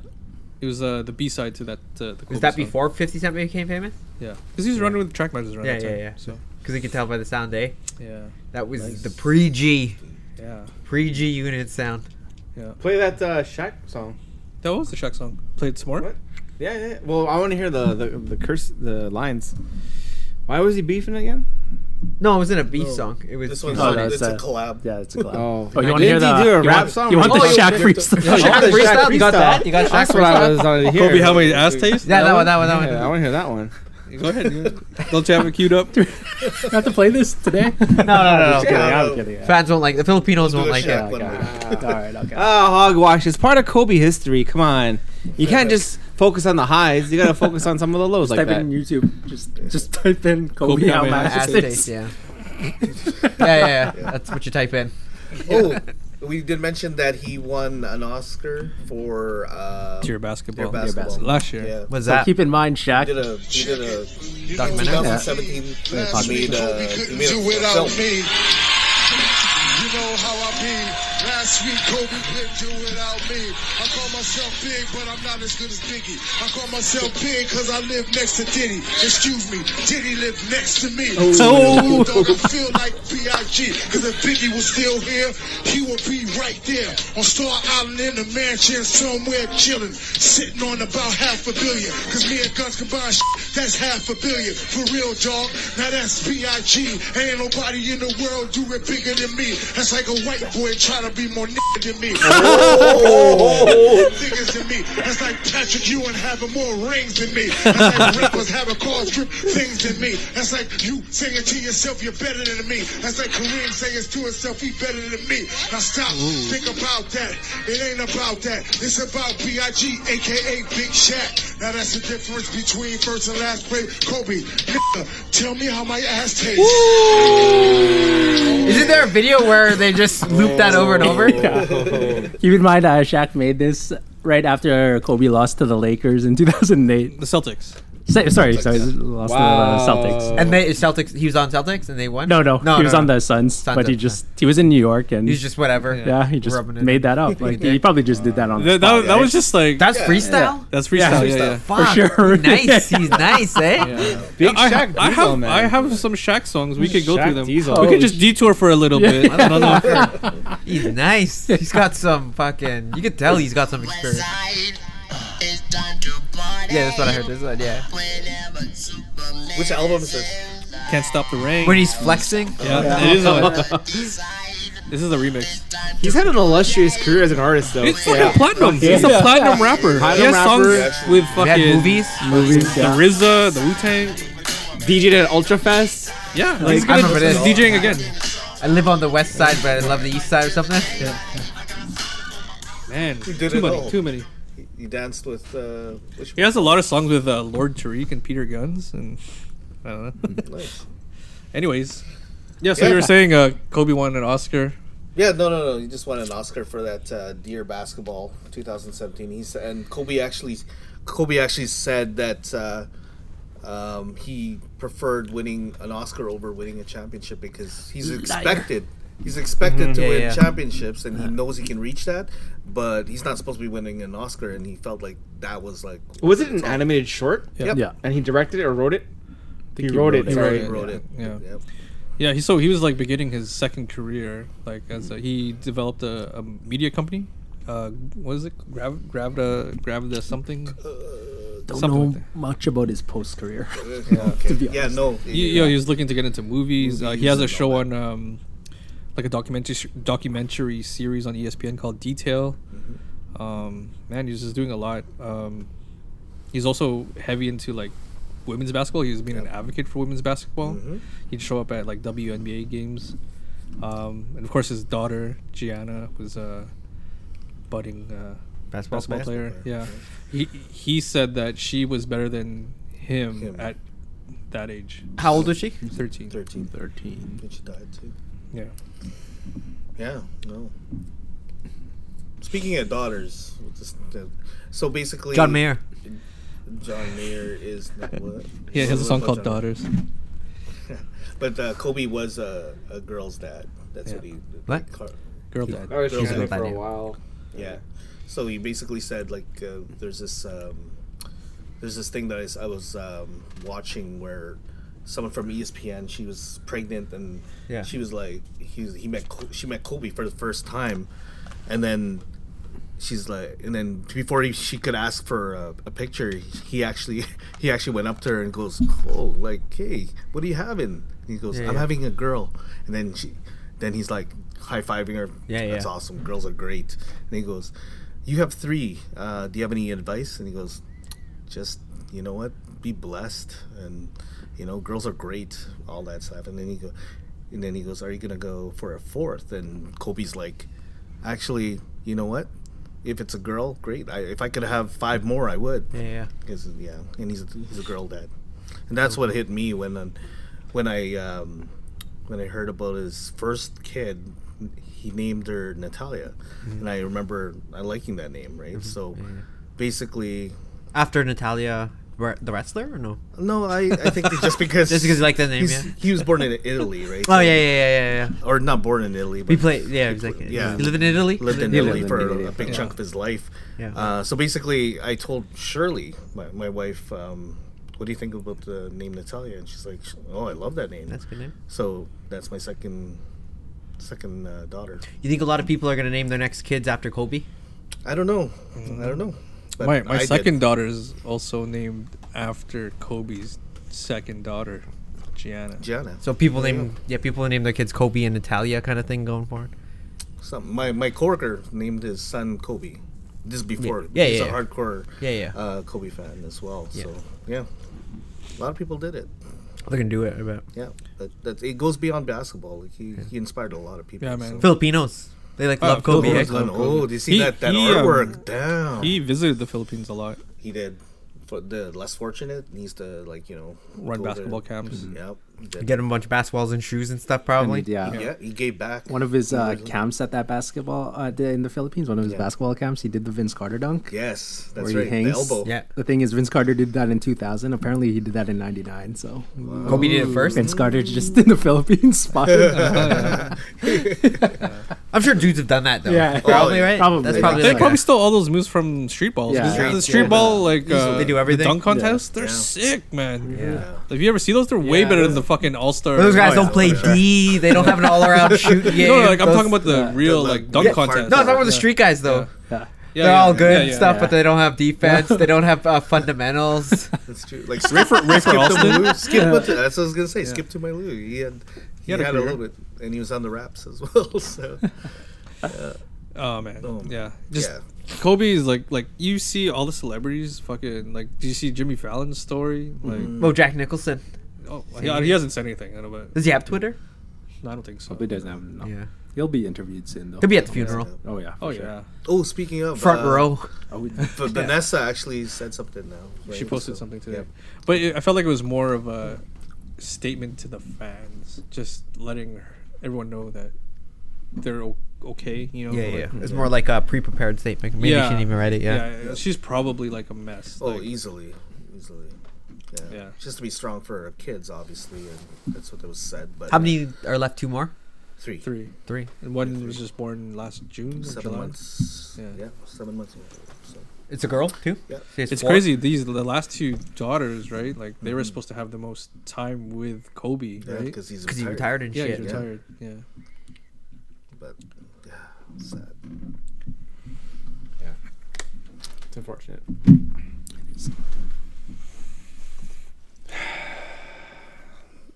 [SPEAKER 3] It was uh, the B side to that. Uh, the Kobe
[SPEAKER 2] Was that
[SPEAKER 3] song.
[SPEAKER 2] before 50 Cent became famous?
[SPEAKER 3] Yeah, because he was running with the track matches around
[SPEAKER 2] Yeah,
[SPEAKER 3] that
[SPEAKER 2] yeah,
[SPEAKER 3] time.
[SPEAKER 2] yeah.
[SPEAKER 3] So
[SPEAKER 2] Because you can tell by the sound, eh?
[SPEAKER 3] yeah,
[SPEAKER 2] That was
[SPEAKER 1] Nice.
[SPEAKER 2] the pre G,
[SPEAKER 3] yeah,
[SPEAKER 2] pre G unit sound.
[SPEAKER 3] yeah.
[SPEAKER 1] Play that uh, Shaq song.
[SPEAKER 3] That was the Shaq song. Play it some more.
[SPEAKER 1] What? Yeah, yeah. Well, I want to hear the, the the curse the lines. Why was he beefing again?
[SPEAKER 2] No, it wasn't a beef
[SPEAKER 5] No.
[SPEAKER 2] song. It was.
[SPEAKER 5] This one's
[SPEAKER 2] Oh,
[SPEAKER 5] not-
[SPEAKER 2] that-
[SPEAKER 5] it's a collab.
[SPEAKER 8] Yeah, it's a collab.
[SPEAKER 1] Oh,
[SPEAKER 8] Oh, you
[SPEAKER 1] Now,
[SPEAKER 8] wanna hear
[SPEAKER 1] didn't
[SPEAKER 8] the-
[SPEAKER 1] he do a
[SPEAKER 8] you
[SPEAKER 1] rap
[SPEAKER 8] want-
[SPEAKER 1] song?
[SPEAKER 8] you want the
[SPEAKER 1] Oh,
[SPEAKER 8] Shaq
[SPEAKER 1] yeah.
[SPEAKER 8] freestyle?
[SPEAKER 1] Yeah,
[SPEAKER 2] Shaq freestyle? You got that? You got Shaq
[SPEAKER 1] That's what I
[SPEAKER 2] freestyle?
[SPEAKER 1] was on to hear.
[SPEAKER 3] Kobe, how many ass tapes?
[SPEAKER 2] Yeah, that one, that one, that
[SPEAKER 1] Yeah, I
[SPEAKER 2] one.
[SPEAKER 1] want to hear that one.
[SPEAKER 3] Go ahead. dude. Don't you have it queued up?
[SPEAKER 8] You have to play this today?
[SPEAKER 2] No, no, no. no.
[SPEAKER 5] Yeah, no.
[SPEAKER 2] Fans won't like the Filipinos won't
[SPEAKER 5] the
[SPEAKER 2] like
[SPEAKER 5] Shaq
[SPEAKER 2] it.
[SPEAKER 5] one later.
[SPEAKER 8] All right, okay.
[SPEAKER 1] Oh, hogwash! It's part of Kobe history. Come on, you can't just focus on the highs. You gotta focus on some of the lows
[SPEAKER 8] Just
[SPEAKER 1] like
[SPEAKER 8] type
[SPEAKER 1] that.
[SPEAKER 8] in YouTube. Just just type in Kobe,
[SPEAKER 3] Kobe
[SPEAKER 8] Kobe
[SPEAKER 3] Outmatch.
[SPEAKER 2] Ass taste, yeah. yeah, yeah, yeah. That's what you type in.
[SPEAKER 5] Oh, we did mention that he won an Oscar for uh,
[SPEAKER 3] Dear basketball.
[SPEAKER 5] Dear basketball.
[SPEAKER 8] Basketball.
[SPEAKER 3] Last year.
[SPEAKER 5] Yeah.
[SPEAKER 2] What's
[SPEAKER 8] So
[SPEAKER 2] that?
[SPEAKER 8] keep in mind, Shaq.
[SPEAKER 5] He did a he did a in
[SPEAKER 2] Documentary?
[SPEAKER 5] 2017.
[SPEAKER 8] Yeah.
[SPEAKER 5] He made a, he uh, made
[SPEAKER 13] do
[SPEAKER 5] a
[SPEAKER 13] without
[SPEAKER 5] film.
[SPEAKER 13] me. You know how I be. Last week, Kobe couldn't do without me. I call myself big, but I'm not as good as Biggie. I call myself big because I live next to Diddy. Excuse me, Diddy lived next to me.
[SPEAKER 3] Oh.
[SPEAKER 13] Though I feel like B.I.G. Because if Biggie was still here, he would be right there on Star Island in a mansion somewhere chilling, sitting on about half a billion. Because me and Guns combined, shit, that's half a billion. For real, dog. Now that's B.I.G. Ain't nobody in the world do it bigger than me. That's like a white boy trying to be more nigga than me. Niggas than me. That's like Patrick Ewing having more rings than me. That's like rappers having car strip things than me. That's like you singing to yourself, you're better than me. That's like Kareem saying to himself, he better than me. Now stop, think about that. It ain't about that. It's about B.I.G., a.k.a. Big Shaq. Now that's the difference between first and last play. Kobe, nigga, tell me how my ass tastes.
[SPEAKER 2] Isn't there a video where they just loop that over and over?
[SPEAKER 8] Keep in mind, uh, Shaq made this right after Kobe lost to the Lakers in 2008.
[SPEAKER 3] The Celtics.
[SPEAKER 8] Sa- sorry, sorry, lost to the uh, Celtics.
[SPEAKER 2] And they Celtics. He was on Celtics and they won.
[SPEAKER 8] No, no,
[SPEAKER 2] no.
[SPEAKER 8] he was on the Suns,
[SPEAKER 2] Suns,
[SPEAKER 8] but he
[SPEAKER 2] okay.
[SPEAKER 8] just he was in New York and
[SPEAKER 2] He's just whatever.
[SPEAKER 8] yeah, he just
[SPEAKER 2] rubbing it
[SPEAKER 8] made that up. Like he probably just did that on the
[SPEAKER 3] That, that,
[SPEAKER 8] spot.
[SPEAKER 3] that was just like
[SPEAKER 2] That's
[SPEAKER 5] Yeah.
[SPEAKER 2] freestyle.
[SPEAKER 3] that's
[SPEAKER 8] Oh,
[SPEAKER 3] freestyle. Yeah, yeah.
[SPEAKER 2] Fuck,
[SPEAKER 8] sure.
[SPEAKER 2] Nice. He's nice, eh?
[SPEAKER 1] Big
[SPEAKER 3] I,
[SPEAKER 1] Shaq
[SPEAKER 3] I
[SPEAKER 1] Diesel,
[SPEAKER 3] have
[SPEAKER 1] man.
[SPEAKER 3] I have some Shaq songs. We could go
[SPEAKER 1] Shaq
[SPEAKER 3] through them.
[SPEAKER 1] Diesel.
[SPEAKER 3] We could
[SPEAKER 8] Holy
[SPEAKER 3] just detour for a little bit. I don't know.
[SPEAKER 2] He's nice. He's got some fucking. You could tell he's got some experience. Yeah, that's what I heard. This one, yeah.
[SPEAKER 5] Which album is this?
[SPEAKER 3] Can't stop the rain.
[SPEAKER 7] When he's flexing?
[SPEAKER 3] Yeah,
[SPEAKER 7] Yeah.
[SPEAKER 3] it is. A, this is a remix.
[SPEAKER 1] He's had an illustrious career as an artist, though.
[SPEAKER 3] He's fucking platinum. He's a platinum rapper. he
[SPEAKER 1] Platinum
[SPEAKER 3] has
[SPEAKER 1] rapper.
[SPEAKER 3] songs with
[SPEAKER 1] We
[SPEAKER 3] fucking
[SPEAKER 1] had movies. Movies,
[SPEAKER 3] the
[SPEAKER 1] yeah.
[SPEAKER 3] RZA, the Wu Tang.
[SPEAKER 1] DJ'd at Ultrafest.
[SPEAKER 3] Yeah,
[SPEAKER 2] Like,
[SPEAKER 3] he's
[SPEAKER 2] I
[SPEAKER 3] gonna
[SPEAKER 2] remember
[SPEAKER 3] he's
[SPEAKER 2] this.
[SPEAKER 3] DJing again.
[SPEAKER 2] I live on the west side, but I love the east side or something.
[SPEAKER 3] Man,
[SPEAKER 5] He did
[SPEAKER 3] too
[SPEAKER 5] it
[SPEAKER 3] many,
[SPEAKER 5] all.
[SPEAKER 3] too many.
[SPEAKER 5] He, he danced with uh, which
[SPEAKER 3] He has a lot of songs with uh, Lord Tariq and Peter Guns, and I don't know.
[SPEAKER 5] Nice.
[SPEAKER 3] Anyways, yeah. So
[SPEAKER 5] Yeah.
[SPEAKER 3] you were saying uh, Kobe won an Oscar.
[SPEAKER 5] Yeah, no, no, no. He just won an Oscar for that uh, Deer Basketball 2017. He's and Kobe actually, Kobe actually said that uh, um, he preferred winning an Oscar over winning a championship because he's
[SPEAKER 13] Liar.
[SPEAKER 5] expected. He's expected
[SPEAKER 13] Mhm.
[SPEAKER 5] to
[SPEAKER 13] Yeah,
[SPEAKER 5] win
[SPEAKER 13] yeah.
[SPEAKER 5] championships, and he knows he can reach that. But he's not supposed to be winning an Oscar, and he felt like that was like
[SPEAKER 1] Was it an animated short?
[SPEAKER 5] Yep. Yeah.
[SPEAKER 1] And he directed it or wrote it? He,
[SPEAKER 3] think
[SPEAKER 1] wrote, it. Sorry.
[SPEAKER 3] He
[SPEAKER 5] wrote it.
[SPEAKER 3] Yeah.
[SPEAKER 5] Yeah.
[SPEAKER 3] Yeah, he so he was like beginning his second career, like as a, he developed a, a media company. Uh, what is it? Grav grabbed a grabbed a something.
[SPEAKER 8] Don't
[SPEAKER 3] Something
[SPEAKER 8] know
[SPEAKER 3] like
[SPEAKER 8] much about his post career.
[SPEAKER 5] Yeah, okay. Yeah, no,
[SPEAKER 3] He, you know, he was looking to get into movies. uh, he
[SPEAKER 5] Movies
[SPEAKER 3] has a
[SPEAKER 5] and
[SPEAKER 3] show on um, like a documentary documentary series on E ESPN called Detail. Um, man, he's just doing a lot. Um, he's also heavy into like women's basketball. He's been an advocate for women's basketball.
[SPEAKER 5] Mm-hmm.
[SPEAKER 3] He'd show up at like WNBA games, um, and of course his daughter Gianna was a budding uh,
[SPEAKER 2] Basketball player?
[SPEAKER 3] player. Yeah, he he said that she was better than him, at that age.
[SPEAKER 2] How old was she?
[SPEAKER 3] 13.
[SPEAKER 5] 13.
[SPEAKER 8] 13.
[SPEAKER 5] And she died too.
[SPEAKER 3] Yeah.
[SPEAKER 5] Yeah, no. Speaking of daughters, we'll just, uh, so basically,
[SPEAKER 2] John Mayer.
[SPEAKER 5] John Mayer is what?
[SPEAKER 3] Yeah, he has a song called
[SPEAKER 5] John Mayer.
[SPEAKER 3] Daughters.
[SPEAKER 5] But uh, Kobe was a, a girl's dad. That's
[SPEAKER 3] Yeah.
[SPEAKER 5] what he.
[SPEAKER 3] What?
[SPEAKER 5] he car-
[SPEAKER 3] Girl dad.
[SPEAKER 1] I was
[SPEAKER 5] Girl
[SPEAKER 1] trying
[SPEAKER 5] dad.
[SPEAKER 1] it for a while.
[SPEAKER 5] Yeah. So he basically said like uh, there's this um, there's this thing that I, s- I was um, watching where someone from E ESPN she was pregnant and
[SPEAKER 2] Yeah.
[SPEAKER 5] she was like he he met Ko- she met Kobe for the first time and then she's like and then before he, she could ask for a, a picture he actually he actually went up to her and goes oh like hey what are you having and he goes
[SPEAKER 2] Yeah,
[SPEAKER 5] i'm
[SPEAKER 2] yeah.
[SPEAKER 5] having a girl and then she then he's like high-fiving her
[SPEAKER 2] Yeah,
[SPEAKER 5] that's
[SPEAKER 2] yeah.
[SPEAKER 5] awesome girls are great and he goes you have three uh, do you have any advice and he goes just you know what be blessed and you know girls are great all that stuff and then he go and then he goes are you gonna go for a fourth and kobe's like actually you know what if it's a girl great I, if i could have five more i would
[SPEAKER 2] Yeah, yeah.
[SPEAKER 5] 'Cause, yeah and he's a, he's a girl dad and that's what hit me when um, when i um, when i heard about his first kid he named her natalia
[SPEAKER 2] Mm-hmm.
[SPEAKER 5] and i remember i liking that name right so basically
[SPEAKER 2] After Natalia, re- the wrestler, or no?
[SPEAKER 5] no, I, I think it's just because
[SPEAKER 2] just because you like the name, yeah.
[SPEAKER 5] he's- He was born in Italy, right?
[SPEAKER 2] Oh, yeah, yeah, yeah, yeah, yeah.
[SPEAKER 5] Or not born in Italy. But
[SPEAKER 2] We play- yeah, exactly.
[SPEAKER 5] Yeah,
[SPEAKER 2] He lived in Italy?
[SPEAKER 5] Lived in
[SPEAKER 2] He lived
[SPEAKER 5] Italy
[SPEAKER 2] in
[SPEAKER 5] for
[SPEAKER 2] Italy,
[SPEAKER 5] a big
[SPEAKER 2] yeah.
[SPEAKER 5] chunk of his life.
[SPEAKER 2] Yeah.
[SPEAKER 5] Uh, so basically, I told Shirley, my, my wife, um, "What do you think about the name Natalia?" And she's like, "Oh, I love that name.
[SPEAKER 2] That's a good name.
[SPEAKER 5] So that's my second second uh, daughter.
[SPEAKER 2] You think a lot of people are gonna name their next kids after Kobe?
[SPEAKER 5] I don't know.
[SPEAKER 2] Mm-hmm.
[SPEAKER 5] I don't know. But
[SPEAKER 3] my my
[SPEAKER 5] I did.
[SPEAKER 3] second daughter is also named after Kobe's second daughter, Gianna.
[SPEAKER 5] Gianna.
[SPEAKER 2] So people name yeah people name their kids Kobe and Natalia kind of thing going forward.
[SPEAKER 5] Some my my coworker named his son Kobe. This is before.
[SPEAKER 2] Yeah,
[SPEAKER 5] He's
[SPEAKER 2] yeah,
[SPEAKER 5] a
[SPEAKER 2] yeah.
[SPEAKER 5] hardcore.
[SPEAKER 2] Yeah, yeah.
[SPEAKER 5] Uh, Kobe fan as well.
[SPEAKER 2] Yeah.
[SPEAKER 5] So yeah, a lot of people did it.
[SPEAKER 2] They're gonna do it. I bet.
[SPEAKER 5] Yeah, but that it goes beyond basketball. Like he, he inspired a lot of people.
[SPEAKER 3] Yeah, man.
[SPEAKER 5] so-
[SPEAKER 2] Filipinos. They like love Kobe.
[SPEAKER 5] Filipinos
[SPEAKER 2] eh?
[SPEAKER 5] love Kobe. Oh, do you see
[SPEAKER 3] He-
[SPEAKER 5] that that
[SPEAKER 3] he, um,
[SPEAKER 5] artwork? Damn.
[SPEAKER 3] He visited the Philippines a lot.
[SPEAKER 5] He did. For the less fortunate needs to like you know
[SPEAKER 3] Run
[SPEAKER 5] go there.
[SPEAKER 3] basketball camps.
[SPEAKER 5] Yep. he did.
[SPEAKER 2] Get him a bunch of basketballs and shoes and stuff probably.
[SPEAKER 8] And, yeah.
[SPEAKER 5] Yeah, he gave back.
[SPEAKER 8] One of his uh,
[SPEAKER 5] Originally.
[SPEAKER 8] camps at that basketball uh, the- in the Philippines, one of his basketball camps, he did the Vince Carter dunk.
[SPEAKER 5] Yes,
[SPEAKER 8] where
[SPEAKER 5] that's
[SPEAKER 8] he
[SPEAKER 5] right. The
[SPEAKER 8] hangs.
[SPEAKER 5] elbow.
[SPEAKER 2] Yeah.
[SPEAKER 8] The thing is, Vince Carter did that in 2000. Apparently, he did that in '99. So
[SPEAKER 2] Kobe did it first?
[SPEAKER 8] Vince Carter just in the Philippines spotted.
[SPEAKER 2] I'm sure dudes have done that though.
[SPEAKER 8] Yeah.
[SPEAKER 2] probably
[SPEAKER 8] Oh,
[SPEAKER 2] right.
[SPEAKER 8] probably.
[SPEAKER 2] That's
[SPEAKER 8] They
[SPEAKER 2] probably.
[SPEAKER 3] They
[SPEAKER 2] like-
[SPEAKER 3] probably stole all those moves from street balls.
[SPEAKER 2] Yeah.
[SPEAKER 3] 'cause
[SPEAKER 2] Streets,
[SPEAKER 3] the street
[SPEAKER 2] yeah.
[SPEAKER 3] ball like
[SPEAKER 2] They do
[SPEAKER 3] uh,
[SPEAKER 2] everything.
[SPEAKER 3] The dunk
[SPEAKER 2] Yeah.
[SPEAKER 3] contests, they're
[SPEAKER 2] Yeah.
[SPEAKER 3] sick, man.
[SPEAKER 2] Yeah.
[SPEAKER 3] If you ever see those, they're way better than the fucking all star.
[SPEAKER 2] Those guys don't play D. They don't have an all-around shoot
[SPEAKER 3] No,
[SPEAKER 2] game.
[SPEAKER 3] like I'm
[SPEAKER 2] Those-
[SPEAKER 3] talking about the real like dunk contest.
[SPEAKER 2] No, I'm talking about the street guys though.
[SPEAKER 8] Yeah.
[SPEAKER 2] They're all good and stuff, but they don't have defense. they don't have uh, fundamentals.
[SPEAKER 5] That's true. Like skip, skip to Lou. Skip yeah. to, that's what I was gonna say. Skip to my Lou. He had he, had,
[SPEAKER 3] a
[SPEAKER 5] a
[SPEAKER 3] career.
[SPEAKER 5] little bit, and he was on the raps as well. So yeah.
[SPEAKER 3] Oh man,
[SPEAKER 5] Oh, man.
[SPEAKER 3] yeah. Just
[SPEAKER 5] Yeah.
[SPEAKER 3] Kobe is like like you see all the celebrities fucking like. Do you see Jimmy Fallon's story? Like,
[SPEAKER 2] Oh, Jack Nicholson.
[SPEAKER 3] oh, he, he hasn't said anything. I don't know, but
[SPEAKER 2] Does he have Twitter?
[SPEAKER 3] no, I don't think so.
[SPEAKER 8] Probably doesn't have enough.
[SPEAKER 2] Yeah.
[SPEAKER 8] He'll be interviewed soon, though.
[SPEAKER 2] He'll be at the funeral.
[SPEAKER 8] Oh, yeah. for
[SPEAKER 3] Oh
[SPEAKER 8] sure.
[SPEAKER 3] yeah,
[SPEAKER 5] oh, speaking of
[SPEAKER 2] Front
[SPEAKER 5] uh,
[SPEAKER 2] row.
[SPEAKER 8] Oh, we-
[SPEAKER 5] V- Vanessa actually said something now.
[SPEAKER 3] she
[SPEAKER 5] right?
[SPEAKER 3] posted
[SPEAKER 5] So,
[SPEAKER 3] something today.
[SPEAKER 5] yeah.
[SPEAKER 3] But it, I felt like it was more of a statement to the fans, just letting everyone know that they're o- okay. You know,
[SPEAKER 2] Yeah,
[SPEAKER 3] like-
[SPEAKER 2] yeah. It's more like a pre-prepared statement. Maybe she didn't even write it. Yeah.
[SPEAKER 3] she's probably like a mess.
[SPEAKER 5] Oh,
[SPEAKER 3] like-
[SPEAKER 5] easily, easily. Yeah.
[SPEAKER 3] Yeah.
[SPEAKER 5] Just to be strong for our kids, obviously, and that's what was said. But
[SPEAKER 2] How many are left? Two more.
[SPEAKER 5] Three.
[SPEAKER 3] three,
[SPEAKER 2] Three.
[SPEAKER 3] and one was just born last June, or
[SPEAKER 5] Seven
[SPEAKER 3] July.
[SPEAKER 5] months.
[SPEAKER 3] Yeah.
[SPEAKER 5] Yeah. Seven months. old, So.
[SPEAKER 2] It's a girl too.
[SPEAKER 5] Yeah.
[SPEAKER 2] She has
[SPEAKER 3] It's
[SPEAKER 2] four.
[SPEAKER 3] crazy. These the last two daughters, right? Like they were supposed to have the most time with Kobe,
[SPEAKER 5] Mm-hmm. Yeah,
[SPEAKER 3] right?
[SPEAKER 5] because he's
[SPEAKER 2] Because he
[SPEAKER 5] retired.
[SPEAKER 2] retired and
[SPEAKER 3] Yeah,
[SPEAKER 2] shit.
[SPEAKER 3] he's
[SPEAKER 5] yeah.
[SPEAKER 3] retired. Yeah.
[SPEAKER 5] But yeah, sad.
[SPEAKER 1] It's unfortunate.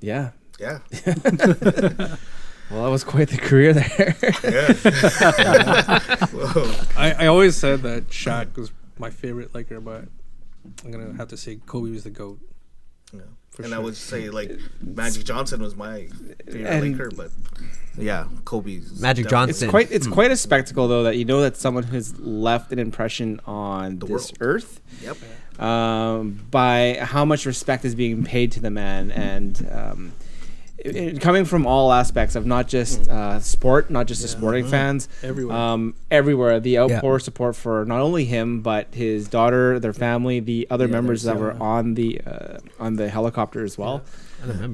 [SPEAKER 1] Yeah.
[SPEAKER 5] Yeah.
[SPEAKER 1] Well, that was quite the career there.
[SPEAKER 5] Yeah. Whoa.
[SPEAKER 3] I, I always said that Shaq was my favorite Laker, but I'm gonna have to say Kobe was the goat.
[SPEAKER 5] Yeah.
[SPEAKER 3] For
[SPEAKER 5] and I
[SPEAKER 3] sure.
[SPEAKER 5] would say like Magic Johnson was my favorite
[SPEAKER 1] And-
[SPEAKER 5] Laker, but yeah, Kobe's
[SPEAKER 2] Magic
[SPEAKER 5] definitely-
[SPEAKER 2] Johnson.
[SPEAKER 1] it's quite it's
[SPEAKER 5] Hmm.
[SPEAKER 1] quite a spectacle though that you know that someone has left an impression on
[SPEAKER 5] The
[SPEAKER 1] this
[SPEAKER 5] world.
[SPEAKER 1] earth
[SPEAKER 5] Yep.
[SPEAKER 1] um, by how much respect is being paid to the man and um, it, it- coming from all aspects of not just
[SPEAKER 5] Hmm.
[SPEAKER 1] uh, sport, not just the sporting fans,
[SPEAKER 3] Everywhere.
[SPEAKER 1] um, everywhere the outpour support for not only him but his daughter, their family, the other members that were on the uh, on the helicopter as well.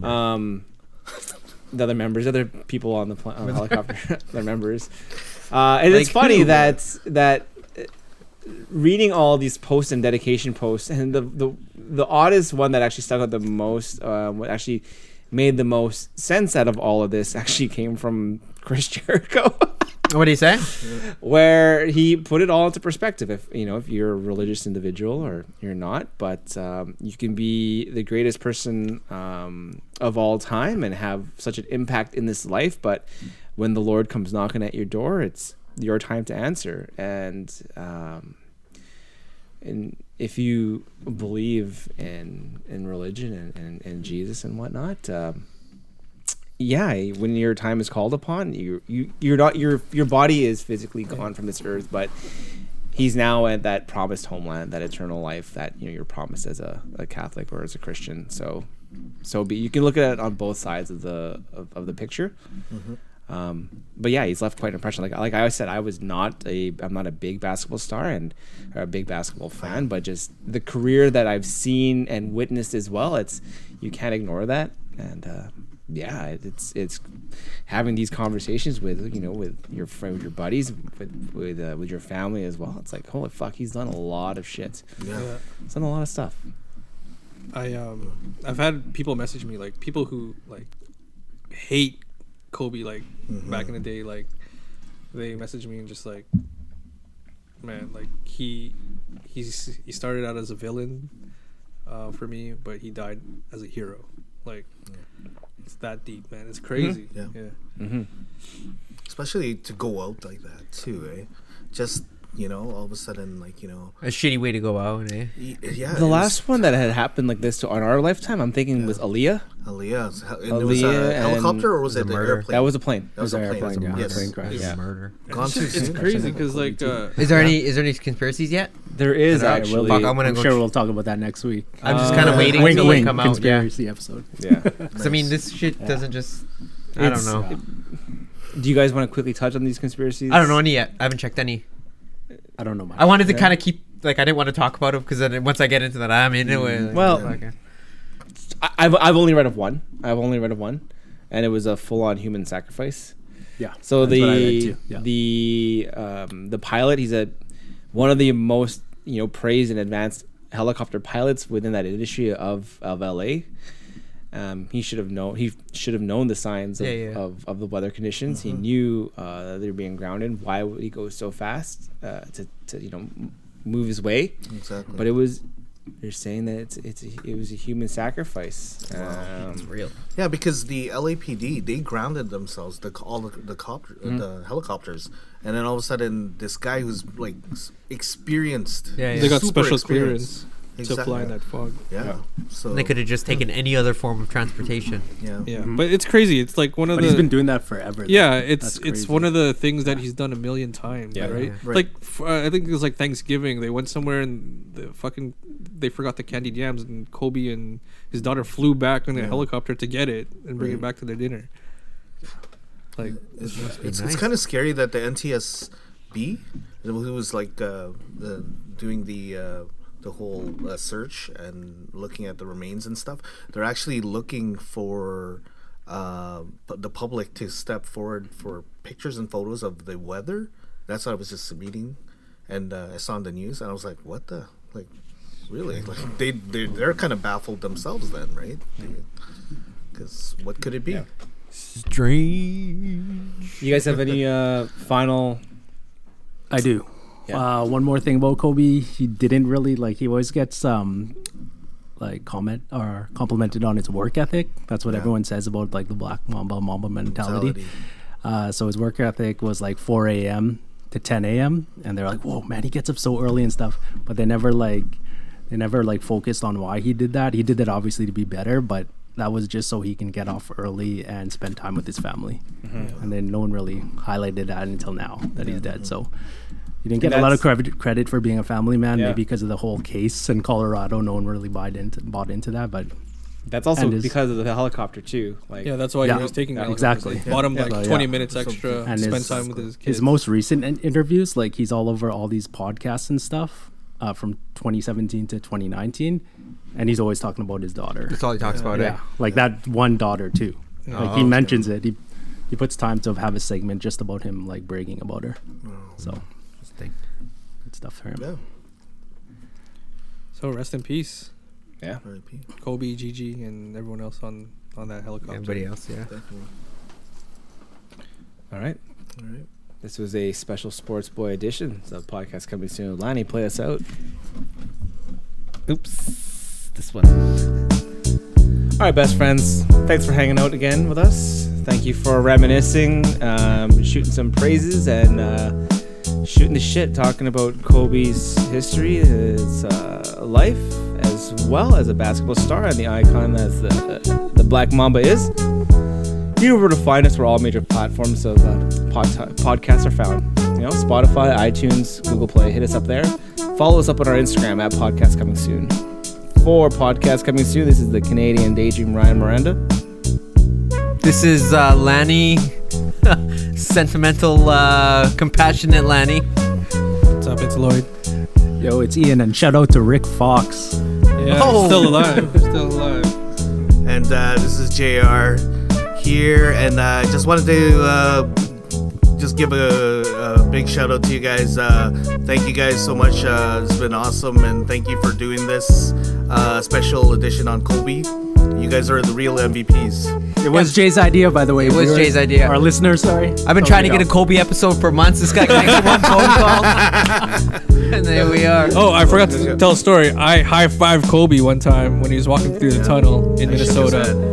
[SPEAKER 1] Um, the other members, other people on the pla- on the helicopter, their members. Uh, and it's
[SPEAKER 2] Like
[SPEAKER 1] funny
[SPEAKER 2] who?
[SPEAKER 1] that that uh, reading all these posts and dedication posts, and the the the oddest one that actually stuck out the most, uh, what actually made the most sense out of all of this, actually came from Chris Jericho.
[SPEAKER 2] What do you say?
[SPEAKER 1] where he put it all into perspective. If you know, if you're a religious individual or you're not, but um, you can be the greatest person um, of all time and have such an impact in this life. But when the Lord comes knocking at your door, it's your time to answer. And um, and if you believe in in religion and, and, and Jesus and whatnot. Um, yeah, when your time is called upon, you you you're not your your body is physically gone from this earth, but he's now at that promised homeland, that eternal life that you know you're promised as a, a Catholic or as a Christian. So so be you can look at it on both sides of the of, of the picture. Um, but yeah, he's left quite an impression. Like like I always said, I was not a I'm not a big basketball star and or a big basketball fan, but just the career that I've seen and witnessed as well. It's you can't ignore that, and uh, yeah, it- it's it's having these conversations with you know with your friend, with your buddies, with with uh, with your family as well. It's like holy fuck, he's done a lot of shit.
[SPEAKER 5] Yeah.
[SPEAKER 1] He's done a lot of stuff.
[SPEAKER 3] I um I've had people message me like people who like hate Kobe like back in the day like they message me and just like man like he he's he started out as a villain uh, for me but he died as a hero like it's that deep man it's crazy
[SPEAKER 5] Yeah.
[SPEAKER 3] yeah
[SPEAKER 5] especially to go out like that too, eh? Just you know, all of a sudden, like you know,
[SPEAKER 2] A shitty way to go out. Eh?
[SPEAKER 5] y- yeah. it
[SPEAKER 1] The
[SPEAKER 5] was
[SPEAKER 1] last one that had happened like this to on our lifetime, I'm thinking was Aaliyah.
[SPEAKER 5] Aaliyah's, hel- and it was
[SPEAKER 1] Aaliyah
[SPEAKER 5] a
[SPEAKER 1] and-
[SPEAKER 5] helicopter or was
[SPEAKER 2] The
[SPEAKER 5] it an
[SPEAKER 2] murder.
[SPEAKER 5] airplane?
[SPEAKER 1] That was a plane.
[SPEAKER 5] That was
[SPEAKER 1] It
[SPEAKER 5] a plane.
[SPEAKER 1] airplane,
[SPEAKER 5] Yes.
[SPEAKER 1] plane crash.
[SPEAKER 2] It's
[SPEAKER 1] Yeah.
[SPEAKER 2] murder.
[SPEAKER 5] Gone too
[SPEAKER 3] it's
[SPEAKER 5] soon.
[SPEAKER 3] crazy because like uh,
[SPEAKER 2] Is there any? Is there any conspiracies yet?
[SPEAKER 1] There is
[SPEAKER 2] Yeah, I will
[SPEAKER 1] actually.
[SPEAKER 2] be. Fuck, I'm gonna
[SPEAKER 8] I'm
[SPEAKER 2] go
[SPEAKER 8] sure
[SPEAKER 2] ch-
[SPEAKER 8] we'll talk about that next week.
[SPEAKER 2] I'm just kind of
[SPEAKER 5] Uh,
[SPEAKER 2] waiting
[SPEAKER 8] wink,
[SPEAKER 2] until they
[SPEAKER 8] wink,
[SPEAKER 2] come out. Yeah.
[SPEAKER 8] conspiracy episode.
[SPEAKER 1] yeah.
[SPEAKER 2] 'Cause, I mean, this shit doesn't just. I
[SPEAKER 1] It's-
[SPEAKER 2] don't know.
[SPEAKER 1] Do you guys want to quickly touch on these conspiracies?
[SPEAKER 2] I don't know any yet. I haven't checked any.
[SPEAKER 8] I don't know much.
[SPEAKER 2] I wanted to kind of keep like I didn't want to talk about it because then once I get into that, I'm into it.
[SPEAKER 8] Mm.
[SPEAKER 2] Like,
[SPEAKER 1] Well-
[SPEAKER 2] fuck it.
[SPEAKER 1] I, I've I've only read of one. I've only read of one, and it was a full on human sacrifice.
[SPEAKER 8] yeah.
[SPEAKER 1] So
[SPEAKER 8] that's what I read
[SPEAKER 1] the
[SPEAKER 8] too, yeah.
[SPEAKER 1] the um, the pilot, he's a one of the most you know praised and advanced helicopter pilots within that industry of of LA. Um, he should have known. He should have known the signs of,
[SPEAKER 11] Yeah, yeah.
[SPEAKER 1] of, of the weather conditions. He knew uh, that they were being grounded. Why would he go so fast uh, to, to you know m- move his way?
[SPEAKER 5] Exactly.
[SPEAKER 1] But it was. They're saying that it's it's a, it was a human sacrifice. Um, it's
[SPEAKER 7] real.
[SPEAKER 5] Yeah, because the LAPD they grounded themselves, the all the the, cop, uh,
[SPEAKER 1] Mhm.
[SPEAKER 5] the helicopters, and then all of a sudden this guy who's like s- experienced,
[SPEAKER 3] Yeah, yeah. They got
[SPEAKER 5] super
[SPEAKER 3] special
[SPEAKER 5] experienced.
[SPEAKER 3] clearance to fly in that fog.
[SPEAKER 5] Yeah,
[SPEAKER 3] Yeah.
[SPEAKER 5] so
[SPEAKER 7] they could have just taken any other form of transportation.
[SPEAKER 5] Yeah.
[SPEAKER 3] Yeah, but it's crazy. It's like one of
[SPEAKER 8] But
[SPEAKER 3] the
[SPEAKER 8] he's been doing that forever, though.
[SPEAKER 3] Yeah, it's
[SPEAKER 8] That's
[SPEAKER 3] it's
[SPEAKER 8] crazy.
[SPEAKER 3] one of the things that he's done a million times,
[SPEAKER 8] Yeah.
[SPEAKER 3] right?
[SPEAKER 8] Yeah. Right.
[SPEAKER 3] Like f- uh, I think it was like Thanksgiving. They went somewhere and the fucking they forgot the candied yams, and Kobe and his daughter flew back in a
[SPEAKER 5] Yeah.
[SPEAKER 3] helicopter to get it and bring it
[SPEAKER 5] Right.
[SPEAKER 3] back to their dinner. Like
[SPEAKER 5] It's,
[SPEAKER 3] must be
[SPEAKER 5] it's,
[SPEAKER 3] nice.
[SPEAKER 5] kind of scary that the NTSB, who was like uh, the, doing the uh, the whole uh, search and looking at the remains and stuff, they're actually looking for uh, pu- the public to step forward for pictures and photos of the weather. That's what I was just reading, and uh, I saw on the news, and I was like, "What the like." Really, like they they they're kind of baffled themselves then, right? Because what could it be?
[SPEAKER 1] Strange. You guys have any uh, final?
[SPEAKER 8] I do. Uh, one more thing about Kobe, he didn't really like. He always gets um, like comment or complimented on his work ethic. That's what
[SPEAKER 5] Yeah.
[SPEAKER 8] everyone says about like the Black Mamba Mamba mentality.
[SPEAKER 5] Mentality.
[SPEAKER 8] Uh, so his work ethic was like 4 a.m. to 10 a.m. and they're like, "Whoa, man, he gets up so early and stuff." But they never like, they never like focused on why he did that. He did that obviously to be better, but that was just so he can get off early and spend time with his family.
[SPEAKER 1] Mhm.
[SPEAKER 8] And then no one really highlighted that until now that he's dead. So. He didn't
[SPEAKER 1] And
[SPEAKER 8] get a lot of
[SPEAKER 1] that's-
[SPEAKER 8] credit credit for being a family man,
[SPEAKER 1] Yeah.
[SPEAKER 8] maybe because of the whole case in Colorado. No one really bought into bought into that, but
[SPEAKER 1] That's also
[SPEAKER 8] and his-
[SPEAKER 1] because of the helicopter too. Like
[SPEAKER 3] Yeah, that's why he was taking the helicopter.
[SPEAKER 8] exactly.
[SPEAKER 3] They bought him, like,
[SPEAKER 8] So,
[SPEAKER 3] 20 minutes extra, spend time with his kids.
[SPEAKER 8] most recent in- interviews, like he's all over all these podcasts and stuff uh, from 2017 to 2019, and he's always talking about his daughter.
[SPEAKER 2] That's all he talks about, eh?
[SPEAKER 8] Yeah, like that one daughter too.
[SPEAKER 2] Yeah.
[SPEAKER 8] Like
[SPEAKER 2] Oh,
[SPEAKER 8] he
[SPEAKER 2] okay.
[SPEAKER 8] mentions it. He he puts time to have a segment just about him, like bragging about her. So, good stuff for him.
[SPEAKER 5] Yeah.
[SPEAKER 3] So rest in peace.
[SPEAKER 1] Yeah.
[SPEAKER 3] Kobe, Gigi, and everyone else on on that helicopter.
[SPEAKER 2] Everybody else, yeah.
[SPEAKER 1] All right.
[SPEAKER 5] All right.
[SPEAKER 1] This was a special sports boy edition. It's a podcast coming soon. Lonnie, play us out. Oops. This one. All right, best friends. Thanks for hanging out again with us. Thank you for reminiscing, um, shooting some praises, and uh, shooting the shit, talking about Kobe's history, his uh, life, as well as a basketball star and the icon as the, the Black Mamba is. You know where to find us. We're all major platforms of uh, pod- podcasts are found. You know, Spotify, iTunes, Google Play. Hit us up there. Follow us up on our Instagram at Podcast Coming Soon. For Podcast Coming Soon, this is the Canadian Daydream Ryan Miranda.
[SPEAKER 7] This is uh, Lanny, sentimental, uh, compassionate Lanny.
[SPEAKER 3] What's up? It's Lloyd.
[SPEAKER 8] Yo, it's Ian, and shout out to Rick Fox.
[SPEAKER 3] Yeah, still alive. still alive.
[SPEAKER 5] And uh, this is JR here, and I just wanted to uh, just give a, a big shout out to you guys. Uh, thank you guys so much. Uh, it's been awesome, and thank you for doing this uh, special edition on Kobe. You guys are the real MVPs.
[SPEAKER 8] It was Jay's idea, by the way.
[SPEAKER 7] It was
[SPEAKER 8] viewers.
[SPEAKER 7] Jay's idea.
[SPEAKER 8] Our listeners, sorry.
[SPEAKER 7] I've been
[SPEAKER 8] Oh,
[SPEAKER 7] trying to
[SPEAKER 8] there
[SPEAKER 7] get
[SPEAKER 8] you
[SPEAKER 7] a Kobe episode for months. This guy can make one phone call, and there we are.
[SPEAKER 3] Oh, I forgot to tell a story. I high fived Kobe one time when he was walking through the tunnel in Minnesota.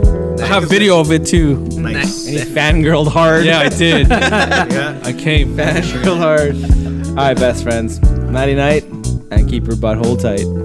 [SPEAKER 3] I have video of it too.
[SPEAKER 5] Nice.
[SPEAKER 1] And he fangirled hard.
[SPEAKER 3] Yeah, I did.
[SPEAKER 5] yeah.
[SPEAKER 3] I came.
[SPEAKER 1] Fangirled hard. All right, best friends. Nighty night, and keep your butthole tight.